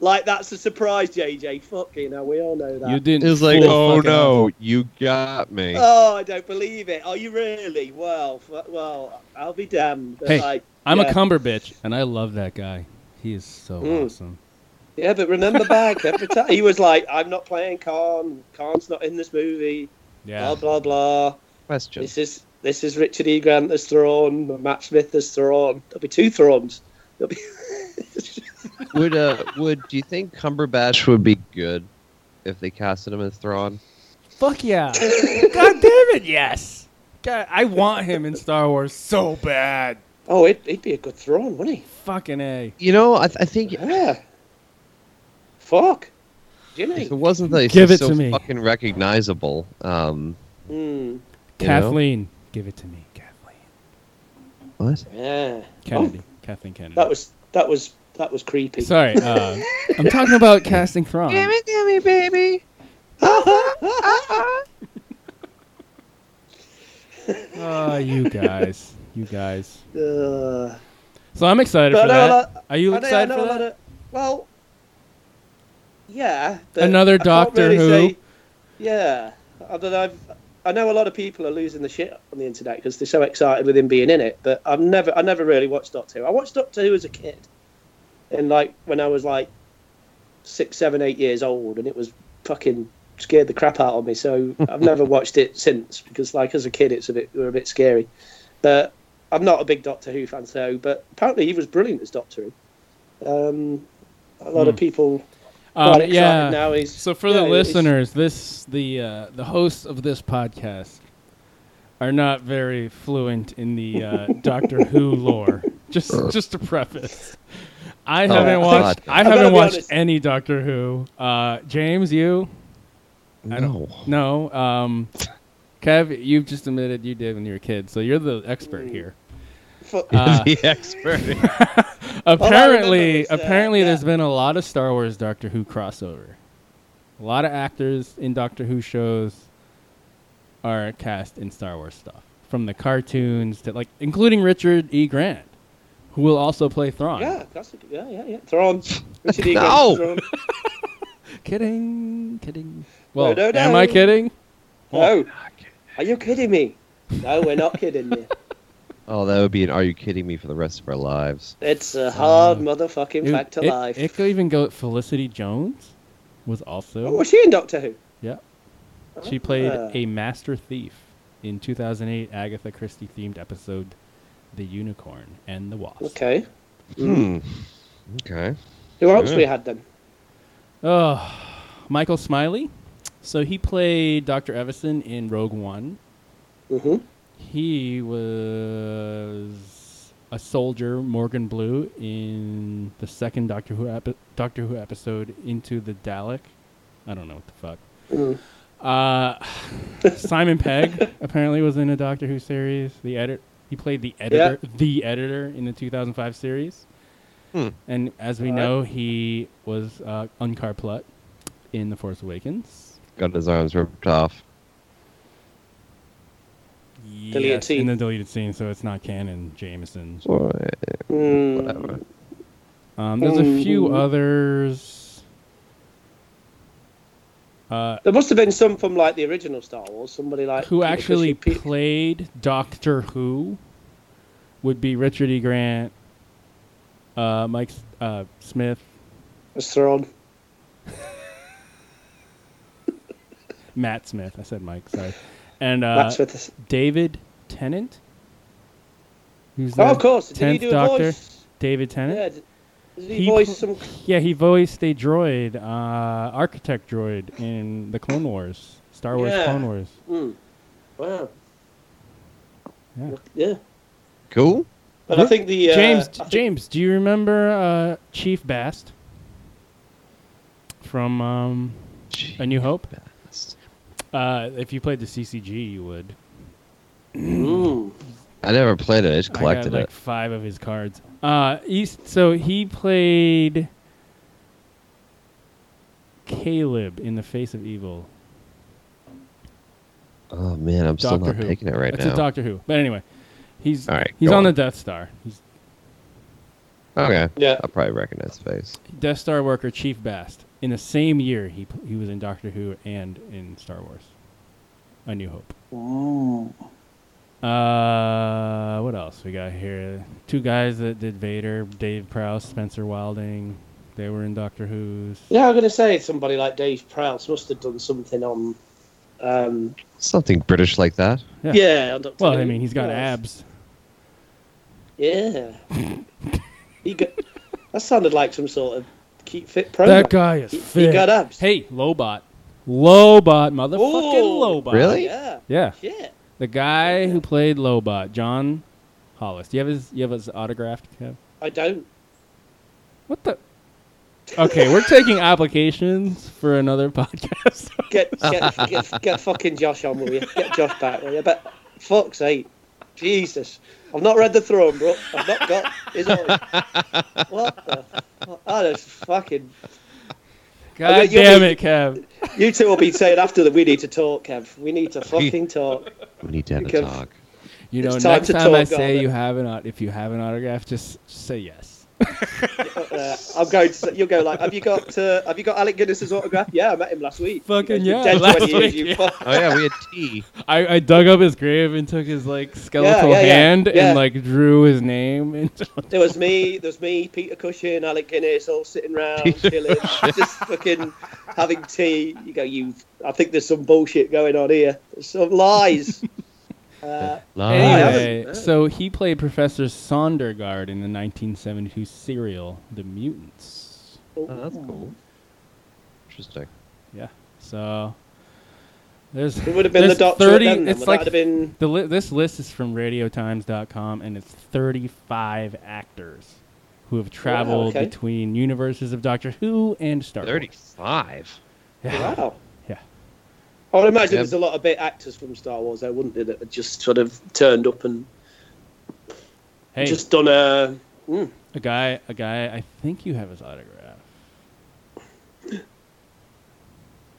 Speaker 7: like that's a surprise, JJ. Fucking hell, we all know that.
Speaker 8: You didn't.
Speaker 6: It was like,
Speaker 8: fool
Speaker 6: oh
Speaker 8: fucking us."
Speaker 6: no, you got me.
Speaker 7: Oh, I don't believe it. Are you really? Well, f- well, I'll be damned. But
Speaker 8: Hey,
Speaker 7: like,
Speaker 8: I'm
Speaker 7: yeah.
Speaker 8: a cumber bitch, and I love that guy. He is so
Speaker 7: Mm.
Speaker 8: awesome.
Speaker 7: Yeah, but remember back every time he was like, "I'm not playing Khan. Khan's not in this movie."
Speaker 8: Yeah.
Speaker 7: Blah blah blah. *laughs*
Speaker 6: Question.
Speaker 7: This is this is Richard E. Grant as Thrawn, Matt Smith as Thrawn. There'll be two Thrawns. There'll be *laughs*
Speaker 6: Would uh would do you think Cumberbatch would be good if they casted him as Thrawn?
Speaker 8: Fuck
Speaker 7: *laughs*
Speaker 8: yeah. God damn it, yes. God, I want him in Star Wars so bad.
Speaker 7: oh, he'd, he'd be a good Thrawn, wouldn't he?
Speaker 8: Fucking a.
Speaker 6: You know, I, th- I think
Speaker 7: Yeah. Fuck. Jimmy.
Speaker 6: if it wasn't that he's
Speaker 8: Give
Speaker 6: just
Speaker 8: it
Speaker 6: so
Speaker 8: to me.
Speaker 6: fucking recognizable, um,
Speaker 7: Mm,
Speaker 6: You know?
Speaker 7: Oh.
Speaker 8: Kathleen, give it to me, Kathleen.
Speaker 6: what?
Speaker 7: Hmm. yeah. Oh,
Speaker 8: Kennedy, Kathleen Kennedy.
Speaker 7: That was that was that was
Speaker 8: *laughs*
Speaker 7: creepy. *laughs*
Speaker 8: Sorry, uh, I'm talking about casting Thrawn.
Speaker 6: gimme, baby.
Speaker 7: Uh,
Speaker 8: Oh, you guys, you guys.
Speaker 7: Uh,
Speaker 8: So I'm excited
Speaker 7: But
Speaker 8: for
Speaker 7: I know a
Speaker 8: that.
Speaker 7: lot-
Speaker 8: Are you
Speaker 7: I know- I
Speaker 8: excited
Speaker 7: know
Speaker 8: for
Speaker 7: a lot
Speaker 8: that?
Speaker 7: of- well, yeah. but
Speaker 8: Another
Speaker 7: I can't
Speaker 8: Doctor
Speaker 7: really
Speaker 8: Who.
Speaker 7: say- yeah, I mean, I've, I know a lot of people are losing the shit on the internet because they're so excited with him being in it. But I've never, I never really watched Doctor Who. I watched Doctor Who as a kid, and like when I was like six, seven, eight years old, and it was fucking scared the crap out of me. So
Speaker 8: *laughs*
Speaker 7: I've never watched it since because, like, as a kid, it's a bit, it were a bit scary. But I'm not a big Doctor Who fan, so but apparently he was brilliant as Doctor Who. Um, a lot
Speaker 8: Hmm.
Speaker 7: of people
Speaker 8: Um,
Speaker 7: quite excited
Speaker 8: yeah.
Speaker 7: now. He's
Speaker 8: So for
Speaker 7: yeah,
Speaker 8: the
Speaker 7: he's-
Speaker 8: listeners, this the uh, the hosts of this podcast are not very fluent in the
Speaker 7: *laughs*
Speaker 8: uh, Doctor Who lore. Just just to preface, I
Speaker 6: Oh,
Speaker 8: haven't
Speaker 6: God.
Speaker 8: watched I
Speaker 7: gotta
Speaker 8: haven't
Speaker 7: be
Speaker 8: watched
Speaker 7: honest.
Speaker 8: any Doctor Who. Uh, James, you
Speaker 6: No.
Speaker 8: no. Um, Kev, you've just admitted you did when you were a kid, so you're the
Speaker 7: Mm.
Speaker 8: expert here.
Speaker 7: Fuck.
Speaker 8: *laughs* Uh,
Speaker 6: the expert.
Speaker 8: apparently,
Speaker 7: was, uh,
Speaker 8: apparently,
Speaker 7: yeah.
Speaker 8: there's been a lot of Star Wars Doctor Who crossover. A lot of actors in Doctor Who shows are cast in Star Wars stuff, from the cartoons to like, including Richard E. Grant, who will also play Thrawn.
Speaker 7: Yeah, that's a, yeah, yeah, yeah. Thrawn. Richard E.
Speaker 6: No!
Speaker 7: Grant's
Speaker 8: *laughs*
Speaker 7: Thrawn.
Speaker 8: Kidding, kidding. Well,
Speaker 7: no,
Speaker 8: am
Speaker 7: no.
Speaker 8: I kidding? Oh,
Speaker 7: No. Are you kidding me? No, we're not
Speaker 8: *laughs*
Speaker 7: kidding you.
Speaker 6: Oh, that would be an "Are you kidding me?" for the rest of our lives.
Speaker 7: It's a hard motherfucking fact to
Speaker 8: it,
Speaker 7: life.
Speaker 8: it could even go. Felicity Jones was also.
Speaker 7: oh, was she in Doctor Who?
Speaker 8: Yeah. She played
Speaker 7: Ah.
Speaker 8: a master thief in 2008 Agatha Christie themed episode The Unicorn and the Wasp.
Speaker 7: Okay.
Speaker 6: Hmm. Okay.
Speaker 7: Who else
Speaker 6: Yeah.
Speaker 7: we had then?
Speaker 8: Oh, Michael Smiley. So he played Dr. Evison in Rogue One.
Speaker 7: hmm
Speaker 8: He was a soldier, Morgan Blue, in the second Doctor Who, epi- Doctor Who episode, Into the Dalek. I don't know what the fuck.
Speaker 7: Mm.
Speaker 8: Uh, *sighs* Simon Pegg apparently was in a Doctor Who series. The edit he played the editor, the editor in the 2005 series.
Speaker 6: Hmm.
Speaker 8: And as we know, he was uh, Unkar Plutt in The Force Awakens.
Speaker 6: Got his arms ripped off.
Speaker 7: Deleted
Speaker 8: Yes, in
Speaker 7: scene.
Speaker 8: the deleted scene, so it's not canon. Jameson.
Speaker 6: Boy,
Speaker 7: Mm.
Speaker 6: whatever.
Speaker 8: Um, there's a few others. Uh,
Speaker 7: There must have been some from like the original Star Wars. Somebody like
Speaker 8: who
Speaker 7: because
Speaker 8: actually
Speaker 7: Uh, she pe-
Speaker 8: played Doctor Who would be Richard E. Grant, uh, Mike S- uh, Smith,
Speaker 7: was Thrawn.
Speaker 8: Matt Smith. I said Mike, sorry, and uh,
Speaker 7: That's with us.
Speaker 8: David Tennant. Who's
Speaker 7: Oh,
Speaker 8: the
Speaker 7: of course. Did he
Speaker 8: tenth
Speaker 7: do a
Speaker 8: Doctor?
Speaker 7: voice?
Speaker 8: David Tennant.
Speaker 7: Yeah. Did, did he,
Speaker 8: He
Speaker 7: voice
Speaker 8: pl-
Speaker 7: some?
Speaker 8: Yeah, he voiced a droid, uh, architect droid in the Clone Wars, Star Wars
Speaker 7: Yeah.
Speaker 8: Clone Wars.
Speaker 7: Mm. Wow.
Speaker 8: Yeah.
Speaker 7: Yeah.
Speaker 6: Cool.
Speaker 7: But I think the uh,
Speaker 8: James,
Speaker 7: I think-
Speaker 8: James, do you remember uh, Chief Bast from um, A New Hope?
Speaker 6: Jeez.
Speaker 8: Uh, if you played the CCG, you would.
Speaker 7: Mm.
Speaker 6: I never played it. I just collected
Speaker 8: I got like five of his cards. Uh, East. So he played Caleb in the Face of Evil.
Speaker 6: it. Oh man, I'm still
Speaker 8: Doctor
Speaker 6: not
Speaker 8: Who.
Speaker 6: taking it right
Speaker 8: That's
Speaker 6: now.
Speaker 8: a Doctor Who. But anyway, he's
Speaker 6: All right,
Speaker 8: he's
Speaker 6: go
Speaker 8: on, the
Speaker 6: on.
Speaker 8: Death Star. He's
Speaker 6: okay.
Speaker 7: Yeah.
Speaker 6: I'll probably recognize the face.
Speaker 8: Death Star worker Chief Bast. In the same year, he p- he was in Doctor Who and in Star Wars, A New Hope. Uh, what else we got here? Two guys that did Vader: Dave Prowse, Spencer Wilding. They were in Doctor Who's.
Speaker 7: Yeah, I'm going to say somebody like Dave Prowse must have done something on. Um,
Speaker 6: Something British like that.
Speaker 8: Yeah.
Speaker 7: yeah. on Doctor
Speaker 8: Well,
Speaker 7: Who.
Speaker 8: I mean, he's got
Speaker 7: Yeah.
Speaker 8: abs.
Speaker 7: Yeah. *laughs* he got, that sounded like some sort of keep fit program.
Speaker 8: That guy is
Speaker 7: He- he
Speaker 8: fit.
Speaker 7: got abs.
Speaker 8: Hey, Lobot, Lobot, motherfucking
Speaker 7: Ooh.
Speaker 8: Lobot.
Speaker 6: Really?
Speaker 7: Yeah.
Speaker 8: Yeah.
Speaker 7: Yeah.
Speaker 8: The guy who played Lobot, John Hollis. Do you have his? You have his autographed? Kev?
Speaker 7: I don't.
Speaker 8: What the? Okay, we're
Speaker 7: *laughs*
Speaker 8: taking applications for another *laughs* podcast.
Speaker 7: Get get, get get fucking Josh on, will you? Get Josh back, will you? But fuck's sake. Jesus. I've not read The Throne Book. I've not got his own. what the? What, that is fucking.
Speaker 8: God
Speaker 7: you'll
Speaker 8: damn
Speaker 7: be-
Speaker 8: it, Kev.
Speaker 7: You two will be saying after that we need to talk, Kev. We need to fucking talk.
Speaker 6: We need to have a
Speaker 7: Because-
Speaker 6: talk.
Speaker 8: You
Speaker 7: It's
Speaker 8: know,
Speaker 7: time
Speaker 8: next
Speaker 7: to
Speaker 8: time I
Speaker 7: talk,
Speaker 8: say
Speaker 7: Garvin.
Speaker 8: you have an aut- if you have an autograph, just say yes.
Speaker 7: Uh, I'm going to. You'll go like, have you got? Uh, have you got Alec Guinness's autograph? Yeah, I met him last week.
Speaker 8: Fucking
Speaker 7: You
Speaker 8: yeah,
Speaker 7: know, he's been dead
Speaker 8: last
Speaker 7: 20 years,
Speaker 8: week,
Speaker 7: you
Speaker 8: yeah.
Speaker 7: fuck.
Speaker 6: Oh yeah, we *laughs* had tea.
Speaker 8: I, I dug up his grave and took his like skeletal
Speaker 7: yeah, yeah,
Speaker 8: hand
Speaker 7: yeah.
Speaker 8: and like drew his name and
Speaker 7: There was me. There was me, Peter Cushing, Alec Guinness, all sitting round, chilling, just fucking having tea. You go, you. I think there's some bullshit going on here. There's some lies. uh,
Speaker 6: Oh, Ah.
Speaker 8: *laughs* Anyway,
Speaker 7: yeah.
Speaker 8: so he played Professor Sondergaard in the 1972 serial The Mutants.
Speaker 6: Oh, that's cool. Interesting.
Speaker 8: So there's
Speaker 7: it would have been the
Speaker 8: there's
Speaker 7: Doctor.
Speaker 8: 30
Speaker 7: then, then.
Speaker 8: it's
Speaker 7: Would
Speaker 8: like
Speaker 7: that have been.
Speaker 8: the li- this list is from radiotimes.com and it's 35 actors who have traveled
Speaker 7: okay.
Speaker 8: between universes of Doctor Who and Star Wars.
Speaker 6: Thirty-five.
Speaker 8: Yeah.
Speaker 7: Wow.
Speaker 8: Yeah.
Speaker 7: I would imagine
Speaker 6: Yeah.
Speaker 7: there's a lot of bit actors from Star Wars, though, wouldn't there, that had just sort of turned up and
Speaker 8: Hey,
Speaker 7: just done a. Mm,
Speaker 8: a guy a guy I think you have his
Speaker 7: *laughs*
Speaker 8: autograph.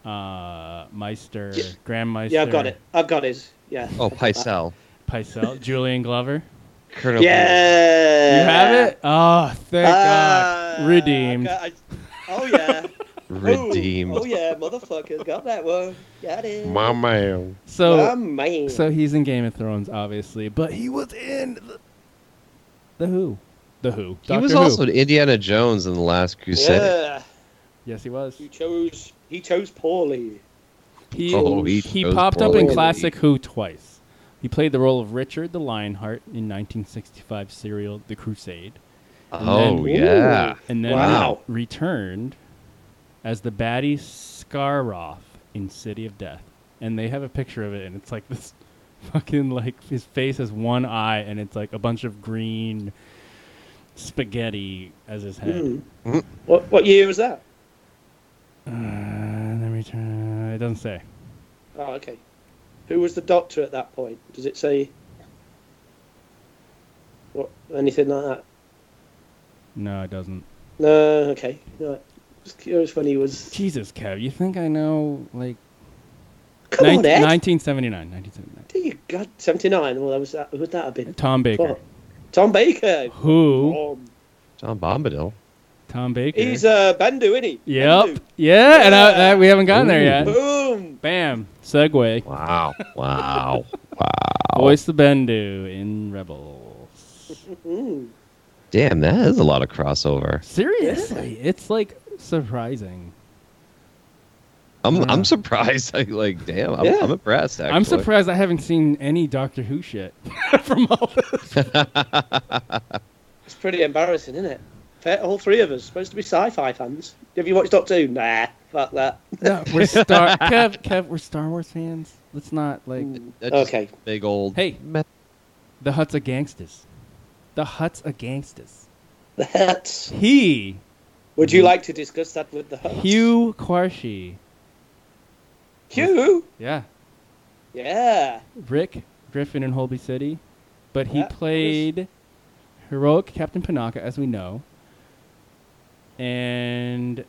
Speaker 8: Uh, Meister, Grandmeister.
Speaker 7: yeah, I've got it. I've got his. Yeah.
Speaker 6: Oh, Pycelle.
Speaker 8: Picel, Julian Glover.
Speaker 6: Colonel.
Speaker 8: You
Speaker 7: *laughs* Yeah.
Speaker 8: have it? Oh, thank
Speaker 7: Ah,
Speaker 8: God. Redeemed.
Speaker 7: I got- I-
Speaker 8: *laughs*
Speaker 7: oh yeah. Ooh.
Speaker 6: Redeemed.
Speaker 7: Oh yeah, motherfuckers got that one. Got it.
Speaker 6: man.
Speaker 7: My
Speaker 8: So,
Speaker 7: man.
Speaker 8: so he's in Game of Thrones, obviously, but he was in the, the Who. The Who.
Speaker 6: He was
Speaker 8: Doctor Who.
Speaker 6: also in Indiana Jones in the Last Crusade.
Speaker 7: yeah.
Speaker 8: Yes, he was.
Speaker 7: You chose. He chose poorly.
Speaker 8: He,
Speaker 6: Oh,
Speaker 8: he,
Speaker 6: he chose
Speaker 8: popped up in
Speaker 6: poorly.
Speaker 8: Classic Who twice. He played the role of Richard the Lionheart in 1965 serial The Crusade,
Speaker 6: Oh
Speaker 8: Ooh.
Speaker 6: yeah.
Speaker 8: and then
Speaker 7: Wow.
Speaker 8: returned as the baddie Scarroth in City of Death. And they have a picture of it, and it's like this *laughs* fucking like his face has one eye, and it's like a bunch of green spaghetti as his head.
Speaker 7: Mm. What what year was that? Hmm.
Speaker 8: Uh, and then return. It doesn't say.
Speaker 7: Oh okay. Who was the doctor at that point? Does it say? What anything like that?
Speaker 8: No, it doesn't.
Speaker 7: No. Okay. No. Just curious when he was.
Speaker 8: Jesus, Kev, you think I know like
Speaker 7: Come
Speaker 8: nine-
Speaker 7: on, Ed.
Speaker 8: 1979, 1979.
Speaker 7: Do you God, 79. Well, that was that. Would that have been?
Speaker 8: Tom Baker.
Speaker 7: What? Tom Baker.
Speaker 8: Who?
Speaker 6: Tom
Speaker 7: Tom.
Speaker 6: Bombadil.
Speaker 8: Tom Baker.
Speaker 7: He's uh, Bendu, isn't he?
Speaker 8: Yep.
Speaker 7: Bendu.
Speaker 8: Yeah, and I,
Speaker 7: Yeah.
Speaker 8: I, we haven't gotten there yet.
Speaker 7: Boom.
Speaker 8: Bam. Segway.
Speaker 6: Wow. Wow.
Speaker 8: *laughs* Voice the Bendu in Rebels.
Speaker 7: Mm.
Speaker 6: Damn, that is a lot of crossover.
Speaker 8: Seriously, it's like surprising.
Speaker 6: I'm
Speaker 8: Yeah.
Speaker 6: I'm surprised. *laughs* I, like, damn, I'm,
Speaker 7: Yeah.
Speaker 6: I'm impressed. Actually.
Speaker 8: I'm surprised I haven't seen any Doctor Who shit *laughs* from all this.
Speaker 7: It's pretty embarrassing, isn't it? Fair- All three of us supposed to be sci-fi fans. Have you watched Doctor Who? Nah, fuck that.
Speaker 8: No, we're *laughs* Star Kev. Kev, we're Star Wars fans. Let's not like
Speaker 6: That's just
Speaker 7: Okay.
Speaker 6: Big old.
Speaker 8: Hey.
Speaker 6: meh.
Speaker 8: the Huts of gangsters. The Huts of gangsters.
Speaker 7: The Hurts.
Speaker 8: He
Speaker 7: Would you like to discuss that with the Hurts?
Speaker 8: Hugh Quarshie.
Speaker 7: Hugh.
Speaker 8: Yeah,
Speaker 7: Yeah.
Speaker 8: Rick Griffin in Holby City, but he
Speaker 7: That was-
Speaker 8: played heroic Captain Panaka, as we know, and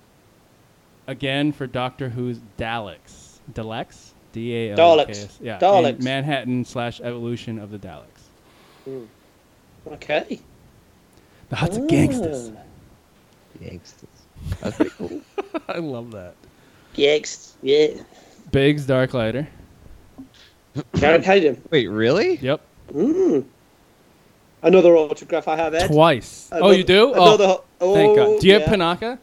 Speaker 8: again for Doctor Who's Daleks, Daleks, D A L E K S,
Speaker 7: Daleks.
Speaker 8: yeah, in
Speaker 7: Daleks.
Speaker 8: Manhattan slash Evolution of the Daleks,
Speaker 7: Okay.
Speaker 8: the Huts of Gangsters.
Speaker 7: Ah.
Speaker 6: Gangsters. That's pretty cool.
Speaker 8: *laughs*
Speaker 6: *laughs*
Speaker 8: I love that.
Speaker 7: Yes. Yeah.
Speaker 8: Biggs Darklighter.
Speaker 7: Karen Hayden.
Speaker 6: Wait, really?
Speaker 8: Yep.
Speaker 7: Mm. Another autograph I have, Ed.
Speaker 8: Twice. oh,
Speaker 7: Another-
Speaker 8: you do? Oh,
Speaker 7: Another, oh,
Speaker 8: thank God. Do you have
Speaker 7: yeah.
Speaker 8: Panaka?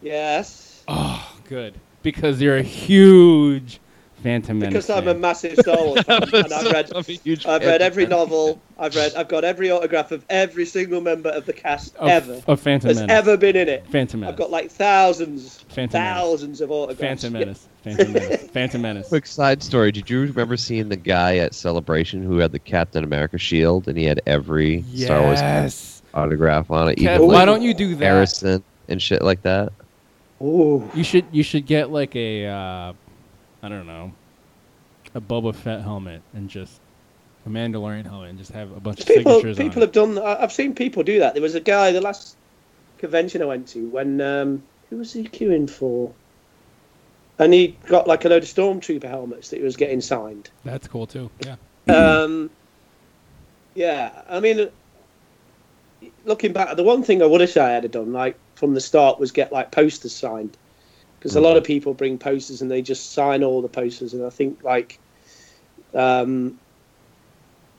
Speaker 7: Yes.
Speaker 8: Oh, good. Because you're a huge Phantom Menace.
Speaker 7: Because I'm a
Speaker 8: fan.
Speaker 7: massive Star
Speaker 8: *laughs*
Speaker 7: Wars fan, and I've read,
Speaker 6: I'm a huge
Speaker 7: I've
Speaker 6: fan
Speaker 7: read
Speaker 6: of
Speaker 7: every
Speaker 6: that.
Speaker 7: novel, I've read, I've got every autograph of every single member of the cast
Speaker 8: of,
Speaker 7: ever
Speaker 8: of Phantom
Speaker 7: that's
Speaker 8: Menace.
Speaker 7: ever been in it.
Speaker 8: Phantom Menace.
Speaker 7: I've got like thousands,
Speaker 8: Phantom Menace.
Speaker 7: thousands of autographs.
Speaker 8: Phantom Menace. Phantom
Speaker 7: *laughs*
Speaker 8: Menace. Phantom Menace.
Speaker 6: Quick side story. Did you remember seeing the guy at Celebration who had the Captain America shield and he had every Star Wars
Speaker 8: Yes.
Speaker 6: autograph on it?
Speaker 8: Kev,
Speaker 6: even
Speaker 8: why
Speaker 6: like
Speaker 8: don't you do that?
Speaker 6: Harrison and shit like that?
Speaker 7: Yeah. Ooh.
Speaker 8: You should you should get like a uh, I don't know a Boba Fett helmet and just a Mandalorian helmet and just have a bunch of
Speaker 7: People,
Speaker 8: signatures
Speaker 7: people
Speaker 8: on
Speaker 7: have done. I- I've seen people do that. There was a guy the last convention I went to when um, who was he queuing for? And he got like a load of stormtrooper helmets that he was getting signed.
Speaker 8: it. That's cool too. Yeah.
Speaker 7: Um, yeah, I mean, looking back, the one thing I would have said I had done, like from the start, was get like posters signed, because a lot of people bring posters and they just sign all the posters, and I think like, um,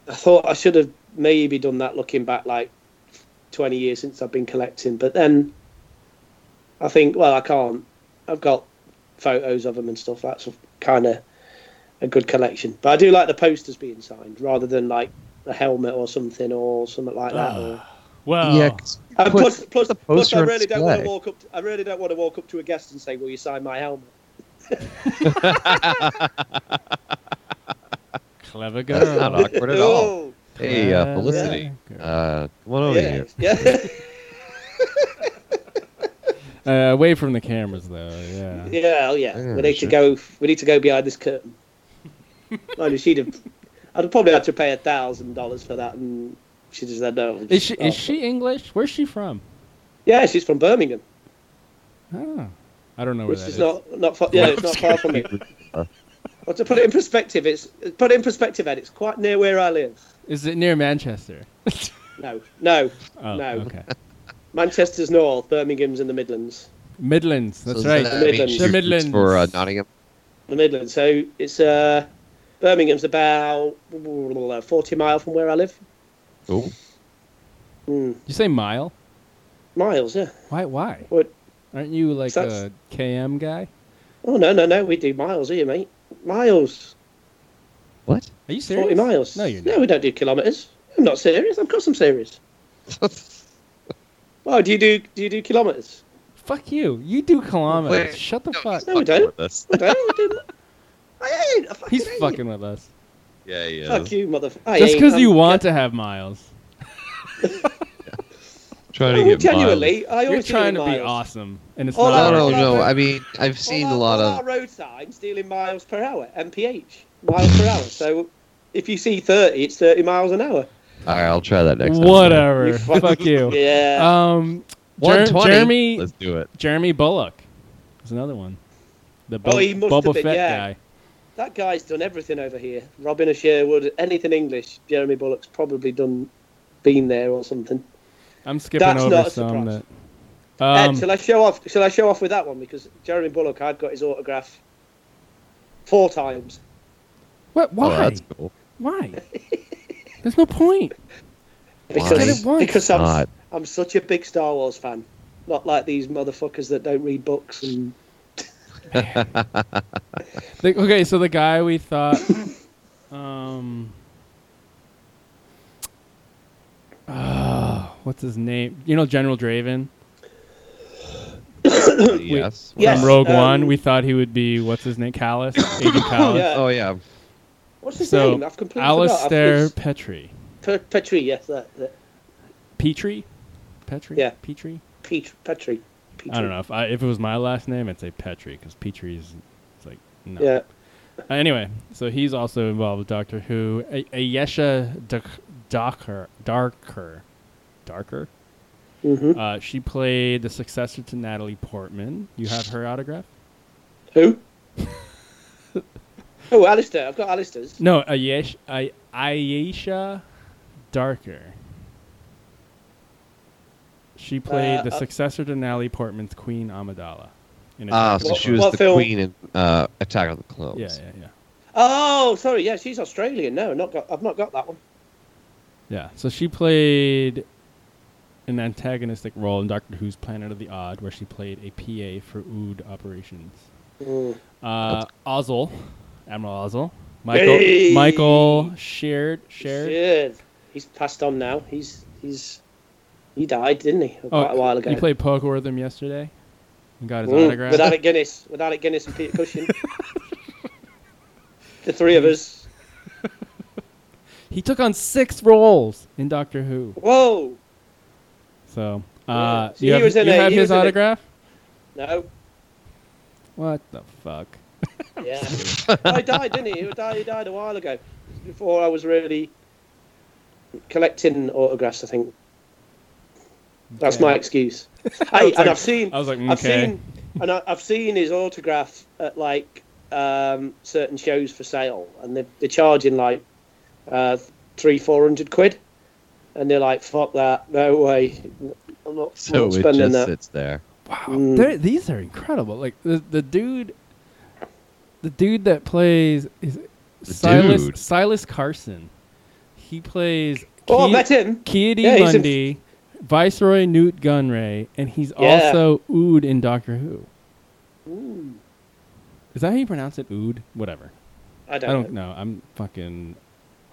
Speaker 7: I thought I should have maybe done that looking back, like twenty years since I've been collecting, but then I think, well, I can't. I've got photos of them and stuff. That's kind of a good collection. But I do like the posters being signed rather than like a helmet or something or something like that. or...
Speaker 8: Well,
Speaker 6: Yeah, 'cause
Speaker 7: And
Speaker 6: put
Speaker 7: plus, plus,
Speaker 6: the
Speaker 7: plus, I
Speaker 6: poster on
Speaker 7: really don't want to
Speaker 6: display.
Speaker 7: walk up. To, I really don't want to walk up to a guest and say, "Will you sign my helmet?"
Speaker 8: clever girl.
Speaker 6: That's not awkward
Speaker 7: *laughs*
Speaker 6: at all.
Speaker 7: Oh,
Speaker 6: Hey, uh,
Speaker 8: Clever
Speaker 6: Felicity,
Speaker 8: girl.
Speaker 6: uh, come on over
Speaker 7: yeah,
Speaker 6: here.
Speaker 7: Oh, *laughs* yeah,
Speaker 8: Uh, away from the cameras, though. Yeah.
Speaker 7: yeah, oh, yeah.
Speaker 6: Yeah,
Speaker 7: we need
Speaker 6: sure.
Speaker 7: to go. We need to go behind this *laughs* curtain. Mind you, she'd have. I'd probably have to pay a thousand dollars for that, and she just said no.
Speaker 8: Is she
Speaker 7: Oh.
Speaker 8: is she English? Where's she from?
Speaker 7: Yeah, she's from Birmingham,
Speaker 8: Oh, I don't know where
Speaker 7: which
Speaker 8: that
Speaker 7: is
Speaker 8: is.
Speaker 7: not not far. Yeah, it's not far from *laughs* me. Well, to put it in perspective, it's put it in perspective, Ed. It's quite near where I live.
Speaker 8: Is it near Manchester?
Speaker 7: No, no,
Speaker 8: Oh,
Speaker 7: No.
Speaker 8: Okay.
Speaker 7: Manchester's north, Birmingham's in the Midlands.
Speaker 8: Midlands.
Speaker 6: So
Speaker 8: That's
Speaker 6: does
Speaker 8: right.
Speaker 6: that mean
Speaker 7: Midlands.
Speaker 6: she
Speaker 8: The
Speaker 6: roots
Speaker 8: Midlands.
Speaker 6: for uh, Nottingham.
Speaker 7: the Midlands. So it's uh, Birmingham's about forty mile from where I live.
Speaker 6: Cool.
Speaker 7: Mm,
Speaker 8: you say mile?
Speaker 7: miles, yeah.
Speaker 8: Why? Why?
Speaker 7: What?
Speaker 8: Aren't you like
Speaker 7: That's-
Speaker 8: a KM guy?
Speaker 7: Oh no, no, no. We do miles here, mate. Miles,
Speaker 6: What?
Speaker 8: Are you serious?
Speaker 7: forty miles.
Speaker 8: No, you're
Speaker 7: No, we don't do kilometers. I'm not serious. Of course,
Speaker 8: *laughs*
Speaker 7: I'm serious. Oh, do you do do you do kilometers?
Speaker 8: Fuck you. You do kilometers.
Speaker 6: Wait,
Speaker 8: Shut the
Speaker 6: no,
Speaker 8: fuck.
Speaker 6: he's
Speaker 7: No, we
Speaker 6: fucking
Speaker 7: don't.
Speaker 6: with us.
Speaker 7: I don't.
Speaker 8: *laughs*
Speaker 7: I, do I ain't. I fucking
Speaker 8: He's
Speaker 7: ain't.
Speaker 8: fucking with us.
Speaker 6: Yeah, yeah.
Speaker 7: Fuck you, motherfucker.
Speaker 8: Just because you want to have miles.
Speaker 6: Trying
Speaker 7: No, genuinely, I
Speaker 8: You're
Speaker 7: always do it
Speaker 8: trying
Speaker 7: in
Speaker 8: to be
Speaker 7: miles.
Speaker 8: awesome, and it's
Speaker 7: All
Speaker 8: not.
Speaker 6: No,
Speaker 7: our-
Speaker 6: no,
Speaker 8: working.
Speaker 6: no. I mean, I've seen a
Speaker 7: All our-
Speaker 6: lot
Speaker 7: all
Speaker 6: of.
Speaker 7: our road signs dealing miles per hour, MPH, miles per hour. So if you see thirty, it's thirty miles an hour.
Speaker 6: All right, I'll try that next time.
Speaker 8: Whatever.
Speaker 7: You fuck-
Speaker 8: Fuck you.
Speaker 7: Yeah.
Speaker 8: Um, Jer-
Speaker 6: 120.
Speaker 8: Jeremy
Speaker 6: Let's do it.
Speaker 8: Jeremy Bullock is another one. The Bo-
Speaker 7: Oh, he must
Speaker 8: Boba
Speaker 7: have been-
Speaker 8: Fett
Speaker 7: yeah.
Speaker 8: guy.
Speaker 7: that guy's done everything over here. Robin of Sherwood, anything English. Jeremy Bullock's probably done, been there or something.
Speaker 8: I'm skipping
Speaker 7: That's
Speaker 8: over
Speaker 7: not a
Speaker 8: some
Speaker 7: surprise.
Speaker 8: that.
Speaker 7: Ed,
Speaker 8: Um,
Speaker 7: shall I show off? Shall I show off with that one because Jeremy Bullock, I've got his autograph four times.
Speaker 8: what?
Speaker 6: Oh,
Speaker 8: Why?
Speaker 6: that's cool.
Speaker 8: Why? There's no point. Get it
Speaker 7: Because,
Speaker 8: once.
Speaker 7: because I'm, *coughs*
Speaker 6: Not.
Speaker 7: I'm such a big Star Wars fan. Not like these motherfuckers that don't read books and
Speaker 8: The- okay, so the guy we thought,
Speaker 7: *laughs*
Speaker 8: um, ah, what's his name? You know General Draven
Speaker 6: yes.
Speaker 7: Yes.
Speaker 8: from Rogue
Speaker 7: um,
Speaker 8: One. We thought he would be what's his name,
Speaker 7: *coughs*
Speaker 8: Callus, Agent Callus.
Speaker 7: Yeah.
Speaker 6: Oh yeah.
Speaker 7: what's his
Speaker 8: So,
Speaker 7: name? I've completely
Speaker 8: Alistair
Speaker 7: forgot.
Speaker 8: Petrie.
Speaker 7: I've- it's Pe- Petrie, yes, that, that,
Speaker 8: Petrie, Petrie,
Speaker 7: Yeah.
Speaker 8: Petrie.
Speaker 7: Pete, Petrie. Petrie.
Speaker 8: I don't know if I, if it was my last name, I'd say Petrie because Petrie's it's like no.
Speaker 7: Yeah.
Speaker 8: Uh, anyway, so he's also involved with Doctor Who. A- Ayesha Dak- Darker, Darker, Darker.
Speaker 7: hmm
Speaker 8: Uh, she played the successor to Natalie Portman. You have her autograph? *laughs*
Speaker 7: Who? oh, Alistair. I've got Alistair's.
Speaker 8: No, Ayesha, I, Ayesha Darker. She played
Speaker 7: Uh,
Speaker 8: the
Speaker 7: uh,
Speaker 8: successor to Natalie Portman's Queen Amidala. in
Speaker 6: Ah,
Speaker 8: Attack
Speaker 6: so
Speaker 8: on
Speaker 7: What-
Speaker 6: she was
Speaker 7: what
Speaker 6: the
Speaker 7: film?
Speaker 6: queen in uh, Attack of the Clones.
Speaker 8: Titan. Yeah, yeah, yeah.
Speaker 7: Oh, sorry. Yeah, she's Australian. No, not got. I've not got that one.
Speaker 8: Yeah, so she played an antagonistic role in Doctor Who's Planet of the Odd, where she played a PA for Ood operations.
Speaker 7: Mm.
Speaker 8: Uh, Ozzel, Admiral Ozzel, Michael,
Speaker 7: Hey!
Speaker 8: Michael Shared, Shared.
Speaker 7: Shit. He's passed on now. He's he's he died, didn't he? Quite a while ago.
Speaker 8: You Oh, played poker with him yesterday and got his
Speaker 7: Mm,
Speaker 8: autograph.
Speaker 7: with Alec Guinness, with Alec Guinness and Peter
Speaker 8: *laughs*
Speaker 7: Cushing. the three of us.
Speaker 8: He took on six roles in Doctor Who.
Speaker 7: Whoa.
Speaker 8: So,
Speaker 7: Yeah.
Speaker 8: uh,
Speaker 7: So
Speaker 8: you
Speaker 7: he
Speaker 8: have,
Speaker 7: was in
Speaker 8: you
Speaker 7: a-
Speaker 8: have
Speaker 7: he
Speaker 8: his
Speaker 7: was in a-
Speaker 8: autograph?
Speaker 7: No.
Speaker 8: What the fuck? *laughs*
Speaker 7: Yeah. oh, he died, didn't he? He died, he died a while ago. before I was really collecting autographs. I think that's
Speaker 8: Okay. *laughs*
Speaker 7: my excuse. I, and I've seen.
Speaker 8: I was like,
Speaker 7: I've
Speaker 8: okay.
Speaker 7: seen, and I, I've seen his autograph at like um, certain shows for sale, and they're, they're charging like uh, three, four hundred quid, and they're like, "Fuck that, no way, I'm not,
Speaker 6: So
Speaker 7: not
Speaker 6: it
Speaker 7: spending
Speaker 6: just
Speaker 7: that."
Speaker 6: sits there.
Speaker 7: Mm.
Speaker 8: They're, these are incredible. Like the the dude, the dude that plays is Silas
Speaker 6: dude.
Speaker 8: Silas Carson. He plays.
Speaker 7: Oh, I
Speaker 8: Ki-
Speaker 7: met him.
Speaker 8: Kitty
Speaker 7: Yeah, he's in-
Speaker 8: Mundy, Viceroy Newt Gunray, and he's
Speaker 7: Yeah.
Speaker 8: also Ood in Doctor Who. Is that how you pronounce it? Ood? Whatever.
Speaker 7: I
Speaker 8: I
Speaker 7: don't,
Speaker 8: don't
Speaker 7: know.
Speaker 8: know. I'm fucking.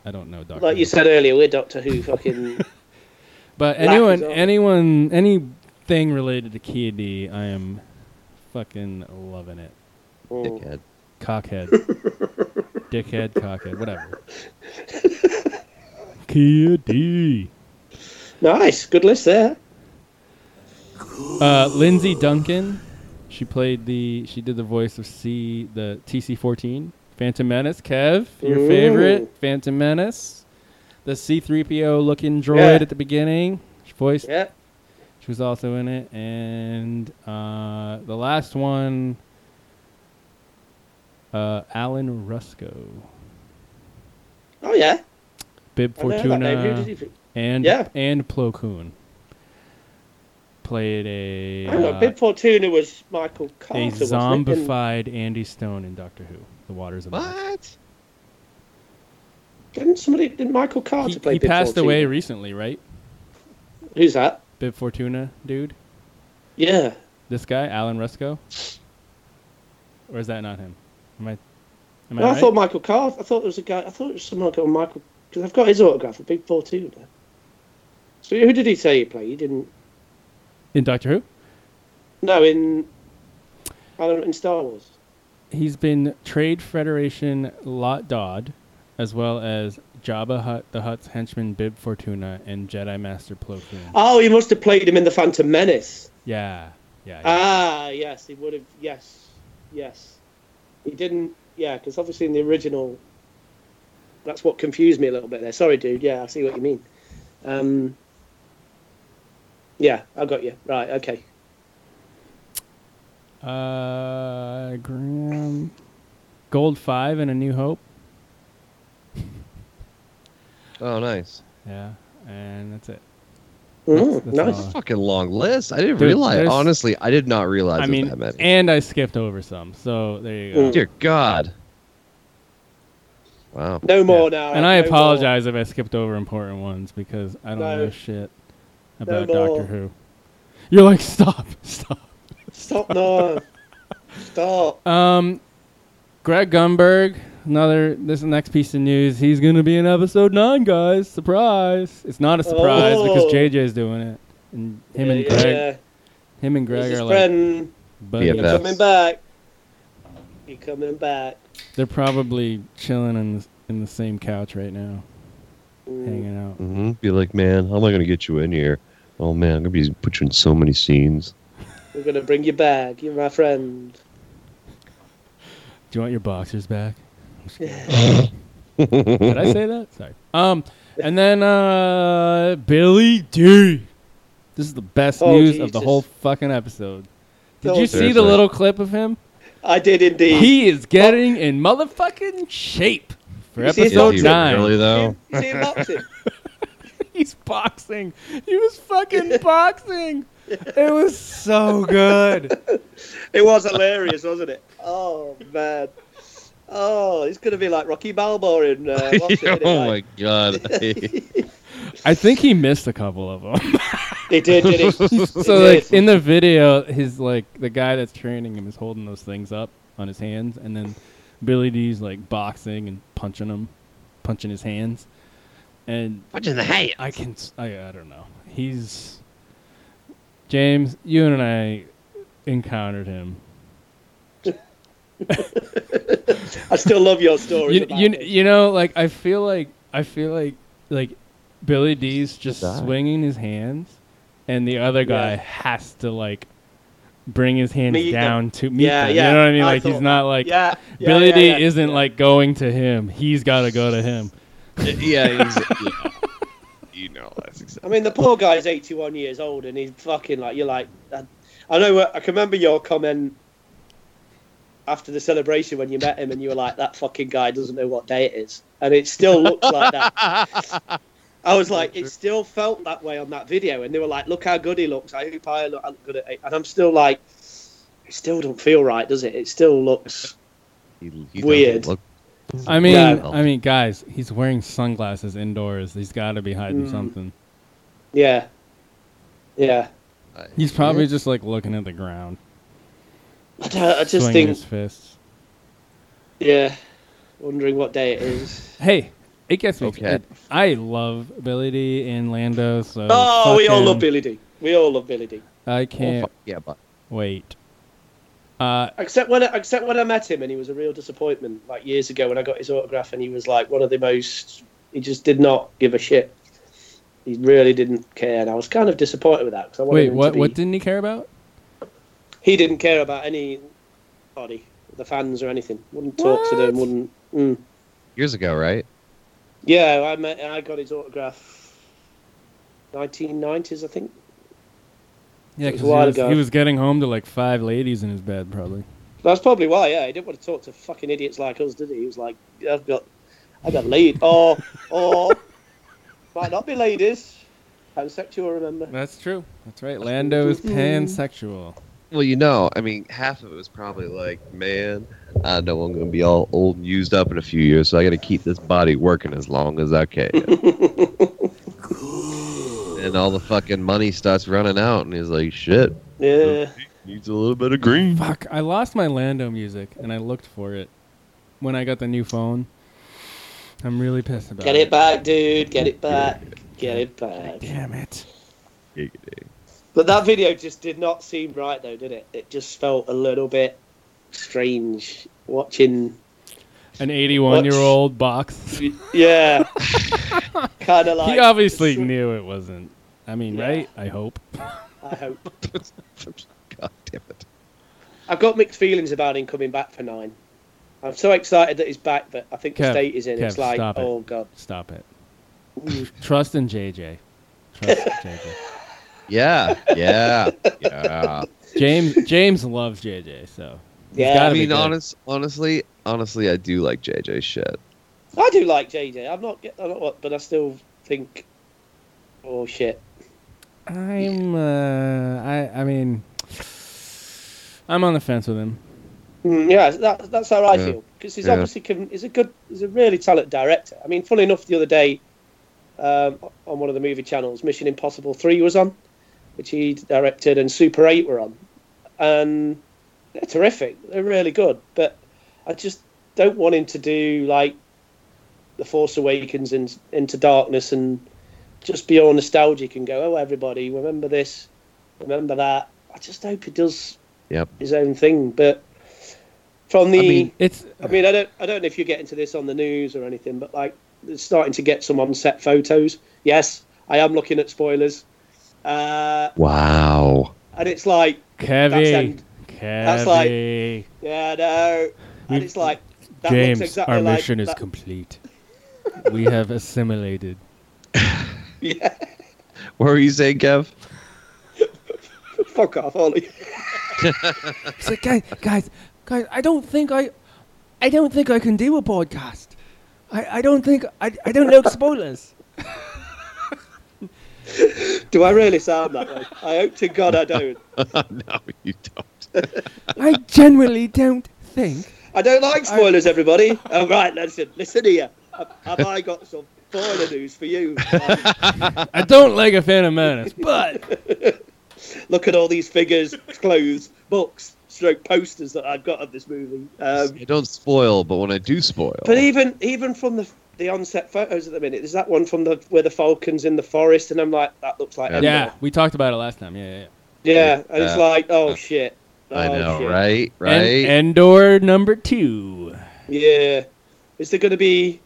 Speaker 8: I don't know Doctor.
Speaker 7: Like you
Speaker 8: Who.
Speaker 7: said earlier, we're Doctor
Speaker 8: *laughs*
Speaker 7: Who fucking.
Speaker 8: But
Speaker 7: Laugh
Speaker 8: anyone,
Speaker 7: is over.
Speaker 8: anyone, anything related to Kitty, I am fucking loving it.
Speaker 7: Mm.
Speaker 6: Dickhead.
Speaker 7: *laughs*
Speaker 8: Cockhead. Dickhead, cockhead, whatever. *laughs* Kitty.
Speaker 7: nice, good list there.
Speaker 8: Uh, Lindsay Duncan. She played the. She did the voice of C, the TC14, Phantom Menace. Kev, your
Speaker 7: Ooh.
Speaker 8: favorite Phantom Menace, the C3PO looking droid
Speaker 7: Yeah.
Speaker 8: at the beginning. She voiced.
Speaker 7: Yeah,
Speaker 8: She was also in it, and uh, the last one, uh, Alan Rusco,
Speaker 7: oh yeah,
Speaker 8: Bib
Speaker 7: I know that name. Who
Speaker 8: Fortuna,
Speaker 7: did he-
Speaker 8: and
Speaker 7: Yeah.
Speaker 8: and Plo Koon played a
Speaker 7: Hang on,
Speaker 8: uh,
Speaker 7: Bib Fortuna was Michael Carter.
Speaker 8: a
Speaker 7: wasn't it? Didn't-
Speaker 8: zombified Andy Stone in Doctor Who, The Waters of Life.
Speaker 6: What?
Speaker 7: Didn't somebody? Didn't Michael Carter
Speaker 8: He,
Speaker 7: play?
Speaker 8: he
Speaker 7: Bib
Speaker 8: passed
Speaker 7: Fortuna?
Speaker 8: away recently, right?
Speaker 7: Who's that?
Speaker 8: Bib Fortuna, dude.
Speaker 7: Yeah.
Speaker 8: This guy, Alan Rusco, or is that not him? Am I? Am I
Speaker 7: No, I,
Speaker 8: right?
Speaker 7: thought Michael Carter. I thought there was a guy. I thought it was someone called Michael. Because I've got his autograph for Big Fortuna. So who did he say he played? He didn't.
Speaker 8: in Doctor Who.
Speaker 7: No, in. I don't in Star Wars.
Speaker 8: He's been Trade Federation Lot Dodd, as well as Jabba Hutt, the Hutt's henchman Bib Fortuna, and Jedi Master Plo Koon.
Speaker 7: Oh, he must have played him in the Phantom Menace.
Speaker 8: yeah, yeah. yeah.
Speaker 7: Ah, yes, he would have. Yes, yes. He didn't. Yeah, because obviously in the original. That's what confused me a little bit there. Sorry, dude. Yeah, I see what you mean. Um. Yeah, I got you. Right. Okay.
Speaker 8: uh, Graham. Gold Five and A New Hope.
Speaker 6: Oh, nice.
Speaker 8: Yeah, and that's it.
Speaker 7: Mm,
Speaker 8: that's
Speaker 7: nice.
Speaker 8: all.
Speaker 6: Fucking long list. I didn't
Speaker 8: Dude,
Speaker 6: realize.
Speaker 8: there's-
Speaker 6: Honestly, I did not realize
Speaker 8: I
Speaker 6: it was
Speaker 8: mean,
Speaker 6: that many.
Speaker 8: and I skipped over some, so there you go.
Speaker 7: Mm.
Speaker 6: Dear God. Wow.
Speaker 7: No more now.
Speaker 8: And I
Speaker 7: no more.
Speaker 8: apologize if I skipped over important ones because I don't
Speaker 7: No.
Speaker 8: know shit about
Speaker 7: more.
Speaker 8: Doctor Who. You're like, *laughs* stop, stop.
Speaker 7: Stop no. Stop.
Speaker 8: Um, Greg Gumberg, another this next piece of news. He's gonna be in episode nine, guys. Surprise! It's not a surprise
Speaker 7: Oh.
Speaker 8: because JJ's doing it, and *laughs* him and
Speaker 7: Yeah,
Speaker 8: Greg,
Speaker 7: yeah.
Speaker 8: him and
Speaker 7: He's
Speaker 8: Greg
Speaker 7: his
Speaker 8: are like
Speaker 7: friend.
Speaker 8: buddies.
Speaker 6: BFF.
Speaker 7: You're coming back. You're coming back.
Speaker 8: They're probably chilling in the, in the same couch right now,
Speaker 7: Mm.
Speaker 8: hanging out.
Speaker 6: hmm Be like, man, how am I gonna get you in here? Oh man, I'm gonna be put you in so many scenes. *laughs*
Speaker 7: We're gonna bring you back. You're my friend.
Speaker 8: Do you want your boxers back? Did I say that? Sorry. Um, and then uh, Billy D. This is the best
Speaker 7: Oh,
Speaker 8: news of the
Speaker 7: Jesus. Oh,
Speaker 8: whole fucking episode. Did
Speaker 7: Don't
Speaker 8: you
Speaker 7: do
Speaker 8: see
Speaker 6: it.
Speaker 8: the little clip of him?
Speaker 7: I did indeed.
Speaker 8: He is getting in motherfucking shape for
Speaker 7: You see his
Speaker 8: episode
Speaker 7: Is he
Speaker 8: nine.
Speaker 6: really though?
Speaker 7: You see him boxing?
Speaker 8: He's boxing. He was fucking
Speaker 7: *laughs*
Speaker 8: boxing. It was so good.
Speaker 7: *laughs* It was hilarious, wasn't it? Oh man. Oh, he's gonna be like Rocky Balboa in.
Speaker 8: *laughs*
Speaker 6: *laughs*
Speaker 7: Uh, what's it, isn't it?
Speaker 6: oh my
Speaker 7: Like,
Speaker 6: God.
Speaker 8: I think he missed a couple of them.
Speaker 7: He did, did
Speaker 8: *laughs*
Speaker 7: he? *laughs*
Speaker 8: so
Speaker 7: It
Speaker 8: like
Speaker 7: is.
Speaker 8: in the video, his like the guy that's training him is holding those things up on his hands, and then Billy D's like boxing and punching him, punching his hands, and
Speaker 6: Punching the hay.
Speaker 8: I can. s- I, I don't know. He's James. You and I encountered him.
Speaker 7: *laughs* I still love your story.
Speaker 8: You, you, you know, like I feel like I feel like like Billy D's just
Speaker 6: die.
Speaker 8: swinging his hands, and the other guy
Speaker 7: Yeah.
Speaker 8: has to like bring his hands
Speaker 7: Meet them.
Speaker 8: down to meet
Speaker 7: Yeah,
Speaker 8: them.
Speaker 7: yeah,
Speaker 8: You know what I mean?
Speaker 7: I
Speaker 8: Like he's
Speaker 7: thought-
Speaker 8: not like
Speaker 7: yeah, yeah,
Speaker 8: Billy
Speaker 7: yeah,
Speaker 8: D
Speaker 7: yeah,
Speaker 8: isn't
Speaker 7: yeah.
Speaker 8: like going to him. He's got to go to him.
Speaker 6: yeah, he's, yeah. you know that's
Speaker 7: I
Speaker 6: exactly.
Speaker 7: mean, the poor guy's 81 years old and he's fucking like, you're like, I, I know, uh, I can remember your comment after the celebration when you met him and you were like, that fucking guy doesn't know what day it is. And it still looks like that. I was like, it still felt that way on that video. And they were like, look how good he looks. I hope I look, I look good at it. And I'm still like, it still don't feel right, does it? It still looks.
Speaker 6: *laughs* He- he
Speaker 7: Weird.
Speaker 6: doesn't Look,
Speaker 8: I mean,
Speaker 6: No.
Speaker 8: I mean, guys, he's wearing sunglasses indoors. He's got to be hiding
Speaker 7: Mm.
Speaker 8: something.
Speaker 7: Yeah. Yeah.
Speaker 8: He's probably just like looking at the ground,
Speaker 7: I, don't- I just
Speaker 8: swinging
Speaker 7: think,
Speaker 8: his fists.
Speaker 7: yeah, wondering what day
Speaker 8: *laughs*
Speaker 7: it is.
Speaker 8: Hey, it gets me.
Speaker 6: Okay.
Speaker 8: it- I love Billy D and Lando. So
Speaker 7: Oh, we all
Speaker 8: Um, fucking-
Speaker 7: love Billy D. We all love Billy D.
Speaker 8: I
Speaker 6: oh,
Speaker 8: can't
Speaker 6: fuck, yeah, but
Speaker 8: wait. Uh,
Speaker 7: Except when, I- except when I met him, and he was a real disappointment. Like years ago, when I got his autograph, and he was like one of the most. He just did not give a shit. He really didn't care, and I was kind of disappointed with that because I wanted
Speaker 8: wait,
Speaker 7: him
Speaker 8: what?
Speaker 7: to be,
Speaker 8: What didn't he care about?
Speaker 7: he didn't care about anybody, the fans or anything. Wouldn't talk to them.
Speaker 8: What?
Speaker 7: Wouldn't. Mm.
Speaker 6: years ago, right?
Speaker 7: Yeah, I met. I got his autograph. 1990s, I think.
Speaker 8: Yeah,
Speaker 7: It was
Speaker 8: because
Speaker 7: a while
Speaker 8: he,
Speaker 7: ago.
Speaker 8: was getting home to like five ladies in his bed, probably.
Speaker 7: That's probably why. Yeah, he didn't want to talk to fucking idiots like us, did he? He was like, I've got, I've got lead, or, or might not be ladies.
Speaker 8: *laughs*
Speaker 7: Pansexual, remember? *laughs*
Speaker 8: That's true. That's right. Lando is pansexual.
Speaker 6: Well, you know, I mean, half of it was probably like, man, I know I'm going to be all old and used up in a few years, so I got to keep this body working as long as I
Speaker 7: *laughs*
Speaker 6: can. and all the fucking money starts running out, and he's like, shit,
Speaker 7: Yeah.
Speaker 6: needs a little bit of green. *laughs*
Speaker 7: *laughs*
Speaker 8: Fuck! I lost my Lando music, and I looked for it when I got the new phone. I'm really pissed about
Speaker 7: Get it back, dude. Get it back. Get it back.
Speaker 8: Damn it!
Speaker 7: But that video just did not seem right, though, did it? It just felt a little bit strange watching.
Speaker 8: An 81 year old box. *laughs*
Speaker 7: Yeah. kind of like.
Speaker 8: he obviously knew it wasn't. I mean,
Speaker 7: Yeah.
Speaker 8: right? I hope.
Speaker 7: I hope.
Speaker 6: God damn it.
Speaker 7: I've got mixed feelings about him coming back for nine. I'm so excited that he's back, but I think
Speaker 8: Kev,
Speaker 7: the state is in. it's
Speaker 8: Kev,
Speaker 7: like,
Speaker 8: stop it.
Speaker 7: oh god.
Speaker 8: Stop it. Trust in JJ. Trust in JJ.
Speaker 6: Yeah, yeah, yeah.
Speaker 8: James James loves JJ, so he's
Speaker 7: *laughs* Yeah.
Speaker 8: gotta
Speaker 6: I
Speaker 8: be
Speaker 6: mean,
Speaker 8: good.
Speaker 6: honest, honestly, honestly, I do like JJ shit.
Speaker 7: I do like JJ. I'm not, I'm not, what- but I still think, oh shit.
Speaker 8: I'm. Uh, I. I mean, I'm on the fence with him.
Speaker 7: Mm, yeah, that, that's how I
Speaker 6: Yeah.
Speaker 7: feel because he's
Speaker 6: Yeah.
Speaker 7: obviously can, he's a good, he's a really talented director. I mean, funny enough, the other day um, on one of the movie channels, Mission Impossible Three was on, which he directed, and Super Eight were on, and they're terrific. They're really good, but I just don't want him to do like The Force Awakens and Into Darkness and just be all nostalgic and go, oh, everybody, remember this, remember that. I just hope he does
Speaker 6: Yep.
Speaker 7: his own thing, but from the
Speaker 6: I mean,
Speaker 8: It's.
Speaker 7: I mean, I don't, I don't know if you get into this on the news or anything, but like, they're starting to get some on-set photos. Yes, I am looking at spoilers, uh,
Speaker 6: Wow.
Speaker 7: and it's like,
Speaker 8: Kevy.
Speaker 7: end-
Speaker 8: Kevy.
Speaker 7: that's like- yeah, no, and it's like, that
Speaker 8: James,
Speaker 7: looks exactly
Speaker 8: our
Speaker 7: like
Speaker 8: mission is
Speaker 7: that-
Speaker 8: complete. we have assimilated.
Speaker 7: yeah,
Speaker 6: What were you saying, Kev?
Speaker 7: *laughs*
Speaker 6: *laughs*
Speaker 7: fuck off, Ollie.
Speaker 8: He's like, guys, guys, guys. I don't think I, I don't think I can do a podcast. I, I don't think I, I don't know spoilers.
Speaker 7: Do I really sound that way? I hope to God I don't.
Speaker 6: no, you don't.
Speaker 8: I generally don't think.
Speaker 7: I don't like spoilers, everybody. All right, listen, listen here. Have- Have I got some spoiler news for you? Um,
Speaker 8: I don't like a Phantom Menace, but
Speaker 7: *laughs* look at all these figures, clothes, books, stroke posters that I've got of this movie. Um,
Speaker 6: I don't spoil, but when I do spoil,
Speaker 7: But even even from the the onset photos at the minute, there's that one from the where the falcon's in the forest, and I'm like, that looks like Endor.
Speaker 8: yeah, we talked about it last time. Yeah, yeah. yeah.
Speaker 7: yeah, and it's
Speaker 6: Uh,
Speaker 7: like, oh shit, oh,
Speaker 6: I know,
Speaker 7: shit.
Speaker 6: right? Right?
Speaker 8: En- Endor number two.
Speaker 7: Yeah, is there going to be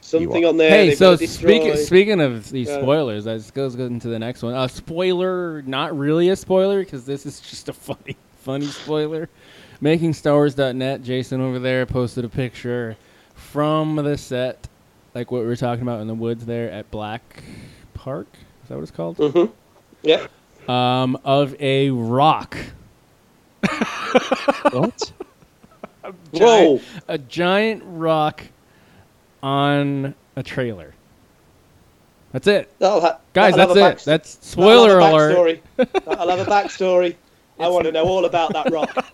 Speaker 7: something
Speaker 6: are-
Speaker 7: on there?
Speaker 8: Hey,
Speaker 7: they're
Speaker 8: so
Speaker 7: gonna
Speaker 8: speaking
Speaker 7: destroy?
Speaker 8: speaking of these
Speaker 7: Yeah.
Speaker 8: spoilers, that just goes into the next one. A spoiler, not really a spoiler, because this is just a funny, funny spoiler. MakingStarWars.net, Jason over there posted a picture from the set like what we were talking about in the woods there at Black Park. Is that what it's called?
Speaker 7: Mm-hmm. Yeah.
Speaker 8: Um, of a rock,
Speaker 6: What?
Speaker 7: Whoa.
Speaker 8: a giant rock on a trailer. That's it,
Speaker 7: That'll ha-
Speaker 8: guys.
Speaker 7: that'll have a
Speaker 8: that's
Speaker 7: backst-
Speaker 8: it. That's
Speaker 7: that'll
Speaker 8: spoiler
Speaker 7: have a
Speaker 8: alert.
Speaker 7: *laughs* backstory. I'll have
Speaker 8: *laughs*
Speaker 7: a backstory. I want to know all about that rock.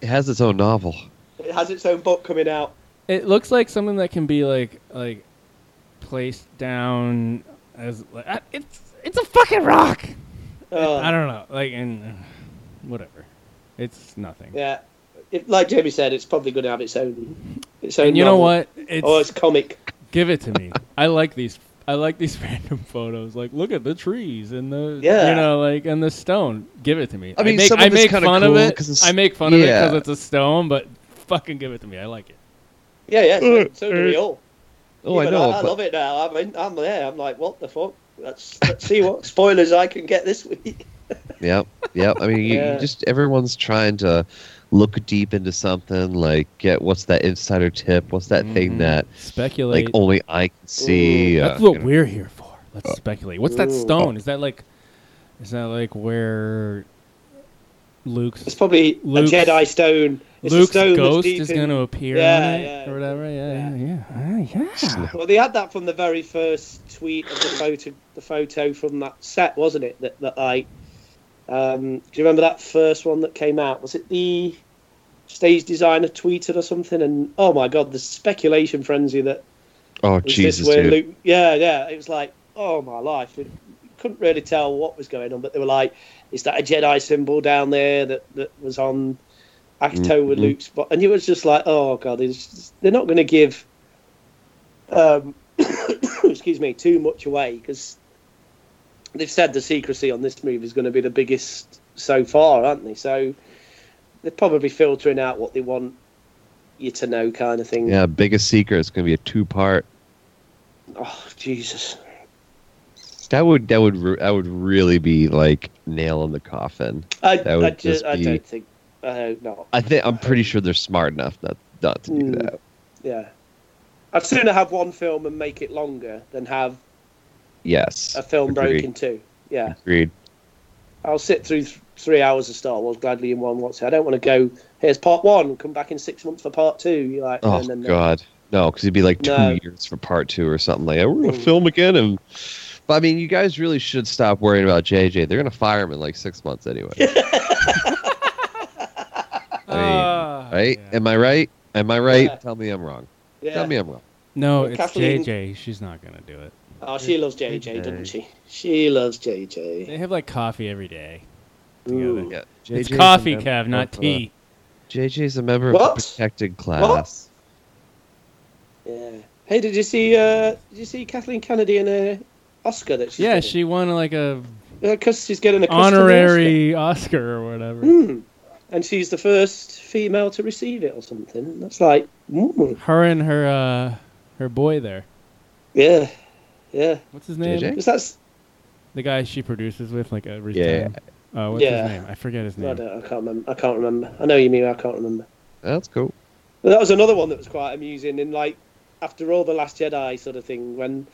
Speaker 6: It has its own novel.
Speaker 7: It has its own book coming out.
Speaker 8: It looks like something that can be like like placed down as like I- it's it's a fucking rock.
Speaker 7: Oh,
Speaker 8: I don't know, like and uh, whatever. It's nothing.
Speaker 7: Yeah. It, like Jamie said, it's probably going to have its own. Its own
Speaker 8: And you know
Speaker 7: novel.
Speaker 8: what? It's,
Speaker 7: Oh, it's comic.
Speaker 8: give it to me. I like these. I like these *laughs* random photos. Like, look at the trees and the
Speaker 7: Yeah.
Speaker 8: you know, like and the stone. Give it to me.
Speaker 6: I mean,
Speaker 8: make,
Speaker 6: some
Speaker 8: I
Speaker 6: of it's
Speaker 8: make
Speaker 6: kinda
Speaker 8: fun
Speaker 6: cool
Speaker 8: of it.
Speaker 6: 'cause it's-
Speaker 8: I make fun of it because
Speaker 6: yeah.
Speaker 8: it's a stone, but fucking give it to me. I like it.
Speaker 7: Yeah, yeah.
Speaker 8: *laughs*
Speaker 7: So, so do we all.
Speaker 6: Oh, I
Speaker 7: Even
Speaker 6: know.
Speaker 7: I, I
Speaker 6: but-
Speaker 7: love it now. I'm, in, I'm there. I'm like, what the fuck? Let's, let's
Speaker 8: *laughs*
Speaker 7: see what spoilers I can get this week.
Speaker 6: Yep, yep. I mean, you,
Speaker 7: Yeah.
Speaker 6: you just everyone's trying to look deep into something, like get what's that insider tip, what's that thing
Speaker 8: Mhm.
Speaker 6: that
Speaker 8: Speculate.
Speaker 6: like only I can see.
Speaker 8: That's
Speaker 6: uh,
Speaker 8: what
Speaker 6: you know. Oh.
Speaker 8: we're here for. Let's speculate. What's that
Speaker 7: Ooh.
Speaker 8: stone? Is that like, is that like where
Speaker 7: It's
Speaker 8: Luke's
Speaker 7: probably
Speaker 8: Luke's-
Speaker 7: a Jedi stone. It's a
Speaker 8: Luke's
Speaker 7: stone that's
Speaker 8: ghost
Speaker 7: deep
Speaker 8: is
Speaker 7: in-
Speaker 8: going to appear
Speaker 7: Yeah,
Speaker 8: on it
Speaker 7: yeah.
Speaker 8: or whatever? Yeah, yeah, yeah, yeah. yeah.
Speaker 7: Well, they had that from the very first tweet of the photo, the photo from that set, wasn't it? That that I. Um, do you remember that first one that came out? Was it the stage designer tweeted or something? And oh my god, the speculation frenzy that
Speaker 6: *laughs* Oh
Speaker 7: was
Speaker 6: Jesus,
Speaker 7: this where
Speaker 6: dude!
Speaker 7: Luke? Yeah, yeah. It was like oh my life. It, couldn't really tell what was going on, but they were like, "Is that a Jedi symbol down there that that was on Acto with
Speaker 6: Mhm.
Speaker 7: Luke's?" bo-" And it was just like, "Oh god, it's just- they're not going to give." Um, *coughs* excuse me, too much away because they've said the secrecy on this movie is going to be the biggest so far, aren't they? So they're probably filtering out what they want you to know, kind of thing.
Speaker 6: Yeah, biggest secret. It's gonna be a two-part.
Speaker 7: Oh Jesus.
Speaker 6: That would that would re- that would really be like nail in the coffin.
Speaker 7: I,
Speaker 6: That would
Speaker 7: I, ju-
Speaker 6: just
Speaker 7: I
Speaker 6: be-
Speaker 7: don't think. I hope not.
Speaker 6: I think I'm pretty sure they're smart enough not not to do
Speaker 7: Mm.
Speaker 6: that.
Speaker 7: Yeah. I'd sooner have one film and make it longer than have
Speaker 6: Yes,
Speaker 7: a film
Speaker 6: Agreed.
Speaker 7: broken too. Yeah.
Speaker 6: Agreed.
Speaker 7: I'll sit through th- three hours of Star Wars gladly in one once. I don't want to go, here's part one, come back in six months for part two. You're like,
Speaker 6: Oh
Speaker 7: and then the-
Speaker 6: God, no, because it'd be like two
Speaker 7: No.
Speaker 6: years for part two or something like that. We're gonna
Speaker 7: Mm.
Speaker 6: film again, and but I mean, you guys really should stop worrying about JJ. They're gonna fire him in like six months anyway,
Speaker 8: Ah,
Speaker 6: right?
Speaker 8: yeah.
Speaker 6: Am I right? Am I right?
Speaker 7: Yeah.
Speaker 6: Tell me I'm wrong.
Speaker 7: yeah.
Speaker 6: Tell me I'm wrong.
Speaker 8: No,
Speaker 7: Well,
Speaker 8: it's
Speaker 7: Kathleen-
Speaker 8: JJ. She's not gonna do it.
Speaker 7: Oh, she loves JJ, doesn't she? She loves JJ.
Speaker 8: They have like coffee every day.
Speaker 7: Ooh.
Speaker 6: Yeah,
Speaker 8: it's
Speaker 6: JJ 's
Speaker 8: coffee,
Speaker 6: a member
Speaker 8: Kev, not
Speaker 6: of, uh,
Speaker 8: tea.
Speaker 6: JJ's a member
Speaker 7: What?
Speaker 6: of the protected class.
Speaker 7: Yeah. Hey, did you see uh, did you see Kathleen Kennedy in a Oscar that she's
Speaker 8: yeah,
Speaker 7: getting?
Speaker 8: she won like a
Speaker 7: because she's getting a
Speaker 8: honorary
Speaker 7: customary Oscar.
Speaker 8: Oscar or whatever.
Speaker 7: Hmm. And she's the first female to receive it or something. That's like, mm.
Speaker 8: Her and her uh, her boy there.
Speaker 7: yeah, yeah.
Speaker 8: What's his name?
Speaker 6: JJ?
Speaker 7: Because that's
Speaker 8: The guy she produces with, like every
Speaker 6: Yeah.
Speaker 8: time. Uh, what's
Speaker 7: Yeah.
Speaker 8: his name? I forget his
Speaker 7: I,
Speaker 8: name.
Speaker 7: don't, I can't remember. I can't remember. I know you mean I can't remember.
Speaker 6: That's cool.
Speaker 7: But that was another one that was quite amusing. In like, after all the Last Jedi sort of thing, when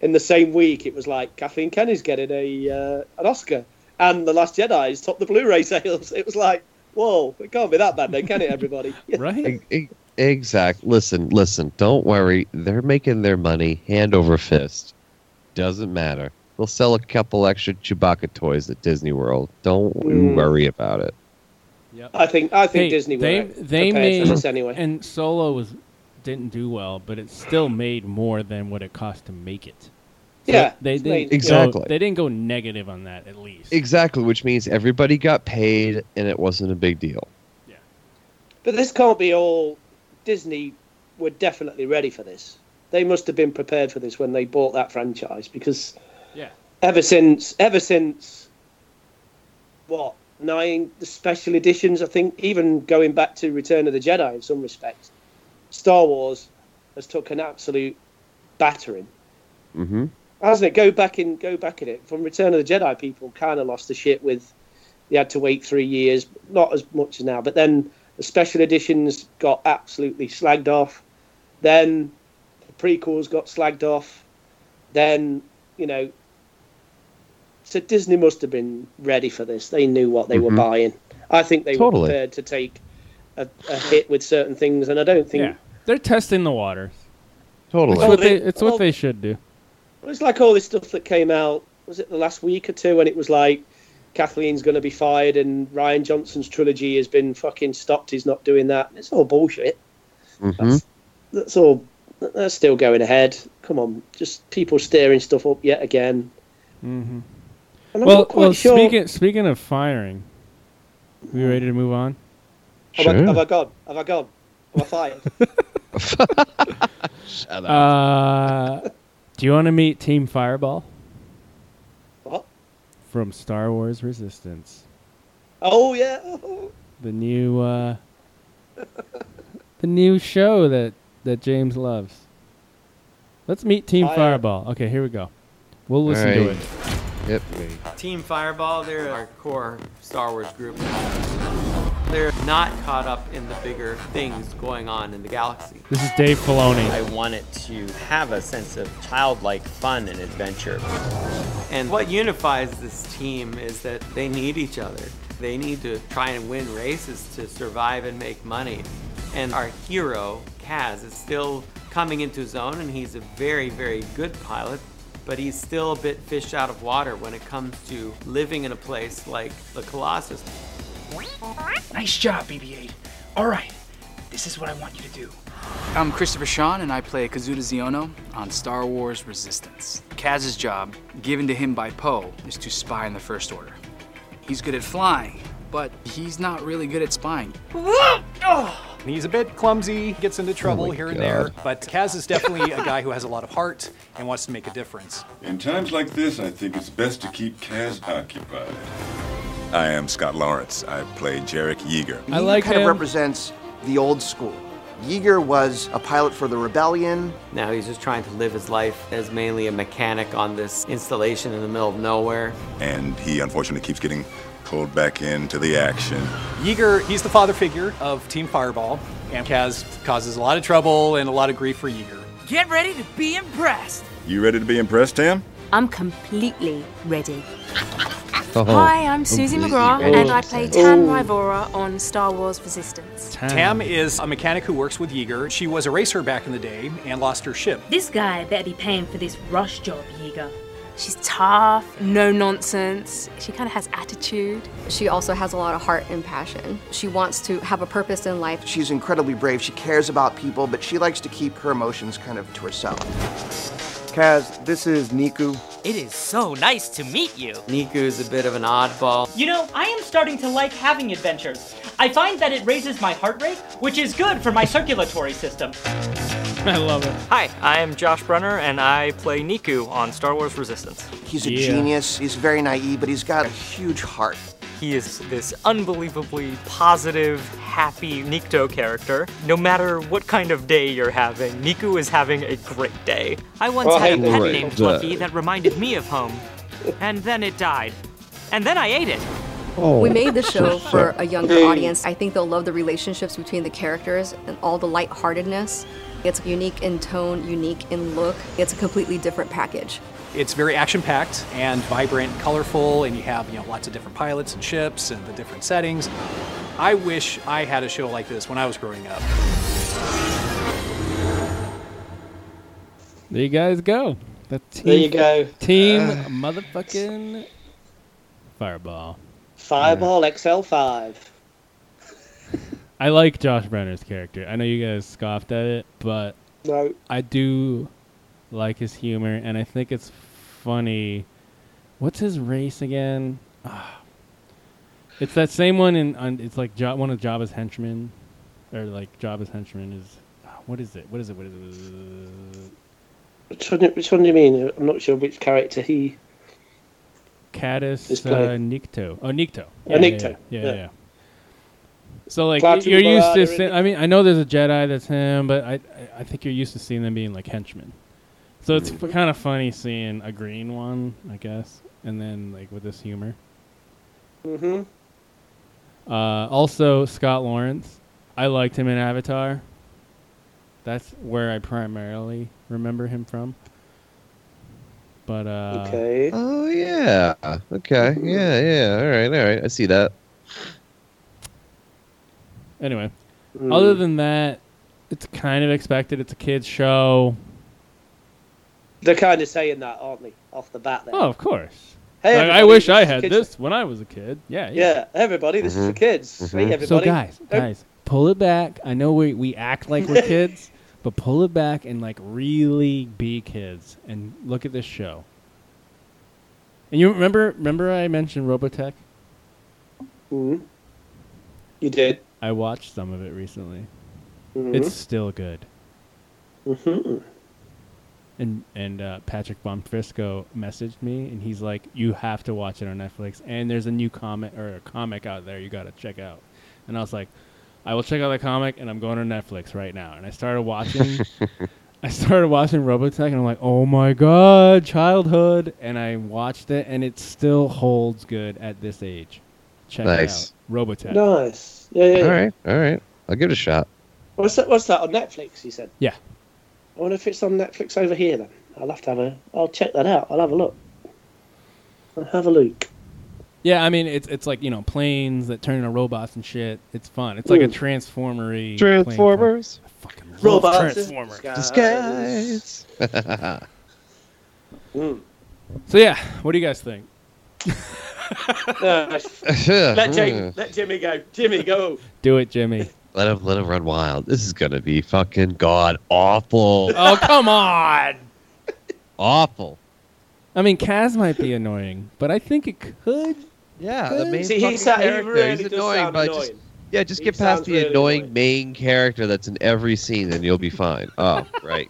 Speaker 7: in the same week it was like Kathleen Kennedy's getting a uh, an Oscar and the Last Jedi's topped the Blu-ray sales. *laughs* It was like, whoa, it can't be that bad then, can it, everybody? *laughs*
Speaker 8: Right?
Speaker 6: E- e- Exact. Listen, listen. Don't worry. They're making their money hand over fist. Doesn't matter. They'll sell a couple extra Chewbacca toys at Disney World. Don't
Speaker 7: Mm.
Speaker 6: worry about it.
Speaker 8: Yep.
Speaker 7: I think I think
Speaker 8: Hey,
Speaker 7: Disney
Speaker 8: they-
Speaker 7: were
Speaker 8: they
Speaker 7: prepared
Speaker 8: made-
Speaker 7: for this anyway.
Speaker 8: And Solo was didn't do well, but it still made more than what it cost to make it. So
Speaker 7: yeah,
Speaker 8: they
Speaker 7: it's
Speaker 8: didn't
Speaker 7: made-
Speaker 6: Exactly.
Speaker 8: Go, they didn't go negative on that at least.
Speaker 6: Exactly, which means everybody got paid and it wasn't a big deal.
Speaker 7: But this can't be all. Disney were definitely ready for this. They must have been prepared for this when they bought that franchise because
Speaker 8: Yeah.
Speaker 7: ever since, ever since, what nine the special editions? I think even going back to Return of the Jedi in some respects, Star Wars has took an absolute battering
Speaker 6: hmm
Speaker 7: hasn't it? Go back in, go back at it. From Return of the Jedi, people kind of lost the shit with they had to wait three years, not as much as now. But then the special editions got absolutely slagged off. Then The prequels got slagged off. Then, you know, so Disney must have been ready for this. They knew what they were
Speaker 6: Mhm.
Speaker 7: buying. I think they
Speaker 6: Totally.
Speaker 7: were prepared to take a, a hit with certain things, and I don't think
Speaker 8: Yeah. They're testing the water. It's
Speaker 6: Totally.
Speaker 7: Oh,
Speaker 8: what they,
Speaker 7: they-
Speaker 8: it's what
Speaker 7: oh.
Speaker 8: they should do.
Speaker 7: Well, it's like all this stuff that came out. Was it the last week or two when it was like Kathleen's going to be fired and Ryan Johnson's trilogy has been fucking stopped? He's not doing that. It's all bullshit.
Speaker 6: hmm
Speaker 7: That's all. That's still going ahead. Come on, just people steering stuff up yet again.
Speaker 8: hmm
Speaker 7: And I'm
Speaker 8: Well,
Speaker 7: not quite
Speaker 8: well
Speaker 7: sure.
Speaker 8: speaking, speaking of firing, we ready to move on?
Speaker 7: have, I,
Speaker 6: Sure.
Speaker 7: have I gone? Have I gone? Am I fired? *laughs*
Speaker 6: Shut up.
Speaker 8: Uh, do you want to meet Team Fireball
Speaker 7: what?
Speaker 8: from Star Wars Resistance?
Speaker 7: Oh yeah. Oh,
Speaker 8: The new, uh, the new show that that James loves. Let's meet Team
Speaker 7: Fire.
Speaker 8: Fireball. Okay, here we go. We'll listen to
Speaker 6: right.
Speaker 8: it.
Speaker 6: Yep.
Speaker 10: Team Fireball, they're our core Star Wars group. They're not caught up in the bigger things going on in the galaxy.
Speaker 8: This is Dave Filoni.
Speaker 9: I want it to have a sense of childlike fun and adventure.
Speaker 10: And what unifies this team is that they need each other. They need to try and win races to survive and make money. And our hero, Kaz, is still coming into his own, and he's a very, very good pilot. But he's still a bit fish out of water when it comes to living in a place like the Colossus.
Speaker 11: Nice job, BB 8. Alright, this is what I want you to do. I'm Christopher Sean, and I play Kazuta Ziono on Star Wars Resistance. Kaz's job, given to him by Poe, is to spy in the First Order. He's good at flying, but he's not really good at spying.
Speaker 10: He's a bit clumsy, gets into trouble here and there, but Kaz is definitely a guy who has a lot of heart and wants to make a difference.
Speaker 11: In times like this, I think it's best to keep Kaz occupied. I am Scott Lawrence. I play Jarek Yeager.
Speaker 8: I like him.
Speaker 11: represents the old school. Yeager was a pilot for the rebellion.
Speaker 10: Now he's just trying to live his life as mainly a mechanic on this installation in the middle of nowhere.
Speaker 11: And he unfortunately keeps getting pulled back into the action.
Speaker 10: Yeager, he's the father figure of Team Fireball, and Kaz causes a lot of trouble and a lot of grief for Yeager.
Speaker 11: Get ready to be impressed. You ready to be impressed, Tam?
Speaker 4: I'm completely ready.
Speaker 6: Oh,
Speaker 4: Hi, I'm Susie
Speaker 6: completely
Speaker 4: McGraw,
Speaker 6: ready.
Speaker 4: and I play Tan Rivora on Star Wars Resistance.
Speaker 10: Tam is a mechanic who works with Yeager. She was a racer back in the day and lost her ship.
Speaker 4: This guy better be paying for this rush job, Yiga. She's tough, no nonsense. She kind of has attitude.
Speaker 1: She also has a lot of heart and passion. She wants to have a purpose in life.
Speaker 11: She's incredibly brave. She cares about people, but she likes to keep her emotions kind of to herself. Kaz, this is Niku.
Speaker 10: It is so nice to meet you. Niku's a bit of an oddball.
Speaker 11: You know, I am starting to like having adventures. I find that it raises my heart rate, which is good for my circulatory system.
Speaker 8: I love it.
Speaker 11: Hi, I am Josh Brunner, and I play Niku on Star Wars Resistance.
Speaker 8: He's a genius.
Speaker 11: He is this unbelievably positive, happy Nikto character. No matter what kind of day you're having, Niku is having a great day. I once
Speaker 7: Well,
Speaker 11: had a
Speaker 7: hey,
Speaker 11: pet
Speaker 6: right,
Speaker 11: named
Speaker 6: the-
Speaker 11: Fluffy that reminded me of home, and then it died. And then I ate it.
Speaker 6: Oh.
Speaker 1: We made the
Speaker 6: *laughs*
Speaker 1: show for a younger
Speaker 7: Hey.
Speaker 1: audience. I think they'll love the relationships between the characters and all the lightheartedness. It's unique in tone, unique in look. It's a completely different package.
Speaker 10: It's very action-packed and vibrant, and colorful, and you have you know lots of different pilots and ships and the different settings. I wish I had a show like this when I was growing up.
Speaker 8: There you guys go. That's
Speaker 7: there you go.
Speaker 8: Team motherfucking Fireball.
Speaker 7: Fireball XL5.
Speaker 8: I like Josh Brenner's character. I know you guys scoffed at it, but
Speaker 7: No,
Speaker 8: I do like his humor, and I think it's funny. What's his race again? Ah. It's that same one in. On, it's like jo- one of Jabba's henchmen, or like Jabba's henchman is. ah, What is it? What is it? What is it? What is it?
Speaker 7: which one, which one do you mean? I'm not sure which character he.
Speaker 8: Caddis
Speaker 7: This
Speaker 8: uh,
Speaker 7: guy.
Speaker 8: Nikto. Oh, Nikto.
Speaker 7: Yeah, Nikto.
Speaker 8: Yeah, yeah.
Speaker 7: Yeah.
Speaker 8: yeah. So like
Speaker 7: Platinum
Speaker 8: you're used to.
Speaker 7: Barada
Speaker 8: See-
Speaker 7: and-
Speaker 8: I mean, I know there's a Jedi that's him, but I I- I think you're used to seeing them being like henchmen. So it's
Speaker 7: Mm-hmm.
Speaker 8: kind of funny seeing a green one, I guess, and then like with this humor.
Speaker 7: Mhm.
Speaker 8: Uh, also, Scott Lawrence. I liked him in Avatar. That's where I primarily remember him from. But uh
Speaker 7: Okay.
Speaker 6: Oh yeah. Okay. Yeah. Yeah. All right. All right. I see that.
Speaker 8: Anyway,
Speaker 7: Hmm.
Speaker 6: Mm.
Speaker 8: other than that, it's kind of expected. It's a kids show.
Speaker 7: They're kind of saying that, aren't they? Off the bat, there.
Speaker 8: Oh, of course.
Speaker 7: Hey,
Speaker 8: Like, I
Speaker 7: everybody,
Speaker 8: wish I
Speaker 7: is
Speaker 8: had
Speaker 7: Kids-
Speaker 8: this when I was a kid. Yeah.
Speaker 7: Yeah, everybody, this is for kids. Hey, everybody.
Speaker 8: Mm-hmm. So guys,
Speaker 7: Oh,
Speaker 8: guys, pull it back. I know we we act like
Speaker 7: *laughs*
Speaker 8: we're kids, but pull it back and like really be kids and look at this show. And you remember remember I mentioned Robotech?
Speaker 7: mhm. You did.
Speaker 8: I watched some of it recently.
Speaker 7: Mhm.
Speaker 8: It's still good.
Speaker 7: hmm
Speaker 8: And and uh, Patrick Bonfrisco messaged me, and he's like, "You have to watch it on Netflix." And there's a new comic or a comic out there you got to check out. And I was like, "I will check out the comic, and I'm going to Netflix right now." And I started watching. I started watching Robotech, and I'm like, "Oh my god, childhood!" And I watched it, and it still holds good at this age. Check
Speaker 6: Nice.
Speaker 8: it out, Robotech.
Speaker 7: Nice. Yeah, yeah. yeah.
Speaker 6: All right. All right. I'll give it a shot.
Speaker 7: What's that? What's that on Netflix? You said.
Speaker 8: Yeah.
Speaker 7: I wonder if it's on Netflix over here. Then I'll have to have a. I'll check that out. I'll have a look. I'll have a look.
Speaker 8: Yeah, I mean it's it's like you know planes that turn into robots and shit. It's fun. It's like a
Speaker 6: Ooh.
Speaker 8: transformery. plane thing.
Speaker 6: Transformers.
Speaker 8: Robots
Speaker 7: Transformer.
Speaker 6: *laughs* Disguise.
Speaker 7: Hmm.
Speaker 8: So yeah, what do you guys think?
Speaker 7: let
Speaker 6: Hmm.
Speaker 7: Jim. Let Jimmy go.
Speaker 6: *laughs*
Speaker 7: Jimmy go.
Speaker 8: Do it, Jimmy.
Speaker 6: Let him let him run wild. This is gonna be fucking god awful.
Speaker 8: *laughs* Oh come on!
Speaker 6: awful.
Speaker 8: I mean, Kaz might be annoying, but I think it could.
Speaker 6: Yeah,
Speaker 8: the main See,
Speaker 7: he's- fucking he character. really
Speaker 6: he's
Speaker 7: does
Speaker 6: annoying,
Speaker 7: sound
Speaker 6: but
Speaker 7: annoying.
Speaker 6: just yeah, just
Speaker 7: He
Speaker 6: get past
Speaker 7: sounds
Speaker 6: the
Speaker 7: really
Speaker 6: annoying, main character that's in every scene, and you'll be fine. Oh, right,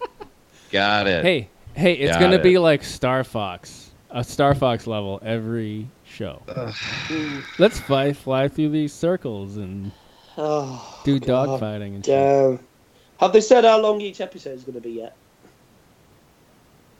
Speaker 6: got it.
Speaker 8: Hey, hey, it's
Speaker 6: Got
Speaker 8: gonna
Speaker 6: it.
Speaker 8: be like Star Fox, a Star Fox level every show. Let's fly fly through these circles and
Speaker 7: Oh,
Speaker 8: do
Speaker 7: God
Speaker 8: dogfighting and shit.
Speaker 7: Damn. Have they said how long each episode is going to
Speaker 6: *laughs*
Speaker 7: be yet?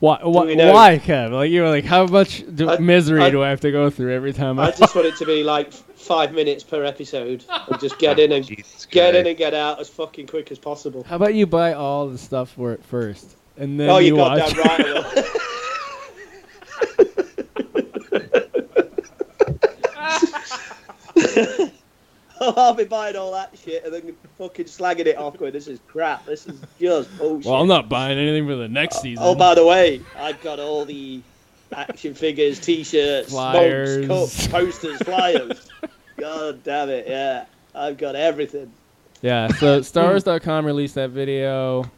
Speaker 8: Why, why,
Speaker 7: we know-
Speaker 8: why, Kev? Like you were like, how much do,
Speaker 7: I-
Speaker 8: misery
Speaker 7: I-
Speaker 8: do I have to go through every time?
Speaker 7: I just want it to be like five minutes per episode, and just get
Speaker 6: *laughs*
Speaker 7: in and get in and get out as fucking quick as possible.
Speaker 8: How about you buy all the stuff for it first, and then
Speaker 7: oh,
Speaker 8: you
Speaker 7: you
Speaker 8: watch.
Speaker 7: goddamn
Speaker 8: *laughs*
Speaker 7: right. I will.
Speaker 8: *laughs*
Speaker 7: I'll be buying all that shit and then fucking slagging it off. Going, this is crap. This is just bullshit.
Speaker 8: Well, I'm not buying anything for the next season.
Speaker 7: oh, by the way, I've got all the action figures, T-shirts,
Speaker 8: Flyers.
Speaker 7: mugs, cups, posters,
Speaker 8: *laughs*
Speaker 7: flyers. God damn it! Yeah, I've got everything.
Speaker 8: Yeah, so StarWars.com released that video.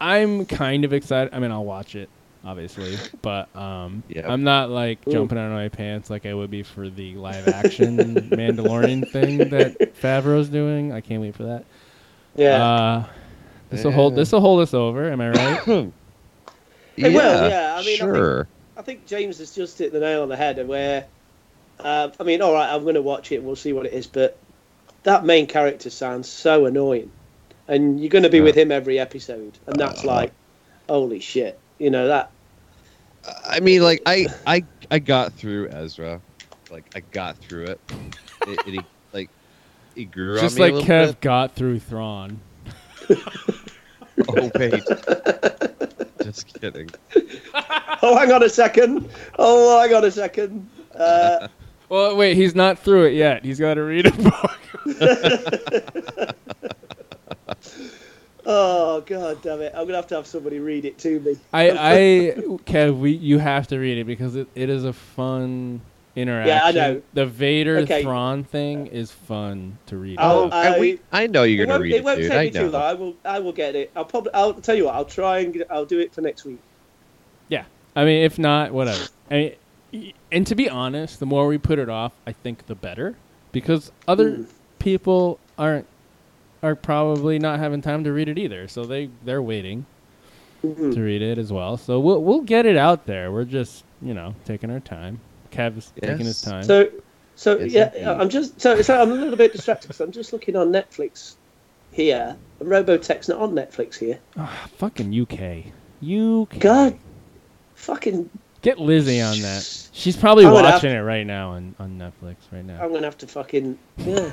Speaker 8: I'm kind of excited. I mean, I'll watch it, obviously, but um,
Speaker 6: Yeah.
Speaker 8: I'm not like jumping out of my pants like I would be for the live action Mandalorian thing that Favreau's doing. I can't wait for that.
Speaker 7: Yeah.
Speaker 8: Uh, this will hold.
Speaker 6: Yeah.
Speaker 8: This will hold us over. Am I right?
Speaker 6: *clears throat*
Speaker 7: It will, yeah. I mean,
Speaker 6: sure.
Speaker 7: I think James has just hit the nail on the head. Where, uh, I mean, all right, I'm going to watch it. and We'll see what it is. But that main character sounds so annoying, and you're going to be with him every episode, and that's like, holy shit, you know that. *laughs*
Speaker 6: I mean, like I, I, I got through Ezra. Like I got through it. It, it he- like he grew
Speaker 8: Just
Speaker 6: on me
Speaker 8: like
Speaker 6: a little
Speaker 8: Kev got through Thrawn.
Speaker 6: bit. Oh wait. Just kidding.
Speaker 7: Oh, hang on a second. Oh, hang on a second.
Speaker 6: *laughs*
Speaker 7: Uh,
Speaker 8: Well, wait, he's not through it yet. He's got to read a *laughs* book.
Speaker 7: oh god damn it! I'm going to have to have somebody read it to me.
Speaker 8: I, I, Kev, we, you have to read it because it, it is a fun interaction.
Speaker 7: know.
Speaker 8: The Vader
Speaker 7: Okay. Oh.
Speaker 8: Thron thing is fun to read.
Speaker 7: I'll-
Speaker 8: about.
Speaker 6: I, we, I know you're
Speaker 7: it
Speaker 6: gonna
Speaker 7: won't,
Speaker 6: read
Speaker 7: it
Speaker 6: it,
Speaker 7: won't
Speaker 6: dude.
Speaker 7: take
Speaker 6: I
Speaker 7: me
Speaker 6: know.
Speaker 7: too long. I will. I will get it. I'll probably. I'll tell you what. I'll try and. Get, I'll do it for next week.
Speaker 8: yeah. I mean, if not, whatever. I mean, and to be honest, the more we put it off, I think the better because other
Speaker 7: Hmm.
Speaker 8: people aren't are probably not having time to read it either. So they they're waiting
Speaker 7: Mm-hmm. Hmm.
Speaker 8: to read it as well. So we'll we'll get it out there. We're just, you know, taking our time. Kev's taking his
Speaker 6: Yes.
Speaker 8: time.
Speaker 7: So, so
Speaker 6: Yes,
Speaker 7: yeah,
Speaker 6: indeed.
Speaker 7: I'm just so, so I'm a little bit distracted because I'm just looking on Netflix here. And Robotech's not on Netflix here.
Speaker 8: Ah, Fucking UK. UK.
Speaker 7: God, fucking,
Speaker 8: Get Lizzie on that. She's probably
Speaker 7: I would have Um,
Speaker 8: watching it right now on, on Netflix right now.
Speaker 7: I'm gonna have to fucking yeah.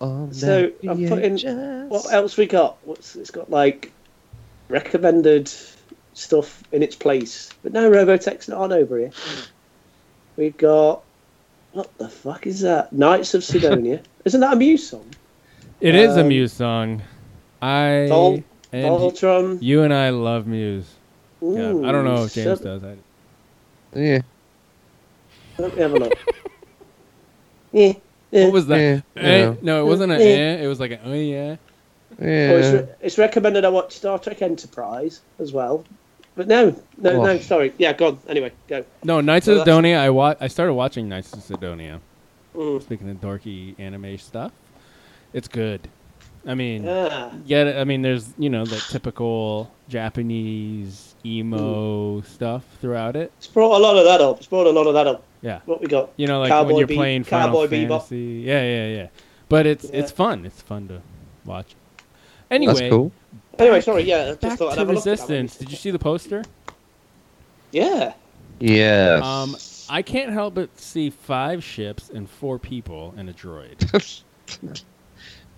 Speaker 6: on
Speaker 7: So
Speaker 6: that
Speaker 7: I'm putting
Speaker 6: VHS.
Speaker 7: what else we got? What's it's got like recommended stuff in its place, but no Robotech's not on over here. We've got what the fuck is that? Knights
Speaker 8: *laughs*
Speaker 7: of Sidonia. Isn't that a Muse song?
Speaker 8: It is a
Speaker 7: Um,
Speaker 8: Muse song. I
Speaker 7: Vol-
Speaker 8: and
Speaker 7: Voltron.
Speaker 8: You and I love Muse. Yeah, I don't know if
Speaker 7: Ooh,
Speaker 8: James
Speaker 7: shut-
Speaker 8: does. I,
Speaker 6: Yeah.
Speaker 7: Let me have a look. *laughs* yeah. What
Speaker 8: was that?
Speaker 6: Yeah,
Speaker 8: Eh?
Speaker 6: you know.
Speaker 8: No, it wasn't an
Speaker 7: Yeah.
Speaker 8: eh. It was like an oh yeah.
Speaker 7: Oh, it's, re- it's recommended I watch Star Trek Enterprise as well, but no, no,
Speaker 8: Oh.
Speaker 7: no. Sorry. Yeah, go on. Anyway, go.
Speaker 8: No, Knights
Speaker 7: So
Speaker 8: of
Speaker 7: that's-
Speaker 8: Sidonia. I wa- I started watching Knights of Sidonia.
Speaker 7: Mm.
Speaker 8: Speaking of dorky anime stuff, it's good. I mean,
Speaker 7: Ah.
Speaker 8: yeah. I mean, there's you know the typical Japanese emo stuff throughout it.
Speaker 7: It's brought a lot of that up. It's brought a lot of that up.
Speaker 8: Yeah.
Speaker 7: What we got?
Speaker 8: You know, like
Speaker 7: Cowboy
Speaker 8: when you're
Speaker 7: Bebop-
Speaker 8: playing Final
Speaker 7: Cowboy Bebop.
Speaker 8: Fantasy. Yeah, yeah, yeah. But it's
Speaker 7: Yeah.
Speaker 8: it's fun. It's fun to watch. Anyway,
Speaker 6: cool.
Speaker 7: Anyway, sorry. Yeah, I just
Speaker 8: back
Speaker 7: thought I'd
Speaker 8: to
Speaker 7: have a look at that one.
Speaker 8: Resistance. Did you see the poster?
Speaker 7: Yeah.
Speaker 6: Yes.
Speaker 8: Um, I can't help but see five ships and four people and a droid.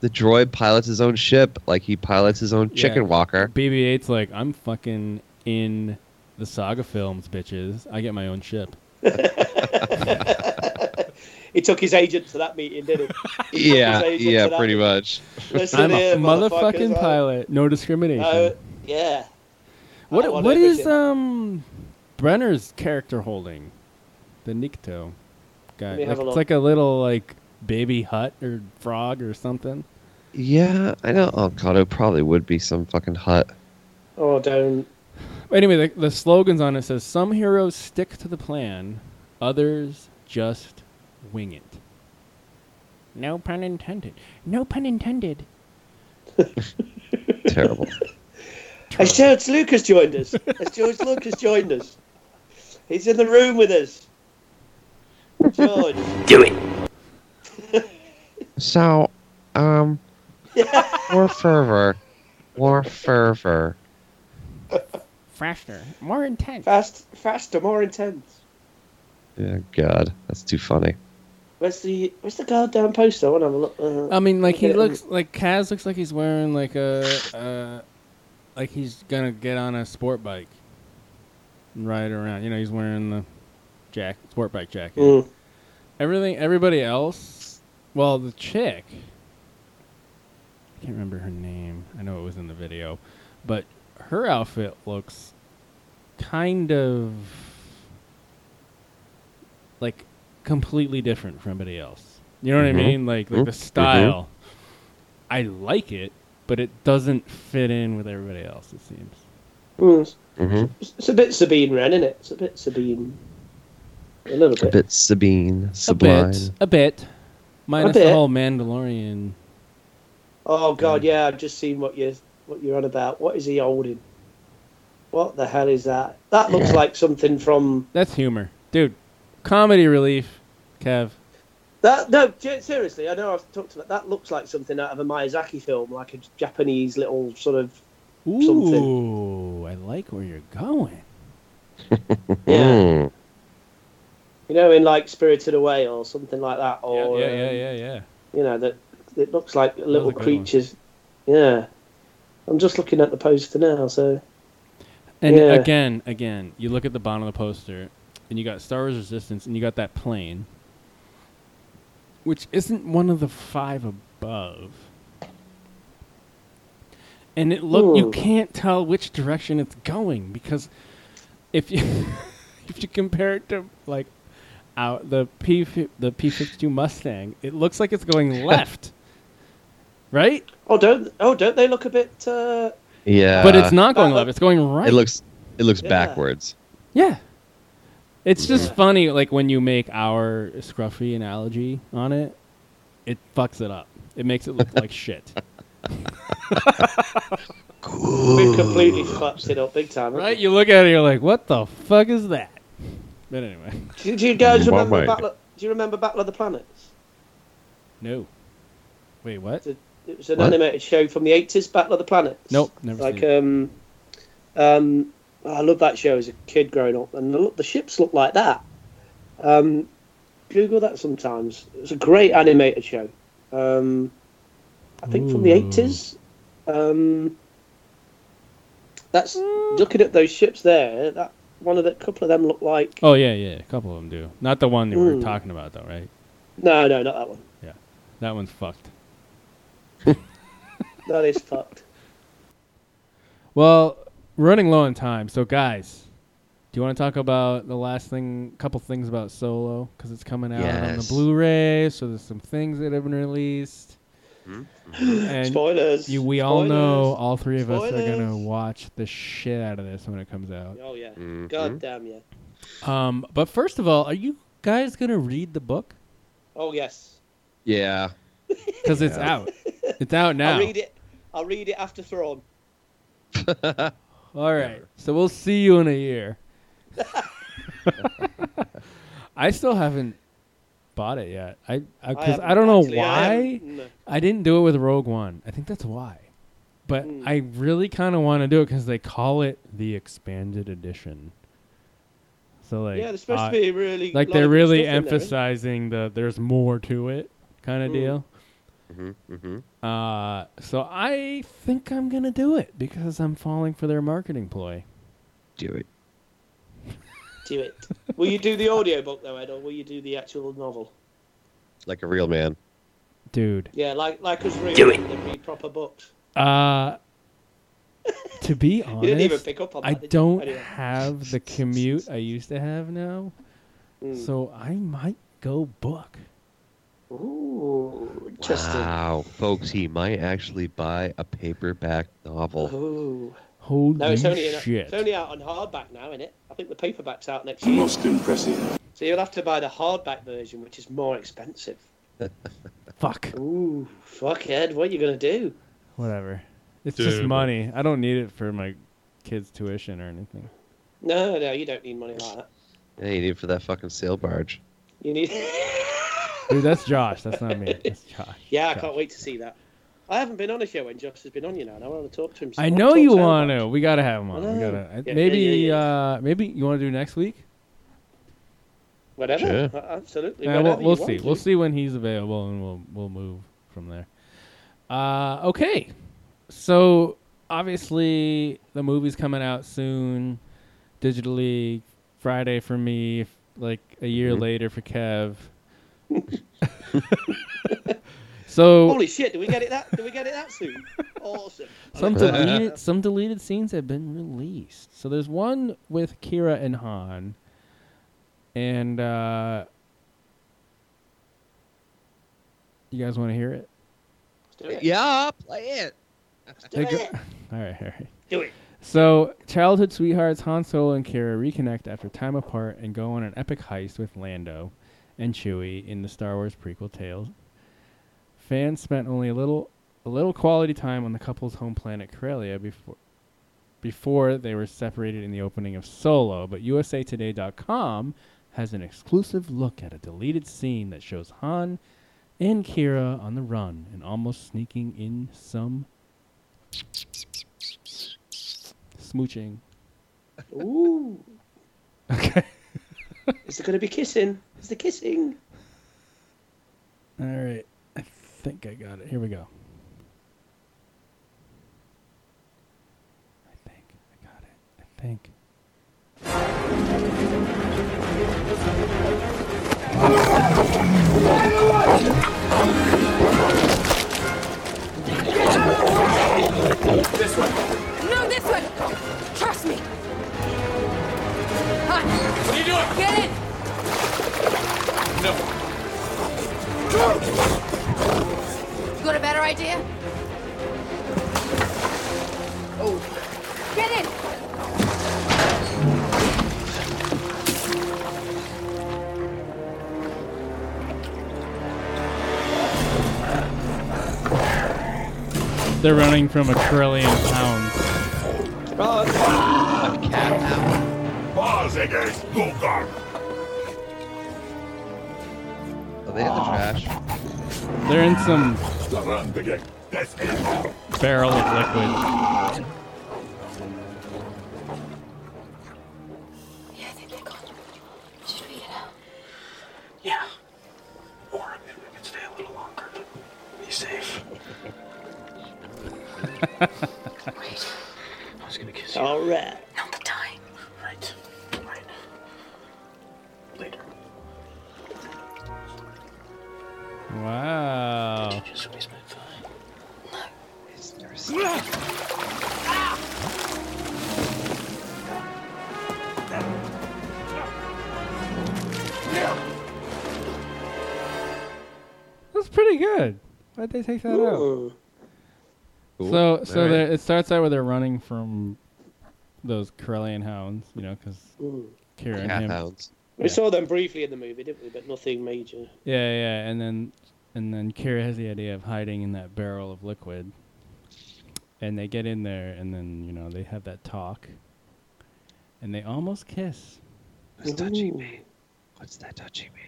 Speaker 6: the droid pilots his own ship like he pilots his own chicken
Speaker 8: Yeah.
Speaker 6: walker.
Speaker 8: *laughs* BB-8's like, I'm fucking in the saga films, bitches. I get my own ship.
Speaker 7: He took his agent to that meeting, didn't he? He took his
Speaker 6: Yeah,
Speaker 7: agent
Speaker 6: yeah,
Speaker 7: to that
Speaker 6: pretty
Speaker 7: meeting.
Speaker 6: much.
Speaker 8: *laughs*
Speaker 7: Listen
Speaker 8: I'm
Speaker 7: here,
Speaker 8: a motherfucking
Speaker 7: motherfuckers, I-
Speaker 8: pilot. No discrimination.
Speaker 7: I- yeah. I
Speaker 8: what
Speaker 7: want
Speaker 8: what is
Speaker 7: everything.
Speaker 8: um Brenner's character holding? The Nikto guy.
Speaker 7: Let me
Speaker 8: Like,
Speaker 7: have a
Speaker 8: it's
Speaker 7: look.
Speaker 8: like a little like baby hut or frog or something.
Speaker 6: Yeah, I know. Oh god, it probably would be some fucking hut.
Speaker 7: Oh, don't.
Speaker 8: Anyway, the, the slogans on it says some heroes stick to the plan, others just wing it. No pun intended. No pun intended.
Speaker 6: Terrible.
Speaker 7: Has George Lucas joined us? Has George Lucas joined us? He's in the room with us. George.
Speaker 6: Do it. So, um, more fervor, more fervor.
Speaker 8: Faster, more intense.
Speaker 7: Fast, faster, more intense.
Speaker 6: Yeah, God, that's too funny.
Speaker 7: Where's the Where's the goddamn poster? I want to have a look. Uh,
Speaker 8: I mean, like
Speaker 7: get
Speaker 8: he
Speaker 7: it on-
Speaker 8: looks like Kaz looks like he's wearing like a, uh, like he's gonna get on a sport bike and ride around. You know, he's wearing the jack sport bike jacket.
Speaker 7: Mm.
Speaker 8: Everything, everybody else. Well, the chick. I can't remember her name. I know it was in the video, but her outfit looks kind of like completely different from everybody else. You know what
Speaker 6: Mhm.
Speaker 8: I mean? Like, like
Speaker 6: Mhm.
Speaker 8: the style. I like it, but it doesn't fit in with everybody else. It seems.
Speaker 7: Mm.
Speaker 6: hmm
Speaker 7: It's it's a bit Sabine Wren, isn't it? It's a bit Sabine. A little
Speaker 6: A
Speaker 7: bit.
Speaker 6: bit Sabine,
Speaker 8: A
Speaker 6: Sublime.
Speaker 8: bit. A bit. Minus
Speaker 7: bit.
Speaker 8: the whole Mandalorian.
Speaker 7: Oh god, yeah. I've just seen what you what you're on about. What is he holding? What the hell is that? That looks like something from
Speaker 8: That's humor, dude. Comedy relief, Kev.
Speaker 7: that. No, ge- seriously. I know I've talked about that. Looks like something out of a Miyazaki film, like a Japanese little sort of.
Speaker 8: Ooh,
Speaker 7: something.
Speaker 8: I like where you're going.
Speaker 7: Yeah.
Speaker 6: Mm.
Speaker 7: You know, in like Spirited Away or something like that, or um,
Speaker 8: yeah, yeah.
Speaker 7: you know that it looks like little
Speaker 8: a good one.
Speaker 7: creatures. Yeah, I'm just looking at the poster now. So
Speaker 8: And
Speaker 7: Yeah.
Speaker 8: again, again, you look at the bottom of the poster, and you got Star Wars Resistance, and you got that plane, which isn't one of the five above. And it look you
Speaker 7: Ooh.
Speaker 8: can't tell which direction it's going because if you *laughs* if you compare it to like out the P fi- the P fifty two Mustang, it looks like it's
Speaker 7: *laughs*
Speaker 8: going left, right?
Speaker 7: oh, don't oh don't they look a bit? Uh,
Speaker 6: Yeah.
Speaker 8: but it's not going
Speaker 7: Uh,
Speaker 8: left; it's going right.
Speaker 6: It looks. It looks
Speaker 7: Yeah.
Speaker 6: backwards.
Speaker 8: Yeah. It's just funny, like when you make our scruffy analogy on it, it fucks it up. It makes it look like shit.
Speaker 7: we've completely fucked it up big time. haven't
Speaker 8: Right? You look at it, you're like, what the fuck is that? But anyway, *laughs*
Speaker 7: we? Do, do you guys
Speaker 6: Why
Speaker 7: remember
Speaker 6: might-
Speaker 7: Battle? Of, do you remember Battle of the Planets?
Speaker 8: no. Wait, what?
Speaker 7: It was an
Speaker 6: What?
Speaker 7: animated show from the 80s, Battle of the Planets.
Speaker 8: Nope, never
Speaker 7: like,
Speaker 8: seen it.
Speaker 7: um, um, I loved that show as a kid growing up, and the, look- the ships looked like that. Um, Google that sometimes. It's a great animated show. Um, I think from the
Speaker 8: Ooh.
Speaker 7: eighties. Um, that's looking at those ships there. That one of the couple of them look like
Speaker 8: Oh yeah, yeah. A couple of them do. Not the one that we
Speaker 7: Mm.
Speaker 8: were talking about though, right?
Speaker 7: no, no, not that one.
Speaker 8: Yeah, that one's fucked.
Speaker 7: That is fucked.
Speaker 8: Well, we're running low on time, so guys, do you want to talk about the last thing, couple things about Solo because it's coming out on the
Speaker 6: Yes.
Speaker 8: Blu-ray, so there's some things that have been released.
Speaker 6: Hmm?
Speaker 8: And
Speaker 7: Spoilers.
Speaker 8: You, we all know
Speaker 7: Mm-hmm. Spoilers.
Speaker 8: all three of us are gonna
Speaker 7: Spoilers.
Speaker 8: watch the shit out of this when it comes out.
Speaker 7: Oh yeah. God damn yeah.
Speaker 8: Um, but first of all, are you guys gonna read the book?
Speaker 7: Oh yes.
Speaker 6: Yeah.
Speaker 8: Because it's
Speaker 6: Yeah.
Speaker 8: out. It's out now.
Speaker 7: I'll read it. I'll read it after Thrawn.
Speaker 8: All right. So we'll see you in a year. I still haven't bought it yet. I because I,
Speaker 7: haven't,
Speaker 8: don't know
Speaker 7: actually. I
Speaker 8: why
Speaker 7: haven't, no.
Speaker 8: I, didn't do it with Rogue One. I think that's why. But
Speaker 7: Hmm.
Speaker 8: I really kind of want to do it because they call it the expanded edition. So like
Speaker 7: Yeah, there's supposed to
Speaker 8: I-
Speaker 7: be a really
Speaker 8: like
Speaker 7: lot
Speaker 8: they're
Speaker 7: of good
Speaker 8: really
Speaker 7: stuff in there, isn't there?
Speaker 8: emphasizing the there's more to it kind of
Speaker 7: Mm.
Speaker 8: deal.
Speaker 6: Mm-hmm, mm-hmm.
Speaker 8: Uh, so I think I'm gonna do it because I'm falling for their marketing ploy.
Speaker 6: Do it.
Speaker 7: Do it. Will you do the audiobook though, Ed, or will you do the actual novel?
Speaker 6: Like a real man.
Speaker 8: Dude.
Speaker 7: Yeah, like like us reading
Speaker 6: Do it.
Speaker 7: them, read proper books. *laughs*
Speaker 8: Uh, to be honest,
Speaker 7: You didn't even pick up on
Speaker 8: I
Speaker 7: that, did you?
Speaker 8: don't
Speaker 7: Anyway.
Speaker 8: have the commute I used to have now,
Speaker 7: Mm.
Speaker 8: so I might go book.
Speaker 7: Ooh, interesting.
Speaker 6: Wow, folks, he might actually buy a paperback
Speaker 7: Oh.
Speaker 6: novel.
Speaker 7: Ooh.
Speaker 8: Holy
Speaker 7: No, it's only in
Speaker 6: shit!
Speaker 7: it's only out on hardback now, isn't it? I think the paperback's out next year.
Speaker 6: impressive.
Speaker 7: So you'll have to buy the hardback version, which is more expensive.
Speaker 8: Fuck.
Speaker 7: Ooh, fuck Ed, what are you gonna do?
Speaker 8: Whatever. It's just
Speaker 7: Dude.
Speaker 8: money. I don't need it for my kids' tuition or anything.
Speaker 7: No, no, you don't need money like that.
Speaker 6: Yeah, you need it for that fucking sail barge.
Speaker 7: You need. *laughs*
Speaker 8: Dude, that's Josh. That's not me. That's Josh.
Speaker 7: yeah, I can't wait to see that. I haven't been on a show when Josh has been on, you know, and I want to talk to him. so
Speaker 8: I
Speaker 7: I'll
Speaker 8: know
Speaker 7: talk
Speaker 8: you
Speaker 7: to him.
Speaker 8: want to. We gotta have him on.
Speaker 7: I
Speaker 8: We
Speaker 7: know.
Speaker 8: gotta. I-
Speaker 7: Yeah, yeah,
Speaker 8: maybe.
Speaker 7: yeah,
Speaker 8: Uh, maybe you want to do next week.
Speaker 7: Whatever.
Speaker 8: Sure.
Speaker 7: Uh, Absolutely.
Speaker 8: Yeah,
Speaker 7: whatever
Speaker 8: we'll
Speaker 7: you
Speaker 8: we'll
Speaker 7: want
Speaker 8: see.
Speaker 7: to.
Speaker 8: We'll see when he's available, and we'll we'll move from there. Uh, okay, so obviously the movie's coming out soon, digitally Friday for me, f- like a year
Speaker 7: Mm-hmm.
Speaker 8: later for
Speaker 7: *laughs*
Speaker 8: Kev. *laughs* so
Speaker 7: Holy shit! Do we get it that? Do we get it
Speaker 8: *laughs*
Speaker 7: that soon? Awesome. I
Speaker 8: some
Speaker 7: look forward to
Speaker 8: deleted
Speaker 7: *laughs* that.
Speaker 8: some deleted scenes have been released. So there's one with Kira and Han, and uh, you guys want to hear it? *laughs*
Speaker 6: Yeah, play it.
Speaker 8: They go- all right, all right.
Speaker 7: Do it.
Speaker 8: So, childhood sweethearts Han Solo and Kira reconnect after time apart and go on an epic heist with Lando and Chewie in the Star Wars prequel tales. Fans spent only a little a little quality time on the couple's home planet Corellia before before they were separated in the opening of Solo, but usatoday.com has an exclusive look at a deleted scene that shows Han and Kira on the run and almost sneaking in some smooching.
Speaker 7: Ooh. Okay. *laughs* Is there going to be kissing? Is there kissing?
Speaker 8: All right. I think I got it. Here we go. I think
Speaker 12: This one. No, this one. Trust me. Hot. What are you doing? Get in.
Speaker 9: No.
Speaker 12: You got a better idea? Oh. Get in.
Speaker 8: I got it. They're running from a trillion pounds.
Speaker 13: Balls against Google.
Speaker 6: Are Oh, they in the trash?
Speaker 8: They're in some
Speaker 13: That's
Speaker 8: barrel of liquid.
Speaker 12: Yeah, I think they're gone. Should we get out?
Speaker 13: Yeah. Or maybe we can stay a little longer. Be safe.
Speaker 14: I was gonna kiss you.
Speaker 7: All right.
Speaker 14: Not the time. Right. Right. Later.
Speaker 8: Wow.
Speaker 14: Did you just waste my time? Is there
Speaker 8: That's pretty good. Why'd they take that out? So,
Speaker 6: Cool.
Speaker 8: so
Speaker 6: All right.
Speaker 8: there, it starts out where they're running from those Corellian hounds, you know, because
Speaker 7: Ooh.
Speaker 8: Kira and
Speaker 6: Cat
Speaker 8: him.
Speaker 6: hounds.
Speaker 7: We saw them briefly in the movie, didn't we? But nothing major.
Speaker 8: Yeah, yeah, and then and then Kira has the idea of hiding in that barrel of liquid, and they get in there, and then you know they have that talk, and they almost kiss.
Speaker 6: What's touching me? What's that touching me?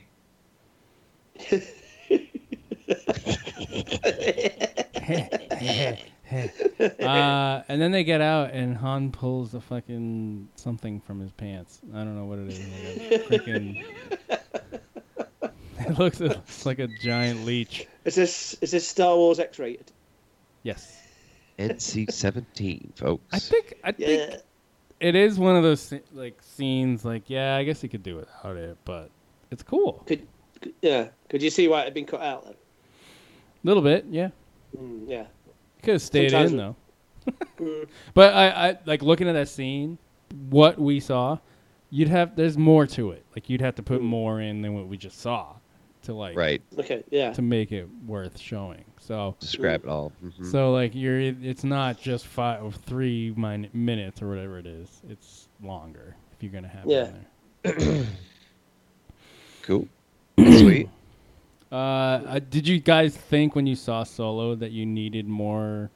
Speaker 8: uh, and then they get out, and Han pulls a fucking something from his pants. I don't know what it is. Like a freaking- *laughs* it looks it looks like a giant leech.
Speaker 7: Is this is this Star Wars X-rated?
Speaker 8: Yes.
Speaker 6: NC seventeen, folks.
Speaker 8: *laughs* I think I think it is one of those sce- like scenes. Like, yeah, I guess you could do without it, but it's cool.
Speaker 7: Could, could yeah? Could you see why it had been cut out then?
Speaker 8: A little bit, yeah.
Speaker 7: Mm, yeah.
Speaker 8: Could have stayed
Speaker 7: Sometimes
Speaker 8: in
Speaker 7: it- *laughs* Mm.
Speaker 8: though. but I, I like looking at that scene, what we saw, you'd have there's more to it. Like you'd have to
Speaker 7: Mm.
Speaker 8: put more in than what we just saw to like
Speaker 6: Right.
Speaker 7: Okay, yeah.
Speaker 8: To make it worth showing. So
Speaker 6: Just grab it all. Mhm.
Speaker 8: So like you're it's not just five or three min- minutes or whatever it is. It's longer if you're gonna have
Speaker 6: Yeah.
Speaker 8: it in there. *clears throat*
Speaker 6: Cool. Sweet.
Speaker 8: Uh, uh, did you guys think when you saw Solo that you needed more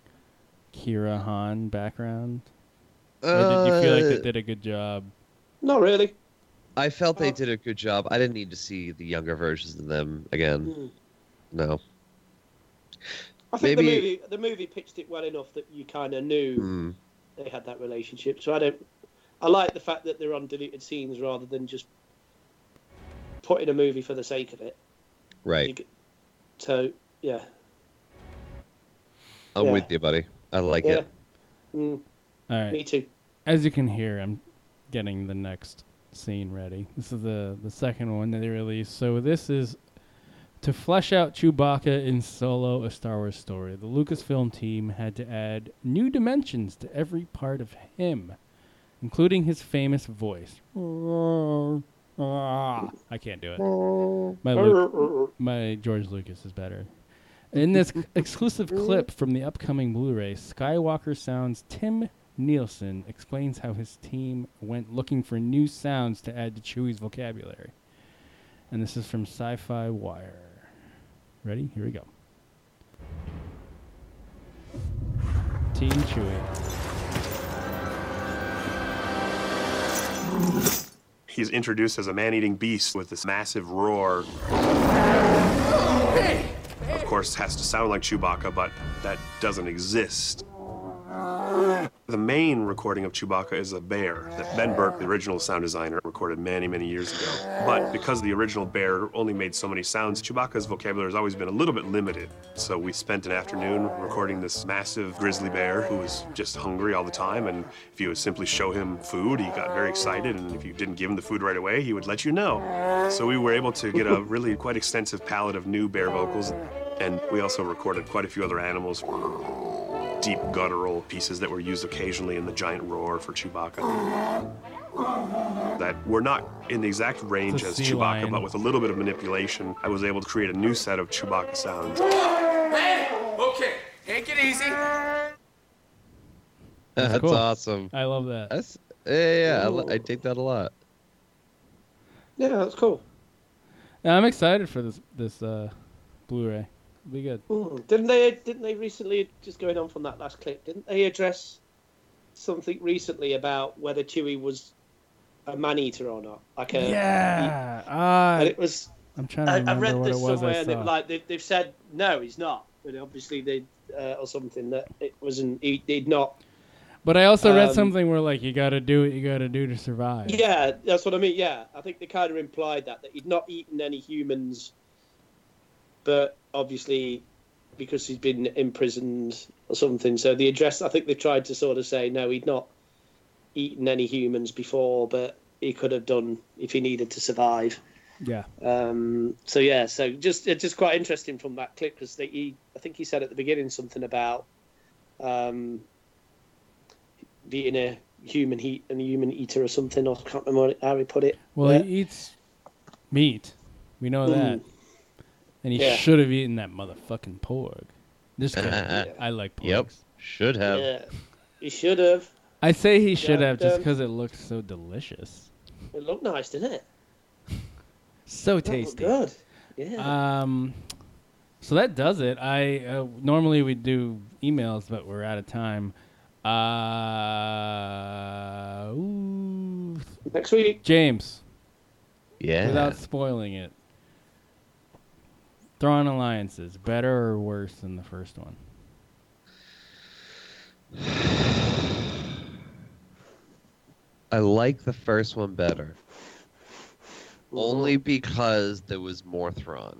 Speaker 8: Kira Han background? or did you feel like
Speaker 6: Uh,
Speaker 8: they did a good job?
Speaker 7: Not really.
Speaker 6: I felt they did a good job. I didn't need to see the younger versions of them again.
Speaker 7: Mm.
Speaker 6: No.
Speaker 7: I think
Speaker 6: Maybe-
Speaker 7: the movie the movie pitched it well enough that you kind of knew
Speaker 6: Mm.
Speaker 7: they had that relationship. So I don't. I like the fact that they're on deleted scenes rather than just putting a movie for the sake of it.
Speaker 6: Right.
Speaker 7: You g- so yeah,
Speaker 6: I'm
Speaker 7: Yeah.
Speaker 6: with you, buddy. I like
Speaker 7: yeah.
Speaker 6: it.
Speaker 7: Mm,
Speaker 8: All right.
Speaker 7: Me too.
Speaker 8: As you can hear, I'm getting the next scene ready. This is the the second one that they released. So this is to flesh out Chewbacca in Solo: A Star Wars Story. The Lucasfilm team had to add new dimensions to every part of him, including his famous voice. I can't do it. My Luke, my George Lucas is better. In this exclusive clip from the upcoming Blu-ray, Skywalker Sounds Tim Nielsen explains how his team went looking for new sounds to add to Chewie's vocabulary. And this is from Sci-Fi Wire. Ready? Here we go. Team Chewie.
Speaker 15: He's introduced as a man eating beast with this massive roar. Of course, has to sound like Chewbacca, but that doesn't exist. The main recording of Chewbacca is a bear that Ben Burke, the original sound designer, recorded many, many years ago. But because the original bear only made so many sounds, Chewbacca's vocabulary has always been a little bit limited. So we spent an afternoon recording this massive grizzly bear who was just hungry all the time. And if you would simply show him food, he got very excited. And if you didn't give him the food right away, he would let you know. So we were able to get a really quite extensive palette of new bear vocals. And we also recorded quite a few other animals deep guttural pieces that were used occasionally in the giant roar for Chewbacca. That were not in the exact range
Speaker 8: It's
Speaker 15: as
Speaker 8: a sea
Speaker 15: Chewbacca,
Speaker 8: lion.
Speaker 15: but with a little bit of manipulation, I was able to create a new set of Chewbacca sounds.
Speaker 14: Hey! Okay, take it easy.
Speaker 6: That's,
Speaker 8: cool.
Speaker 6: awesome.
Speaker 8: I love that.
Speaker 7: Uh,
Speaker 6: That's yeah, yeah. yeah. I, li- I take that a lot.
Speaker 7: Yeah, that's cool.
Speaker 8: Now, I'm excited for this this uh, Blu-ray. It'll be good.
Speaker 7: Mm. Didn't they? Didn't they recently? Just going on from that last clip, didn't they address something recently about whether Chewie was a man eater or not? Like a
Speaker 8: yeah. Uh,
Speaker 7: and it was.
Speaker 8: I'm trying to remember
Speaker 7: read
Speaker 8: what
Speaker 7: this
Speaker 8: it was
Speaker 7: somewhere,
Speaker 8: I
Speaker 7: and it,
Speaker 8: saw.
Speaker 7: like they, they've said no, he's not. But obviously they uh, or something that it wasn't. He did not.
Speaker 8: But I also read
Speaker 7: Um,
Speaker 8: something where like you got to do what you got to do to survive.
Speaker 7: Yeah, that's what I mean. Yeah, I think they kind of implied that that he'd not eaten any humans, but obviously because he's been imprisoned or something. So the address, I think they've tried to sort of say, no, he'd not eaten any humans before, but he could have done if he needed to survive.
Speaker 8: Yeah.
Speaker 7: Um, so yeah, so just it's just quite interesting from that clip because he, I think he said at the beginning something about um, being a human heat and a human eater or something. Or I can't remember how he put it.
Speaker 8: Well,
Speaker 7: Yeah.
Speaker 8: he eats meat. We know that.
Speaker 7: Mm.
Speaker 8: And he
Speaker 7: Yeah.
Speaker 8: should have eaten that motherfucking porg. This
Speaker 7: *laughs*
Speaker 8: guy, I like porgs.
Speaker 6: Yep. Should have.
Speaker 7: yeah, he should have.
Speaker 8: I say he should have just
Speaker 7: um,
Speaker 8: because it looks so delicious,
Speaker 7: It looked nice, didn't it?
Speaker 8: so
Speaker 7: That looked
Speaker 8: tasty.
Speaker 7: Oh, good. Yeah.
Speaker 8: Um, so that does it. I uh, normally we do emails, but we're out of time. Uh, ooh.
Speaker 7: Next week, *gasps*
Speaker 8: James.
Speaker 6: Yeah.
Speaker 8: Without spoiling it, Thrawn alliances better or worse than the first one?
Speaker 6: I like the first one better.
Speaker 7: Mm-hmm.
Speaker 6: Only because there was more Thrawn.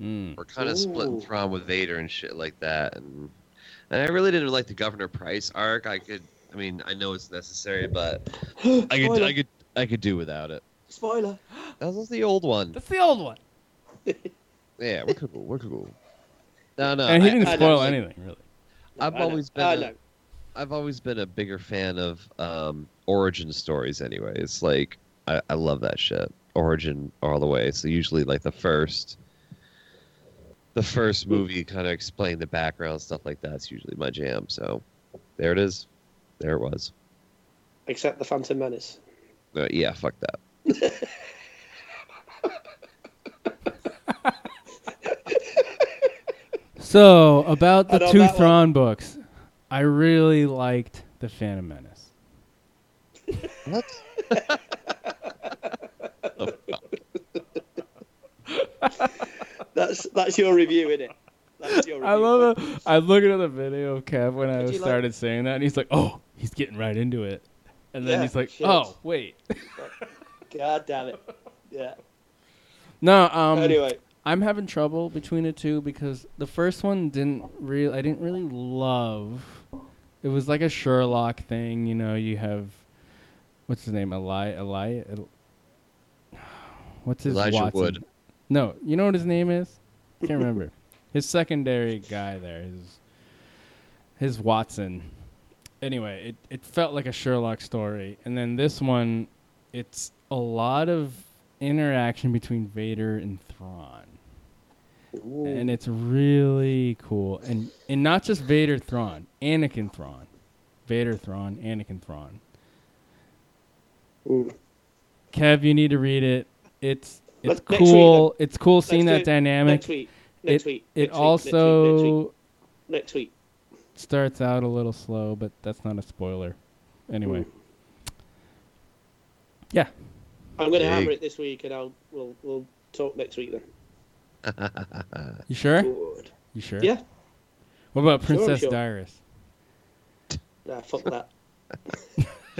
Speaker 8: Mm.
Speaker 6: We're kind of splitting
Speaker 16: Ooh.
Speaker 6: Thrawn with Vader and shit like that, and and I really didn't like the Governor Price arc. I could, I mean, I know it's necessary, but I
Speaker 8: Oh,
Speaker 6: could, I
Speaker 7: Spoiler.
Speaker 6: could, I could do without it.
Speaker 7: Spoiler.
Speaker 6: That was the old one.
Speaker 8: That's the old one.
Speaker 6: Yeah, we're cool. We're cool. No, no,
Speaker 8: and he
Speaker 6: I-
Speaker 8: didn't
Speaker 6: I
Speaker 8: spoil
Speaker 6: don't like-
Speaker 8: anything really.
Speaker 6: I've
Speaker 8: I know.
Speaker 6: always been.
Speaker 8: I
Speaker 6: a-
Speaker 8: know.
Speaker 6: I've always been a bigger fan of um, origin stories. Anyway, it's like I, I love that shit. Origin all the way. So usually, like the first, the first movie kind of explain the background stuff like that. It's usually my jam. So there it is. There it was.
Speaker 7: Except the Phantom Menace.
Speaker 6: Uh, yeah, fuck that.
Speaker 8: So about the
Speaker 7: I know
Speaker 8: two
Speaker 7: that one.
Speaker 8: Thrawn books, I really liked the Phantom Menace.
Speaker 6: What?
Speaker 7: That's that's your review, isn't it? That's your review.
Speaker 8: I love it. I look at the video of Kev when I
Speaker 7: Did you like-
Speaker 8: started saying that, and he's like, "Oh, he's getting right into it," and then
Speaker 7: Yeah,
Speaker 8: he's like,
Speaker 7: shit.
Speaker 8: "Oh, wait." *laughs*
Speaker 7: God damn it. Yeah.
Speaker 8: No, um
Speaker 7: Anyway.
Speaker 8: I'm having trouble between the two because the first one didn't real I didn't really love. It was like a Sherlock thing, you know, you have what's his name? Eli Eli El- *sighs* What's his
Speaker 6: Elijah
Speaker 8: Watson?
Speaker 6: Wood.
Speaker 8: No, you know what his name is? Can't remember. His secondary guy there, his his Watson. Anyway, it, it felt like a Sherlock story. And then this one, it's a lot of interaction between Vader and Thrawn. And it's really cool. And and not just Vader Thrawn, Anakin Thrawn. Vader Thrawn, Anakin Thrawn. Kev, you need to read it. It's it's
Speaker 7: Let's- next week,
Speaker 8: cool.
Speaker 7: let-
Speaker 8: it's cool seeing that
Speaker 7: Let's do it
Speaker 8: dynamic.
Speaker 7: Next week. Next
Speaker 8: it,
Speaker 7: week.
Speaker 8: It
Speaker 7: next week,
Speaker 8: also
Speaker 7: Next week. Next week.
Speaker 8: starts out a little slow, but that's not a spoiler. Anyway.
Speaker 7: Hmm.
Speaker 8: Yeah.
Speaker 7: I'm going
Speaker 8: Big.
Speaker 7: to hammer it this week, and I'll we'll we'll talk next week then.
Speaker 8: You sure?
Speaker 7: Good.
Speaker 8: You sure?
Speaker 7: Yeah.
Speaker 8: What about
Speaker 7: Sure,
Speaker 8: Princess
Speaker 7: sure.
Speaker 8: Diaries?
Speaker 7: Nah, fuck that.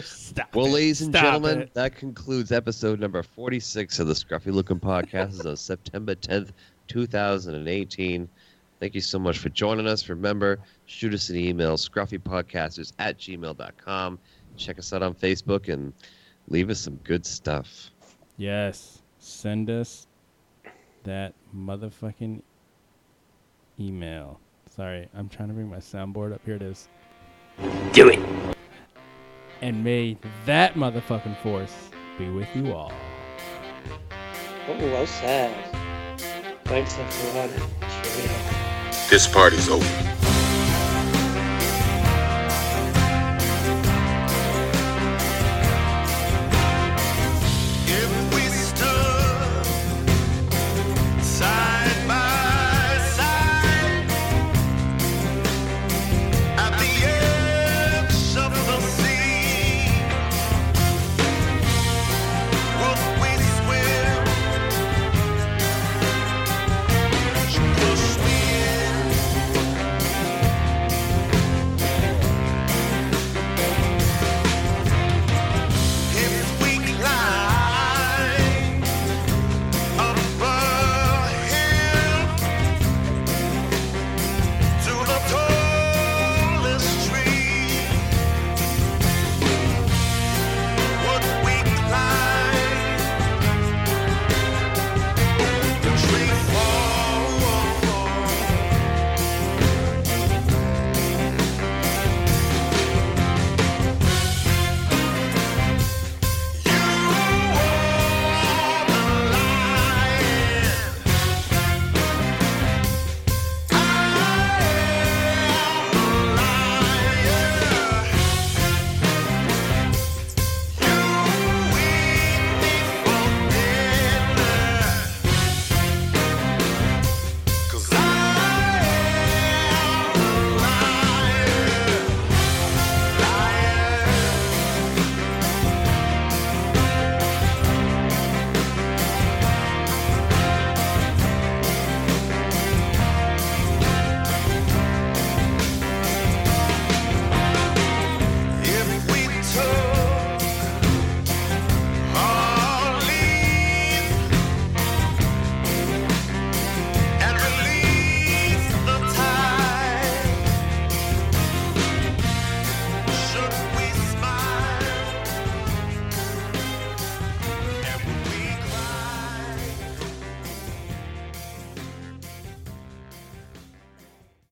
Speaker 8: Stop.
Speaker 6: Well, ladies and
Speaker 8: Stop
Speaker 6: gentlemen,
Speaker 8: it.
Speaker 6: that concludes episode number 46 of the Scruffy Looking Podcast of September 10th, 2018. Thank you so much for joining us. Remember, shoot us an email, scruffypodcasters at gmail.com. Check us out on Facebook and leave us some good stuff.
Speaker 8: Yes. Send us that motherfucking email. Sorry, I'm trying to bring my soundboard up. Here it is. Do it. And may that motherfucking force be with you all.
Speaker 7: Oh, well said. Thanks everyone. Cheerio.
Speaker 17: This party's over.